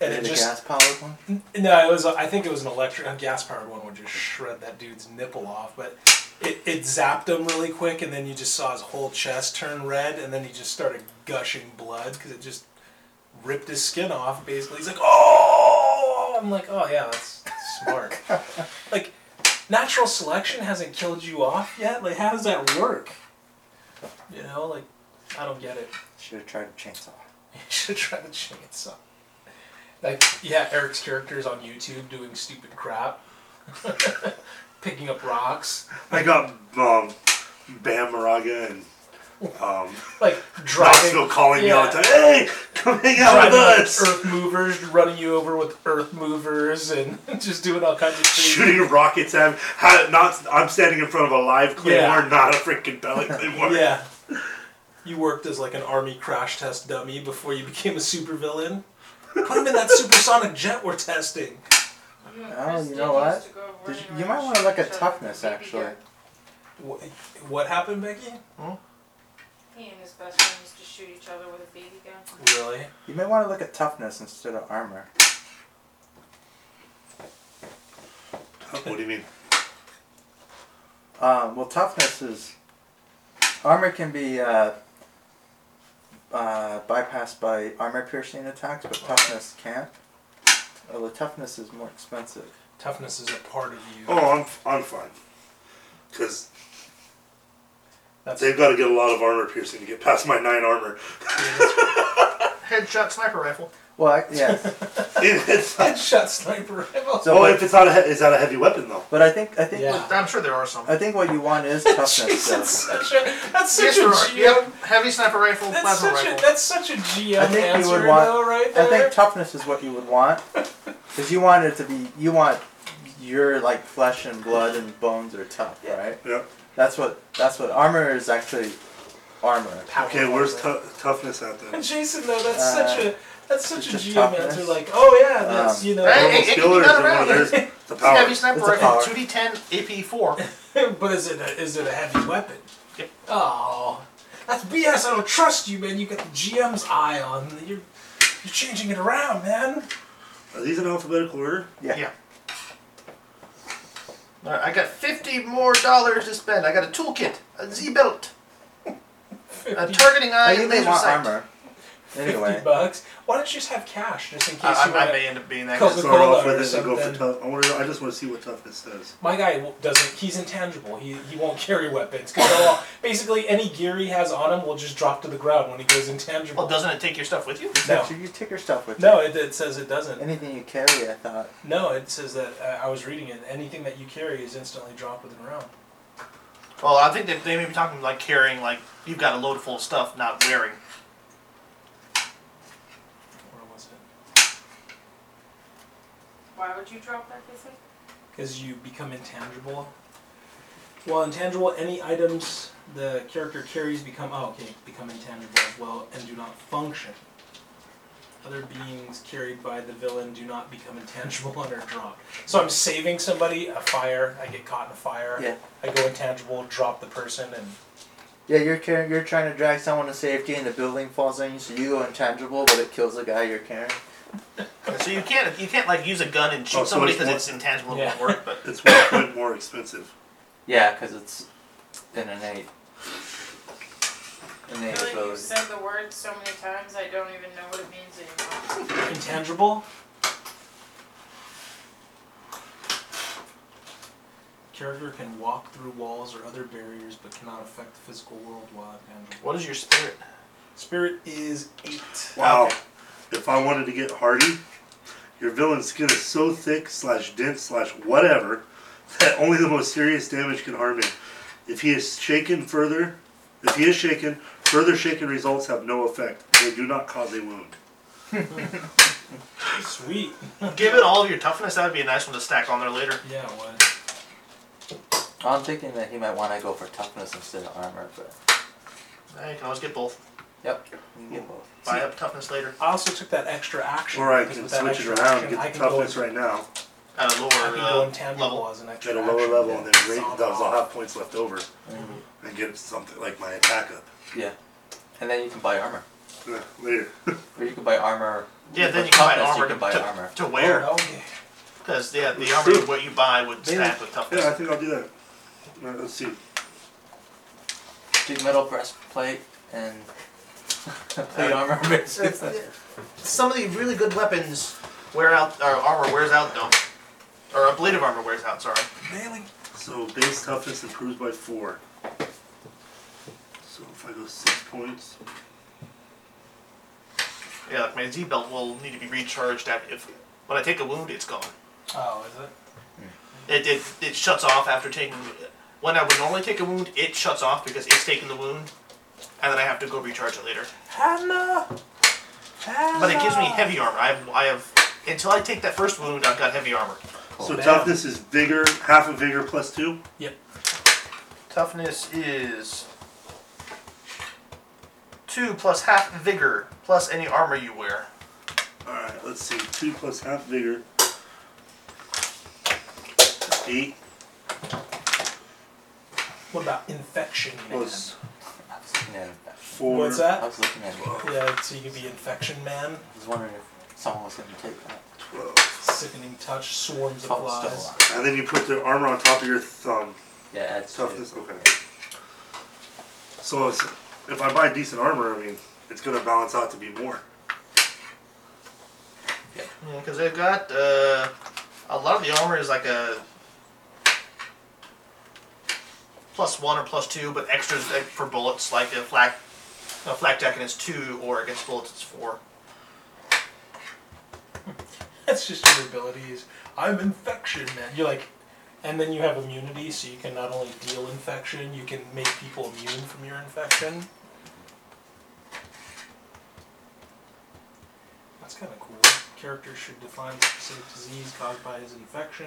Speaker 2: and
Speaker 4: Is
Speaker 2: it
Speaker 4: it a
Speaker 2: just
Speaker 4: gas powered one?
Speaker 2: no, it was. I think it was an electric, a gas-powered one would just shred that dude's nipple off. But it, it zapped him really quick, and then you just saw his whole chest turn red, and then he just started gushing blood because it just ripped his skin off. Basically, he's like, "Oh!" I'm like, "Oh yeah, that's smart." like, natural selection hasn't killed you off yet. Like, how does that work? You know, like, I don't get it.
Speaker 4: Should have tried a chainsaw.
Speaker 2: You should try the chainsaw. Like, yeah, Eric's character is on YouTube doing stupid crap, picking up rocks,
Speaker 3: I got um, Bam Maraga and um,
Speaker 2: like
Speaker 3: Knoxville
Speaker 2: driving,
Speaker 3: calling me all the
Speaker 2: yeah.
Speaker 3: time. Hey, come hang out with
Speaker 2: driving like,
Speaker 3: us.
Speaker 2: earth movers, running you over with earth movers, and just doing all kinds of crazy.
Speaker 3: Shooting rockets at him. How, not, I'm standing in front of a live claymore,
Speaker 2: Yeah.
Speaker 3: not a freaking pellet claymore.
Speaker 2: Yeah. You worked as like an army crash test dummy before you became a supervillain. Put him in that supersonic jet we're testing.
Speaker 4: Oh, you know what? Did you- you might wanna look at toughness, actually.
Speaker 2: What, what happened, Becky?
Speaker 8: He and his best friend used to shoot each other with a BB gun.
Speaker 2: Really?
Speaker 4: You may want to look at toughness instead of armor.
Speaker 3: What do you mean?
Speaker 4: Um, well, toughness is armor can be uh, uh, bypassed by armor piercing attacks, but toughness can't. Although toughness is more expensive.
Speaker 2: Toughness is a part of you.
Speaker 3: Oh, I'm, I'm fine. Because
Speaker 2: That's
Speaker 3: they've got to get a lot of armor piercing to get past my nine armor.
Speaker 1: Headshot sniper rifle.
Speaker 4: Well, I, yes,
Speaker 3: It's-
Speaker 2: Headshot sniper rifle.
Speaker 4: So-
Speaker 3: oh, if it's not a, he- is that a heavy weapon though?
Speaker 4: but I think I think
Speaker 2: Yeah.
Speaker 4: what,
Speaker 1: I'm sure there are some.
Speaker 4: I think what you want is toughness.
Speaker 2: that's
Speaker 4: though.
Speaker 2: such a that's
Speaker 1: Yes,
Speaker 2: such a
Speaker 1: there are.
Speaker 2: GM.
Speaker 1: Yep. Heavy sniper rifle,
Speaker 2: That's
Speaker 1: plasma
Speaker 2: such a
Speaker 1: rifle.
Speaker 2: that's such a GM
Speaker 4: I think you
Speaker 2: answer
Speaker 4: would want-
Speaker 2: though, right
Speaker 4: I
Speaker 2: there.
Speaker 4: think toughness is what you would want, because you want it to be you want your like flesh and blood and bones are tough, right?
Speaker 3: Yeah.
Speaker 4: That's what that's what armor is actually armor.
Speaker 3: Okay, where's tou- toughness at then?
Speaker 2: Jason though? That's
Speaker 4: Uh,
Speaker 2: such a that's such a
Speaker 4: just
Speaker 2: GM
Speaker 4: toughness.
Speaker 2: answer. Like, oh yeah, that's
Speaker 4: Um,
Speaker 2: you know.
Speaker 1: Hey,
Speaker 3: Normal
Speaker 1: it- it
Speaker 3: skill
Speaker 1: can be
Speaker 3: or is it
Speaker 1: done
Speaker 3: one
Speaker 1: around.
Speaker 3: of those? The
Speaker 1: It's a
Speaker 3: power.
Speaker 1: heavy sniper
Speaker 4: It's a
Speaker 1: rifle,
Speaker 4: power.
Speaker 1: 2d10 AP4.
Speaker 2: but is it a, is it a heavy weapon?
Speaker 1: Yep.
Speaker 2: Oh, that's BS. I don't trust you, man. You got the GM's eye on. You're you're changing it around, man.
Speaker 3: Are these in alphabetical order?
Speaker 1: Yeah. All right, I got 50 more dollars to spend. I got a toolkit, a Z belt, a targeting
Speaker 4: I
Speaker 1: eye,
Speaker 4: think
Speaker 1: and
Speaker 4: they
Speaker 1: laser
Speaker 4: want
Speaker 1: sight.
Speaker 4: armor.
Speaker 2: Fifty
Speaker 4: Anyway,
Speaker 2: bucks. Why don't you just have cash, just in case
Speaker 1: I,
Speaker 2: you
Speaker 1: I,
Speaker 2: want
Speaker 1: I may end up being that.
Speaker 2: Cool.
Speaker 1: guy.
Speaker 3: Start off
Speaker 2: Cola
Speaker 3: with
Speaker 2: or
Speaker 3: it and go for
Speaker 2: something.
Speaker 3: tough. I, want to, I just want to see what toughness says.
Speaker 2: My guy w- doesn't. He's intangible. He he won't carry weapons. 'cause they'll all- basically, any gear he has on him will just drop to the ground when he goes intangible.
Speaker 1: Well, doesn't it take your stuff with you?
Speaker 2: no,
Speaker 4: Actually, you take your stuff with
Speaker 2: no. It, it says it doesn't.
Speaker 4: anything you carry. I thought.
Speaker 2: No, it says that uh, I was reading it. Anything that you carry is instantly dropped with the ground.
Speaker 1: Well, I think they, they may be talking like carrying, like you've got a load full of stuff, not wearing.
Speaker 2: Where was it?
Speaker 8: Why would you drop that, Jason?
Speaker 2: Because you become intangible. Well, intangible. Any items the character carries become oh okay become intangible as well and do not function. Other beings carried by the villain do not become intangible and are dropped. So I'm saving somebody a fire. I get caught in a fire.
Speaker 4: Yeah.
Speaker 2: I go intangible, drop the person, and
Speaker 4: Yeah, you're carrying, you're trying to drag someone to safety, and the building falls on you, so you go intangible, but it kills the guy you're carrying.
Speaker 1: So you can't you can't like use a gun and shoot
Speaker 3: Oh, so
Speaker 1: somebody
Speaker 3: it's
Speaker 1: because
Speaker 3: more-
Speaker 1: it's intangible and
Speaker 2: Yeah.
Speaker 1: won't work. But
Speaker 3: It's one point more expensive.
Speaker 4: Yeah, because it's an innate. in
Speaker 8: I
Speaker 4: the
Speaker 8: feel like
Speaker 4: ability.
Speaker 8: you've said the word so many times, I don't even know what it means anymore.
Speaker 2: Intangible. Character can walk through walls or other barriers, but cannot affect the physical world while intangible.
Speaker 1: What is your spirit?
Speaker 2: Spirit is eight.
Speaker 3: Wow. If I wanted to get hardy, your villain's skin is so thick slash dense slash whatever that only the most serious damage can harm him. If he is shaken further, if he is shaken, further shaken results have no effect. They do not cause a wound.
Speaker 2: Sweet.
Speaker 1: Given all of your toughness, that would be a nice one to stack on there later.
Speaker 2: Yeah. What?
Speaker 4: I'm thinking that he might want to go for toughness instead of armor, but
Speaker 1: Eh, you can always get both.
Speaker 4: yep, you can get both.
Speaker 1: Buy up toughness later.
Speaker 2: I also took that extra action.
Speaker 3: Or I
Speaker 2: because
Speaker 3: can
Speaker 2: with that
Speaker 3: switch it
Speaker 2: extra
Speaker 3: around
Speaker 2: action,
Speaker 3: and
Speaker 2: I
Speaker 3: get the
Speaker 2: can go
Speaker 3: toughness right now
Speaker 1: At a lower
Speaker 2: I can go
Speaker 1: uh,
Speaker 2: intangible
Speaker 1: level.
Speaker 2: as an
Speaker 3: at
Speaker 2: extra
Speaker 3: a lower
Speaker 2: action.
Speaker 3: level and then
Speaker 2: Solid
Speaker 3: rate those. I'll
Speaker 2: off.
Speaker 3: have points left over
Speaker 2: Mm-hmm.
Speaker 3: and get something like my attack up
Speaker 4: Yeah, and then you can buy armor,
Speaker 3: Uh, later.
Speaker 4: or you can buy armor.
Speaker 1: Yeah, then
Speaker 4: for
Speaker 1: you can buy
Speaker 4: toughness,
Speaker 1: armor
Speaker 4: You can buy
Speaker 1: to,
Speaker 4: armor.
Speaker 1: to wear.
Speaker 2: Oh, okay.
Speaker 1: Because yeah, the armor you- what you buy would
Speaker 3: They-
Speaker 1: stack with toughness.
Speaker 3: Yeah, I think I'll do that. All right, let's see.
Speaker 4: Do metal breastplate and
Speaker 1: Uh,
Speaker 4: plate armor.
Speaker 1: It's- it- some of the really good weapons wear out, or armor wears out though. Or ablative armor wears out, sorry.
Speaker 2: Really?
Speaker 3: So base toughness improves by four. So if I go six points,
Speaker 1: Yeah, like my Z belt will need to be recharged after if when I take a wound, it's gone.
Speaker 2: Oh, is it?
Speaker 1: It, it, it shuts off after taking. When I would normally take a wound, it shuts off because it's taking the wound, and then I have to go recharge it later.
Speaker 2: Hannah. Hannah.
Speaker 1: But it gives me heavy armor. I have, I have until I take that first wound, I've got heavy armor.
Speaker 3: so
Speaker 2: Bam.
Speaker 3: toughness is vigor, half of vigor plus two.
Speaker 1: Toughness is two plus half vigor plus any armor you wear.
Speaker 3: All right, let's see. Two plus half vigor. Eight
Speaker 2: What about infection? man?
Speaker 3: plus
Speaker 4: I was looking at him.
Speaker 3: four.
Speaker 2: What's
Speaker 4: I
Speaker 2: that?
Speaker 4: was looking at him.
Speaker 2: Yeah, so you could be infection man.
Speaker 4: I was wondering if someone was going to take that.
Speaker 3: Twelve.
Speaker 2: Sickening touch, swarms of
Speaker 4: Toughness still
Speaker 2: flies.
Speaker 4: alive.
Speaker 3: And then you put the armor on top of your thumb.
Speaker 4: Yeah, adds to it.
Speaker 3: Toughness. Okay. So it's, if I buy decent armor, I mean, it's gonna balance out to be more.
Speaker 1: Yeah, because they've got uh, a lot of the armor is like a plus one or plus two, but extras like for bullets, like a flak, a flak jacket is two, or against bullets it's four.
Speaker 2: That's just your abilities. I'm infection man. You're like, and then you have immunity, so you can not only deal infection, you can make people immune from your infection. That's kind of cool. Characters should define specific disease caused by his infection.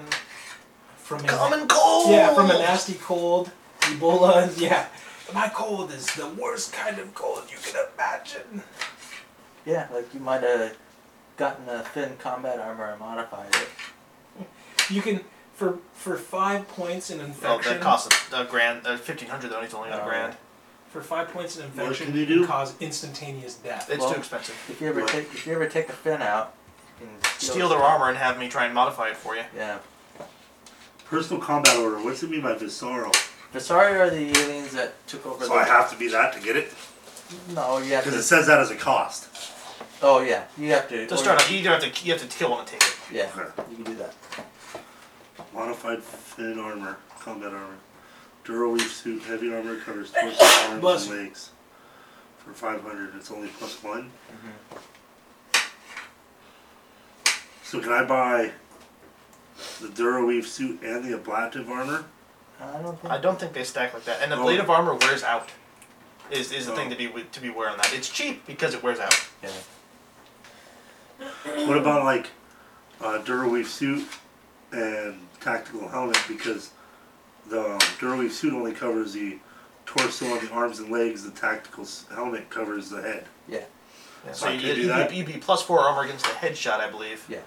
Speaker 2: From his
Speaker 1: Common cold.
Speaker 2: Yeah, from a nasty cold, Ebola. and- Yeah, my cold is the worst kind of cold you can imagine.
Speaker 4: Yeah, like you might have gotten a thin combat armor and modified it.
Speaker 2: You can for for five points in
Speaker 1: Oh,
Speaker 2: infection.
Speaker 1: that costs a, a grand, uh, fifteen hundred though. and It's only a
Speaker 4: Oh.
Speaker 1: grand.
Speaker 2: For five points in infection,
Speaker 3: can you
Speaker 2: you can
Speaker 3: do?
Speaker 2: cause instantaneous death.
Speaker 1: It's
Speaker 4: Well,
Speaker 1: too expensive.
Speaker 4: If you ever
Speaker 3: Right.
Speaker 4: take if you ever take a fin out, you can
Speaker 1: Steal their armor and have me try and modify it for you.
Speaker 4: Yeah.
Speaker 3: Personal combat order. What's it mean by visceral?
Speaker 4: Visari are the aliens that took over
Speaker 3: So
Speaker 4: the
Speaker 3: I have to be that to get it
Speaker 4: No, oh, you have
Speaker 3: because it
Speaker 4: to
Speaker 3: says that as a cost.
Speaker 4: Oh yeah. You have to
Speaker 1: To
Speaker 4: or-
Speaker 1: start off, you either have to you have to kill one to take it.
Speaker 4: Yeah.
Speaker 3: Okay.
Speaker 4: You can do that.
Speaker 3: Modified fin armor, combat armor. Duralweave suit, heavy armor covers torso, arms,
Speaker 2: Bless
Speaker 3: and legs. For 500, it's only plus one.
Speaker 1: Mm-hmm.
Speaker 3: So can I buy the Duralweave suit and the ablative armor?
Speaker 4: I don't think
Speaker 1: I don't think they stack like that. And the
Speaker 3: Oh.
Speaker 1: blade of armor wears out. Is is the thing
Speaker 3: Oh.
Speaker 1: to be to be wearing that? It's cheap because it wears out.
Speaker 4: yeah.
Speaker 3: What about like uh, Duralweave suit and tactical helmet? Because the um, Duralweave suit only covers the torso and the arms and legs. The tactical s- helmet covers the head.
Speaker 4: Yeah.
Speaker 1: so
Speaker 3: I
Speaker 1: you,
Speaker 3: could
Speaker 1: you,
Speaker 3: do
Speaker 1: you'd
Speaker 3: that.
Speaker 1: be- you'd be plus four armor against the headshot, I believe.
Speaker 4: Yeah.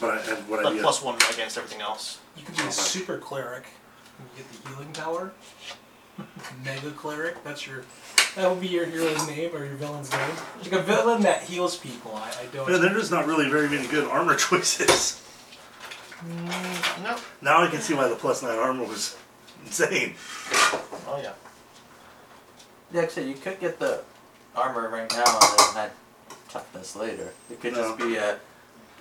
Speaker 3: But I, and what I
Speaker 1: But
Speaker 3: get-
Speaker 1: plus one against everything else.
Speaker 2: You could be a super cleric. and You get the healing power. Mega cleric. That's your. That would be your hero's name or your villain's name. Like a villain that heals people. I, I don't.
Speaker 3: Yeah, there's just not really very many good armor choices.
Speaker 1: No.
Speaker 3: Now I can see why the plus nine armor was insane.
Speaker 1: Oh yeah.
Speaker 4: like I said, you could get the armor right now and then add toughness later. It could just be a,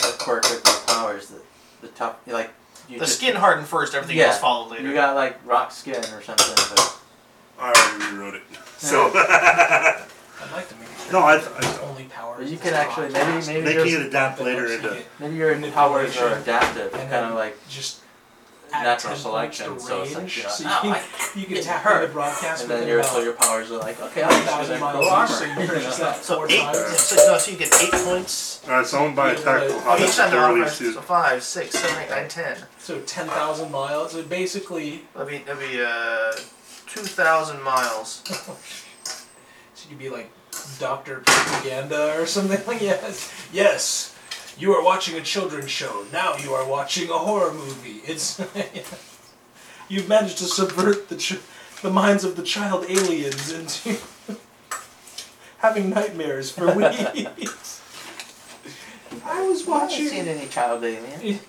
Speaker 4: a quirk of your powers that the top like you
Speaker 1: The
Speaker 4: just,
Speaker 1: skin hardened first, everything
Speaker 4: Yeah.
Speaker 1: else followed later.
Speaker 4: You got like rock skin or something, but
Speaker 3: I already rewrote it. So
Speaker 2: I'd like to make it
Speaker 3: no, I, I
Speaker 2: only power.
Speaker 4: you can actually maybe maybe
Speaker 3: they
Speaker 4: just
Speaker 3: can adapt later into.
Speaker 4: Maybe your powers are
Speaker 2: Manipulation.
Speaker 4: adaptive,
Speaker 2: And
Speaker 4: kind of
Speaker 2: then-
Speaker 4: like
Speaker 2: just add
Speaker 4: natural
Speaker 2: 10 points to
Speaker 4: selection. So it's like
Speaker 2: range,
Speaker 4: you're like,
Speaker 2: so you
Speaker 4: "Oh,
Speaker 2: can,
Speaker 4: I-"
Speaker 2: you can
Speaker 4: it
Speaker 2: tap
Speaker 4: hurt.
Speaker 2: into broadcast
Speaker 4: and then
Speaker 2: within
Speaker 4: your
Speaker 2: about
Speaker 4: so your powers are like, okay, I'm just
Speaker 2: 1,000
Speaker 4: gonna
Speaker 2: miles each, so
Speaker 4: go armor.
Speaker 2: you purchase
Speaker 4: you know?
Speaker 2: that
Speaker 1: so
Speaker 2: four
Speaker 1: eight,
Speaker 2: times.
Speaker 1: so, no, so you get eight points.
Speaker 3: All right, someone buy a tactical
Speaker 1: Oh,
Speaker 3: hot
Speaker 1: each time they're on
Speaker 3: early
Speaker 1: fire,
Speaker 3: suit.
Speaker 1: so five, six, seven, eight, nine, ten.
Speaker 2: So 10,000 miles. So basically,
Speaker 1: That'd be that'd be uh, two thousand miles.
Speaker 2: so you'd be like Dr. Propaganda or something like Yes. Yes. You are watching a children's show. Now you are watching a horror movie. It's. You've managed to subvert the, ch- the minds of the child aliens into having nightmares for weeks. I was
Speaker 4: I haven't
Speaker 2: watching.
Speaker 4: seen any child alien.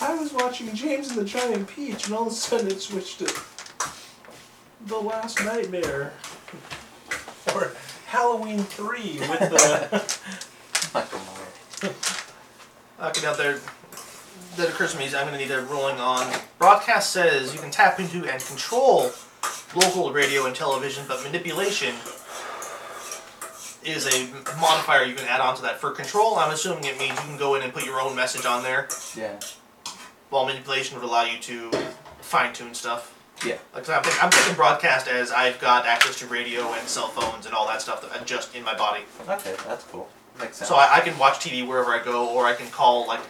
Speaker 2: I was watching James and the Giant Peach, and all of a sudden it switched to The Last Nightmare or Halloween Three with the.
Speaker 4: Michael Moore.
Speaker 1: Okay, now there. That occurs to me is I'm going to need a ruling on. Broadcast says you can tap into and control local radio and television, but manipulation is a modifier you can add on to that. For control, I'm assuming it means you can go in and put your own message on there,
Speaker 4: Yeah.
Speaker 1: while manipulation would allow you to fine tune stuff.
Speaker 4: Yeah.
Speaker 1: Like, I'm, think, I'm thinking broadcast as I've got access to radio and cell phones and all that stuff that just in my body.
Speaker 4: Okay, that's cool. Makes sense.
Speaker 1: So I, I can watch TV wherever I go, or I can call like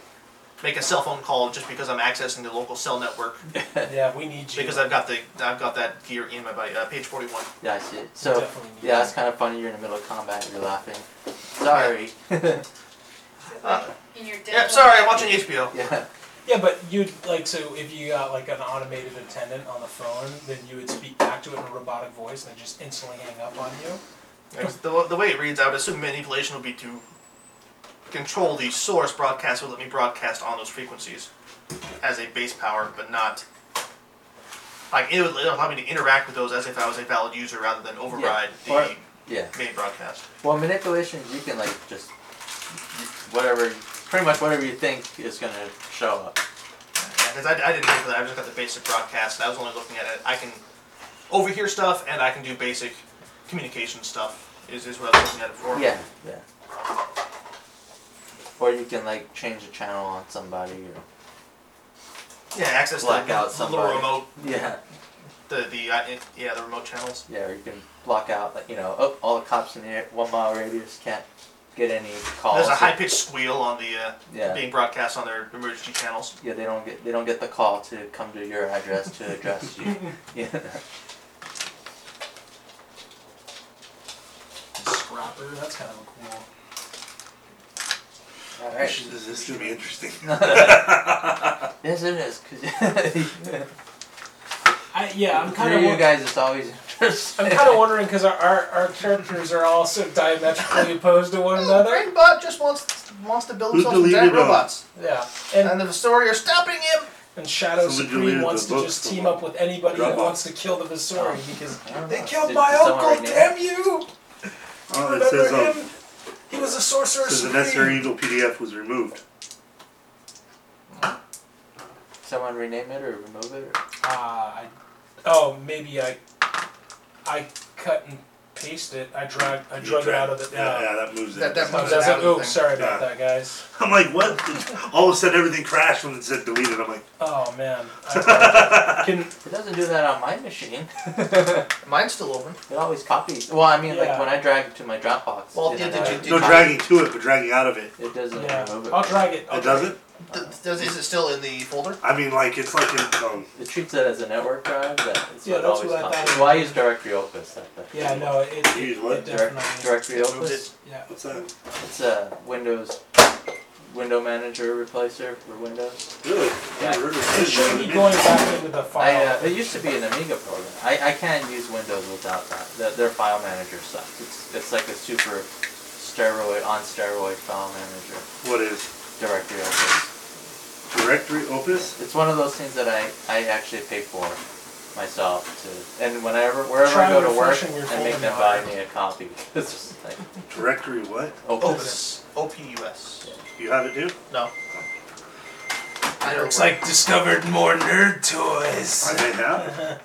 Speaker 1: make a cell phone call just because I'm accessing the local cell network
Speaker 2: yeah, we need you.
Speaker 1: because I've got the I've got that gear in my body. Uh, page forty one.
Speaker 4: yeah, I see it.
Speaker 2: We
Speaker 4: So
Speaker 2: definitely need
Speaker 4: yeah,
Speaker 2: you.
Speaker 4: it's kind of funny. You're in the middle of combat. You're laughing. Sorry.
Speaker 1: Uh,
Speaker 8: in your dead
Speaker 1: Yeah, sorry, I'm watching HBO.
Speaker 4: yeah.
Speaker 2: Yeah, but you'd like so if you got like an automated attendant on the phone, then you would speak back to it in a robotic voice, and it just instantly hang up on you.
Speaker 1: The, the way it reads, I would assume manipulation would be to control the source broadcast would let me broadcast on those frequencies as a base power, but not like it would allow me to interact with those as if I was a valid user rather than override
Speaker 4: or-
Speaker 1: the
Speaker 4: Yeah.
Speaker 1: main broadcast.
Speaker 4: Well, manipulation, you can like just whatever, pretty much whatever you think is gonna show up.
Speaker 1: Because I, I didn't look for that. I just got the basic broadcast. and I was only looking at it. I can overhear stuff, and I can do basic communication stuff. Is is what I was looking at it for.
Speaker 4: Yeah. Yeah. Or you can like change the channel on somebody or
Speaker 1: Yeah. Access to
Speaker 4: Black
Speaker 1: the,
Speaker 4: out
Speaker 1: the little
Speaker 4: somebody.
Speaker 1: remote.
Speaker 4: yeah,
Speaker 1: The the uh, it- yeah the remote channels.
Speaker 4: yeah. Or you can block out like you know, oh, all the cops in the one mile radius can't get any calls.
Speaker 1: There's a high pitched squeal on the uh,
Speaker 4: Oh, Yeah.
Speaker 1: being broadcast on their emergency channels.
Speaker 4: Yeah, they don't get they don't get the call to come to your address to address you. Yeah.
Speaker 2: Scrapper, that's kind of a cool.
Speaker 4: All
Speaker 3: This
Speaker 4: right.
Speaker 3: is- this is gonna be interesting.
Speaker 4: Yes, it is. 'cause-
Speaker 2: I yeah, I'm kind
Speaker 4: Through
Speaker 2: of
Speaker 4: you guys, it's always interesting.
Speaker 2: I'm kind of wondering because our, our our characters are all so diametrically opposed to one another.
Speaker 1: Brainbot Oh, just wants wants to build
Speaker 3: Who
Speaker 1: himself some
Speaker 3: deleted
Speaker 1: giant
Speaker 3: them?
Speaker 1: robots,
Speaker 2: Yeah, and
Speaker 1: and the story are stopping him.
Speaker 2: And Shadow
Speaker 3: Somebody
Speaker 2: Supreme
Speaker 3: deleted
Speaker 2: wants
Speaker 3: the
Speaker 2: to
Speaker 3: book
Speaker 2: just
Speaker 3: from
Speaker 2: team up with anybody that
Speaker 3: Dropbox.
Speaker 2: wants to kill the Visori because
Speaker 4: Oh, I don't
Speaker 2: they
Speaker 4: know.
Speaker 2: killed
Speaker 4: Did-
Speaker 2: my
Speaker 4: did someone
Speaker 2: uncle.
Speaker 4: rename it?
Speaker 2: Damn you!
Speaker 3: Oh, it
Speaker 2: Remember
Speaker 3: says,
Speaker 2: him?
Speaker 3: um,
Speaker 2: He was a sorcerer
Speaker 3: says the
Speaker 2: supreme.
Speaker 3: necessary evil PDF was removed.
Speaker 4: Someone rename it or remove it? Or...
Speaker 2: Uh, I, oh, maybe I, I cut and paste it. I dragged, I
Speaker 3: You
Speaker 2: drug it
Speaker 3: drag-
Speaker 2: out of it.
Speaker 3: Yeah,
Speaker 2: Yeah.
Speaker 3: yeah, that moves it.
Speaker 1: That- that
Speaker 2: So I was
Speaker 1: Moves it out
Speaker 2: like,
Speaker 1: of the
Speaker 2: oh,
Speaker 1: thing.
Speaker 2: sorry about
Speaker 3: Yeah.
Speaker 2: that, guys.
Speaker 3: I'm like, what? All of a sudden, everything crashed when it said deleted. I'm like,
Speaker 2: Oh man. I- Can
Speaker 4: It doesn't do that on my machine.
Speaker 1: Mine's still open.
Speaker 4: It always copies. Well, I mean,
Speaker 2: Yeah.
Speaker 4: like when I drag it to my Dropbox.
Speaker 1: Well,
Speaker 4: it
Speaker 1: did-
Speaker 4: doesn't
Speaker 1: did you-
Speaker 4: auto-
Speaker 3: no dragging to it, but dragging out of it. Oh,
Speaker 4: It doesn't
Speaker 2: yeah.
Speaker 4: remove it.
Speaker 2: I'll drag it. I'll
Speaker 3: It
Speaker 2: drag
Speaker 3: doesn't.
Speaker 1: Th- Does, is it still in the folder?
Speaker 3: I mean, like it's like in, um,
Speaker 4: It treats it as a network drive. That it's
Speaker 2: Yeah,
Speaker 4: what
Speaker 2: that's
Speaker 4: it always
Speaker 2: what I
Speaker 4: copies.
Speaker 2: thought.
Speaker 4: Well, I use Directory Opus. That thing.
Speaker 2: Yeah, no, it, it,
Speaker 3: Use
Speaker 2: it,
Speaker 3: what?
Speaker 4: Direct,
Speaker 2: definitely.
Speaker 4: directory
Speaker 1: It moves
Speaker 4: Opus.
Speaker 2: Yeah.
Speaker 3: what's that?
Speaker 4: It's a Windows window manager replacer for Windows.
Speaker 3: Really?
Speaker 4: Yeah.
Speaker 3: Never heard of it.
Speaker 2: It should be going back into the file.
Speaker 4: I, uh, it used to be an Amiga program. I, I can't use Windows without that. Their, their file manager sucks. It's, it's like a super steroid, on steroid file manager,
Speaker 3: What is
Speaker 4: directory opus.
Speaker 3: directory opus?
Speaker 4: It's one of those things that I, I actually pay for. myself to, and whenever wherever
Speaker 2: Try
Speaker 4: I go to work,
Speaker 2: refreshing your
Speaker 4: I
Speaker 2: folder
Speaker 4: make them
Speaker 2: now,
Speaker 4: buy
Speaker 2: right?
Speaker 4: me a copy. It's just like oh,
Speaker 3: Directory what?
Speaker 4: opus.
Speaker 1: Opus. O-P-U-S.
Speaker 3: You have it too?
Speaker 1: No. I don't
Speaker 2: Looks like discovered more nerd toys.
Speaker 3: I may have it.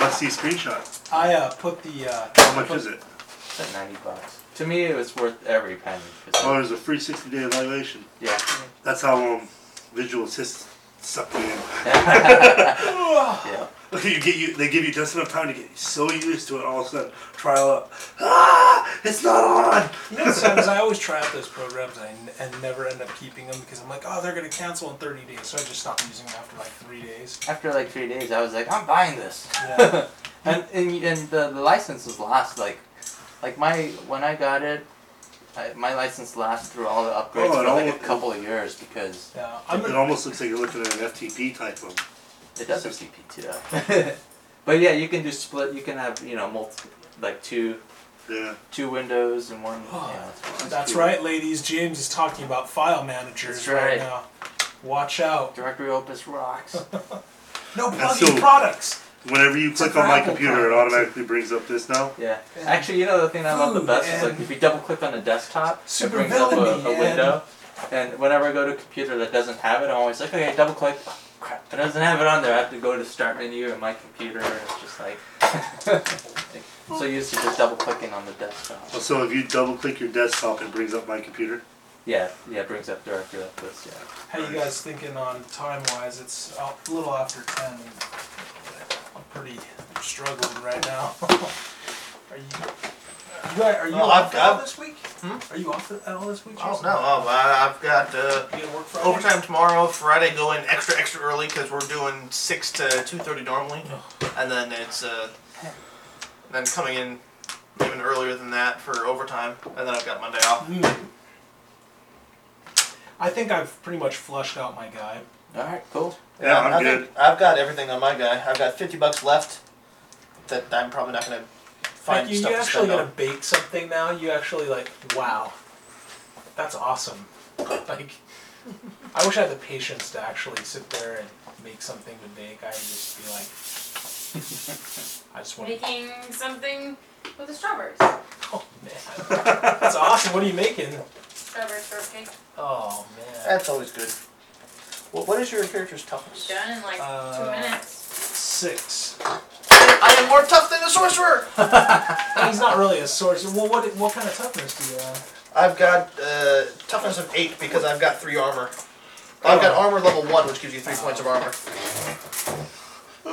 Speaker 3: Must see screenshot.
Speaker 2: I uh, put the uh,
Speaker 3: How much is it?
Speaker 4: It's like ninety bucks. To me, it was worth every penny. 'cause-
Speaker 3: Oh, there's a free 60 day evaluation.
Speaker 4: Yeah.
Speaker 3: That's how um, visual assist suck me in.
Speaker 4: yeah.
Speaker 3: You get you. They give you just enough time to get so used to it. All of a sudden, trial up. Ah! It's not on.
Speaker 2: You know, sometimes I always try out those programs and, I n- and never end up keeping them because I'm like, oh, they're going to cancel in 30 days. So I just stop using them after like three days.
Speaker 4: After like three days, I was like, I'm buying this.
Speaker 2: Yeah.
Speaker 4: and and, and the, the license was last like, like my when I got it, I, my license lasts through all the upgrades
Speaker 3: Oh, it
Speaker 4: for like a
Speaker 3: almost-
Speaker 4: couple of years because
Speaker 2: Yeah. I'm
Speaker 3: It almost looks like you're looking at an FTP type of.
Speaker 4: it does have CP too. but yeah, you can do split. You can have you know multi, like two
Speaker 3: Yeah.
Speaker 4: two windows and one. yeah, it's-
Speaker 2: That's
Speaker 4: two.
Speaker 2: right, ladies. James is talking about file managers
Speaker 4: That's
Speaker 2: right.
Speaker 4: right.
Speaker 2: now. Watch out.
Speaker 4: Directory Opus rocks.
Speaker 2: No
Speaker 3: That's
Speaker 2: plug-in
Speaker 3: so-
Speaker 2: products.
Speaker 3: Whenever you click
Speaker 2: like
Speaker 3: on my
Speaker 2: Apple
Speaker 3: computer, it
Speaker 2: products.
Speaker 3: automatically brings up this now.
Speaker 4: Yeah. Actually, you know the thing I love the
Speaker 2: Food
Speaker 4: best is like
Speaker 2: and-
Speaker 4: if you double click on the desktop, it brings up a,
Speaker 2: Supervillainy
Speaker 4: a
Speaker 2: and-
Speaker 4: window. And whenever I go to a computer that doesn't have it, I'm always like, okay, double click. Oh, crap, it doesn't have it on there. I have to go to start menu in my computer, and it's just like. so used to just double clicking on the desktop.
Speaker 3: Oh, So if you double click your desktop, it brings up my computer.
Speaker 4: Yeah, yeah, it brings up directory like this. Yeah.
Speaker 2: How you guys thinking on time-wise? It's a little after 10. And I'm pretty struggling right now. are you... You guys, are you
Speaker 1: Well,
Speaker 2: off
Speaker 1: I've-
Speaker 2: at all
Speaker 1: I've-
Speaker 2: this week?
Speaker 1: Hmm?
Speaker 2: Are you off at all this week?
Speaker 1: I don't
Speaker 2: Jason?
Speaker 1: know. Oh, I- I've got uh,
Speaker 2: You gonna work Friday?
Speaker 1: overtime tomorrow. Friday, go in extra extra early because we're doing six to two thirty normally, and then it's uh, then coming in even earlier than that for overtime, and then I've got Monday off.
Speaker 2: Hmm. I think I've pretty much flushed out my guy.
Speaker 4: All right, cool.
Speaker 3: Yeah, I'm
Speaker 1: I think I've got everything on my guy. I've got fifty bucks left that I'm probably not gonna find
Speaker 2: Like, you,
Speaker 1: stuff
Speaker 2: you
Speaker 1: to
Speaker 2: actually
Speaker 1: spend
Speaker 2: gonna
Speaker 1: on.
Speaker 2: bake something now. You actually like, wow, that's awesome. Like, I wish I had the patience to actually sit there and make something to bake. I would just be like, I just want.
Speaker 8: Making something with the strawberries.
Speaker 2: Oh man, that's awesome. What are you making?
Speaker 8: Strawberry shortcake.
Speaker 2: Oh man,
Speaker 1: That's always good. What, what is your character's toughness?
Speaker 8: Done in like
Speaker 2: Uh,
Speaker 8: two minutes.
Speaker 2: six.
Speaker 1: I am more tough than a sorcerer.
Speaker 2: He's not really a sorcerer. Well, what what kind of toughness do you have?
Speaker 1: I've got uh, toughness of eight because I've got three armor. I've
Speaker 2: Oh.
Speaker 1: got armor level one, which gives you three points of armor,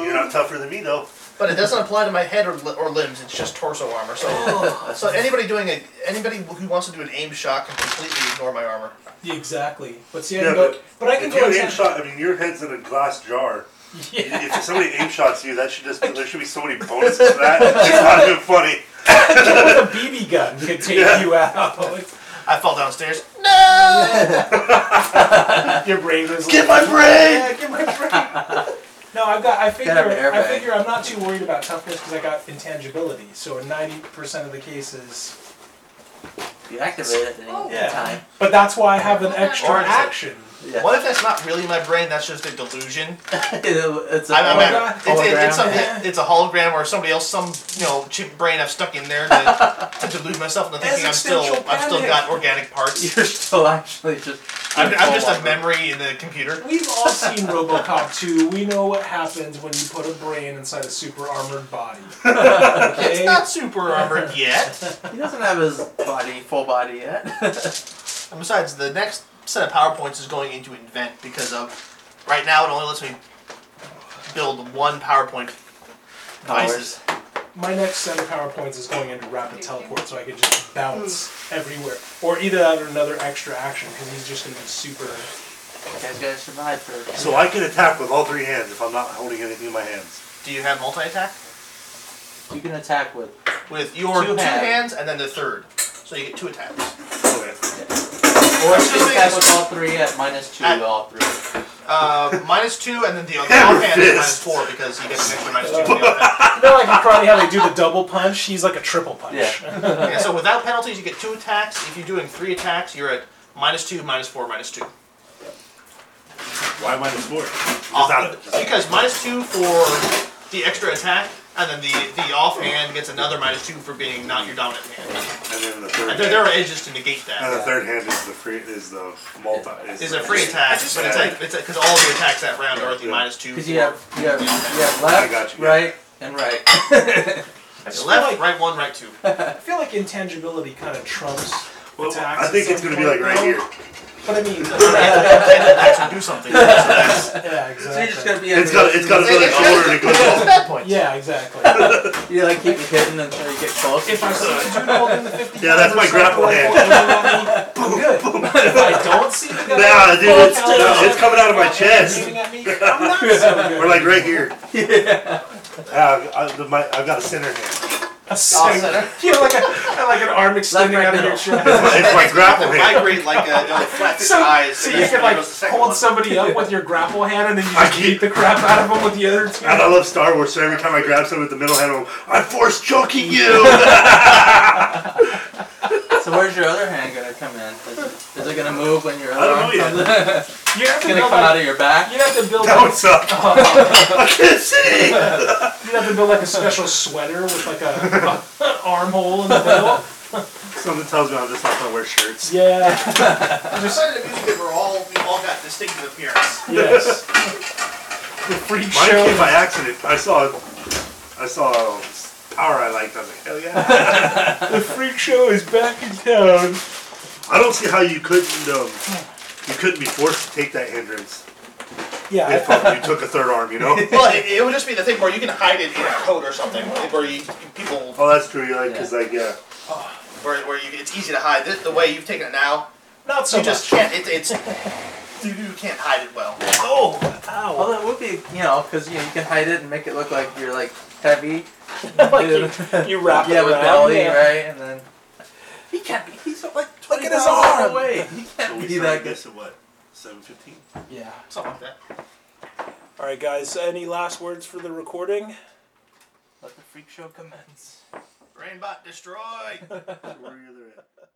Speaker 3: You're not tougher than me though.
Speaker 1: but it doesn't apply to my head or, li- or limbs. It's just torso armor. So,
Speaker 2: Oh.
Speaker 1: so anybody doing a anybody who wants to do an aim shot can completely ignore my armor.
Speaker 2: Yeah, exactly. But see, I
Speaker 3: Yeah,
Speaker 2: can go. But,
Speaker 3: but
Speaker 2: I can
Speaker 3: If
Speaker 2: go.
Speaker 3: you
Speaker 2: attack-
Speaker 3: aim shot, I mean, your head's in a glass jar.
Speaker 2: Yeah.
Speaker 3: If somebody aim shots you, that should just there should be so many bonuses to that. It's not even funny.
Speaker 2: with a BB gun could take
Speaker 3: Yeah.
Speaker 2: you out.
Speaker 1: I fall downstairs. No!
Speaker 2: Your brain goes.
Speaker 1: Get my brain!
Speaker 2: Yeah, get my brain. no, I've got. I figure.
Speaker 4: have an airbag.
Speaker 2: I figure I'm not too worried about toughness because I got intangibility. So in ninety percent of the cases.
Speaker 4: You activate it and
Speaker 8: Oh.
Speaker 4: you
Speaker 2: Yeah.
Speaker 4: get time.
Speaker 2: But that's why I have an extra
Speaker 1: Or is it-
Speaker 2: action.
Speaker 4: Yeah.
Speaker 1: What if that's not really my brain? That's just a delusion.
Speaker 4: it's a
Speaker 1: I, I mean,
Speaker 2: Hologram?
Speaker 1: it's, it's, it's, some,
Speaker 2: Hologram?
Speaker 1: it's a hologram or somebody else, some you know chip brain I've stuck in there to, to delude myself into thinking I'm still
Speaker 2: Existential
Speaker 1: I've still
Speaker 2: panic.
Speaker 1: got organic parts.
Speaker 4: you're still actually just.
Speaker 1: I'm,
Speaker 4: doing
Speaker 1: I'm
Speaker 4: full
Speaker 1: just a
Speaker 4: armor.
Speaker 1: memory in the computer.
Speaker 2: We've all seen RoboCop 2. We know what happens when you put a brain inside a super armored body. Okay.
Speaker 1: It's not super armored yet.
Speaker 4: He doesn't have his body full body yet.
Speaker 1: And besides, the next set of powerpoints is going into invent because of right now it only lets me build one powerpoint. Devices.
Speaker 2: My next set of powerpoints is going into rapid teleport, so I can just bounce everywhere, or either that or another extra action because he's just gonna be super.
Speaker 4: You guys gotta survive for.
Speaker 3: So I can attack with all three hands if I'm not holding anything in my hands.
Speaker 1: Do you have multi attack
Speaker 4: You can attack with.
Speaker 1: with your two,
Speaker 4: Two hands.
Speaker 1: hands and then the third? So you get two attacks.
Speaker 3: Okay.
Speaker 4: Or you can
Speaker 1: assuming
Speaker 4: attack
Speaker 1: it's-
Speaker 4: with all three at minus two
Speaker 1: At-
Speaker 4: to all three.
Speaker 1: Uh, minus two, and then the other
Speaker 3: Hammer
Speaker 1: hand is minus
Speaker 3: fist.
Speaker 1: four because he gets an extra minus two. from the other hand.
Speaker 2: You know, like in karate how they do the double punch. He's like a triple punch.
Speaker 4: Yeah.
Speaker 1: yeah, so without penalties, you get two attacks. If you're doing three attacks, you're at minus two, minus four, minus two.
Speaker 3: Why minus four? Just
Speaker 1: Off
Speaker 3: out of
Speaker 1: Uh, the- because minus two for the extra attack, and then the the offhand gets another minus two for being not your dominant hand.
Speaker 3: And then the third.
Speaker 1: And there, there
Speaker 3: hand-
Speaker 1: are edges to negate
Speaker 3: and
Speaker 1: that.
Speaker 3: the third hand is the free is the multi. Is,
Speaker 1: It's a free attack, but it's like it's because all the attacks that round are the
Speaker 3: Yeah.
Speaker 1: minus two.
Speaker 4: Because
Speaker 1: for-
Speaker 4: you have you have you have left,
Speaker 3: got you, yeah.
Speaker 4: right, and right.
Speaker 1: Left, right one, right two.
Speaker 2: I feel like intangibility kind of trumps
Speaker 3: Well,
Speaker 2: attacks.
Speaker 3: I
Speaker 2: at
Speaker 3: think
Speaker 2: some
Speaker 3: it's gonna be like
Speaker 2: point,
Speaker 3: right
Speaker 2: though.
Speaker 3: here.
Speaker 2: But I mean,
Speaker 1: Actually do something. That's-
Speaker 2: yeah,
Speaker 4: so you're just
Speaker 2: exactly.
Speaker 4: gonna be
Speaker 3: It's got it's got another corner and it goes off.
Speaker 2: Yeah, exactly.
Speaker 4: you like keep hitting until you get close.
Speaker 2: If I see the dude holding the 50
Speaker 3: Yeah, that's my grapple hand.
Speaker 2: I'm good. If I don't see the guy
Speaker 3: Nah, dude, it's,
Speaker 2: Fuck,
Speaker 3: no,
Speaker 2: Alex.
Speaker 3: it's coming out of my chest.
Speaker 2: shooting at me, I'm not so good.
Speaker 3: We're like right here. Yeah. I, I, the, my, I've got a center hand.
Speaker 2: A center. You have like, a, have like an arm extending
Speaker 4: right,
Speaker 2: out of your
Speaker 4: middle.
Speaker 2: shoulder.
Speaker 3: It's my grapple hand.
Speaker 1: Migrate like a, you know, the flat
Speaker 2: So-
Speaker 1: eyes.
Speaker 2: So you can like hold somebody up with your grapple hand and then you
Speaker 3: I
Speaker 2: just beat
Speaker 3: keep-
Speaker 2: the crap out of them with the other two.
Speaker 3: And I love Star Wars, so every time I grab someone with the middle hand, I'm, I'm force choking you.
Speaker 4: so where's your other hand gonna come in? Is it, is it gonna move when your
Speaker 3: don't
Speaker 4: other
Speaker 3: know
Speaker 4: arm
Speaker 3: yet.
Speaker 4: comes in?
Speaker 2: You have to
Speaker 4: It's gonna
Speaker 2: build
Speaker 4: come out
Speaker 2: like,
Speaker 4: of your back.
Speaker 2: you have to build
Speaker 3: that
Speaker 2: like,
Speaker 3: would suck. I can't see.
Speaker 2: you have to build like a special sweater with like a, a armhole in the middle.
Speaker 3: Something tells me I'm just not gonna wear shirts.
Speaker 2: Yeah.
Speaker 1: I'm excited to music that we're all we all got distinctive appearance.
Speaker 2: Yes. The freak
Speaker 3: Mine
Speaker 2: show.
Speaker 3: came by accident. I saw, I saw a power I liked. I was like, hell yeah.
Speaker 2: The freak show is back in town.
Speaker 3: I don't see how you couldn't, um, you couldn't be forced to take that hindrance
Speaker 2: Yeah. I-
Speaker 3: if um, you took a third arm. You know.
Speaker 1: Well, it, it would just be the thing where you can hide it in a coat or something, where you people
Speaker 3: Oh, that's true. Like, cause like, yeah.
Speaker 2: oh,
Speaker 1: where, where you it's easy to hide. The, the way you've taken it now,
Speaker 2: Not so
Speaker 1: you just
Speaker 2: much.
Speaker 1: can't. It, it's you, you can't hide it well.
Speaker 2: Oh, ow.
Speaker 4: Well, that would be you know because you, know, you can hide it and make it look like you're like heavy.
Speaker 2: like you, you wrap it
Speaker 4: Oh, yeah,
Speaker 2: around.
Speaker 4: with belly,
Speaker 2: yeah.
Speaker 4: right? And then he can't be. He's like
Speaker 2: Look
Speaker 4: twenty
Speaker 2: at his
Speaker 4: miles
Speaker 2: arm.
Speaker 4: away. He
Speaker 3: So
Speaker 4: can't
Speaker 3: we
Speaker 4: be
Speaker 3: started
Speaker 4: that good.
Speaker 3: this at what? Seven fifteen.
Speaker 2: Yeah.
Speaker 1: Something like that.
Speaker 2: All right, guys. Any last words for the recording?
Speaker 4: Let the freak show commence.
Speaker 1: Rainbot destroy.
Speaker 3: Where are you at?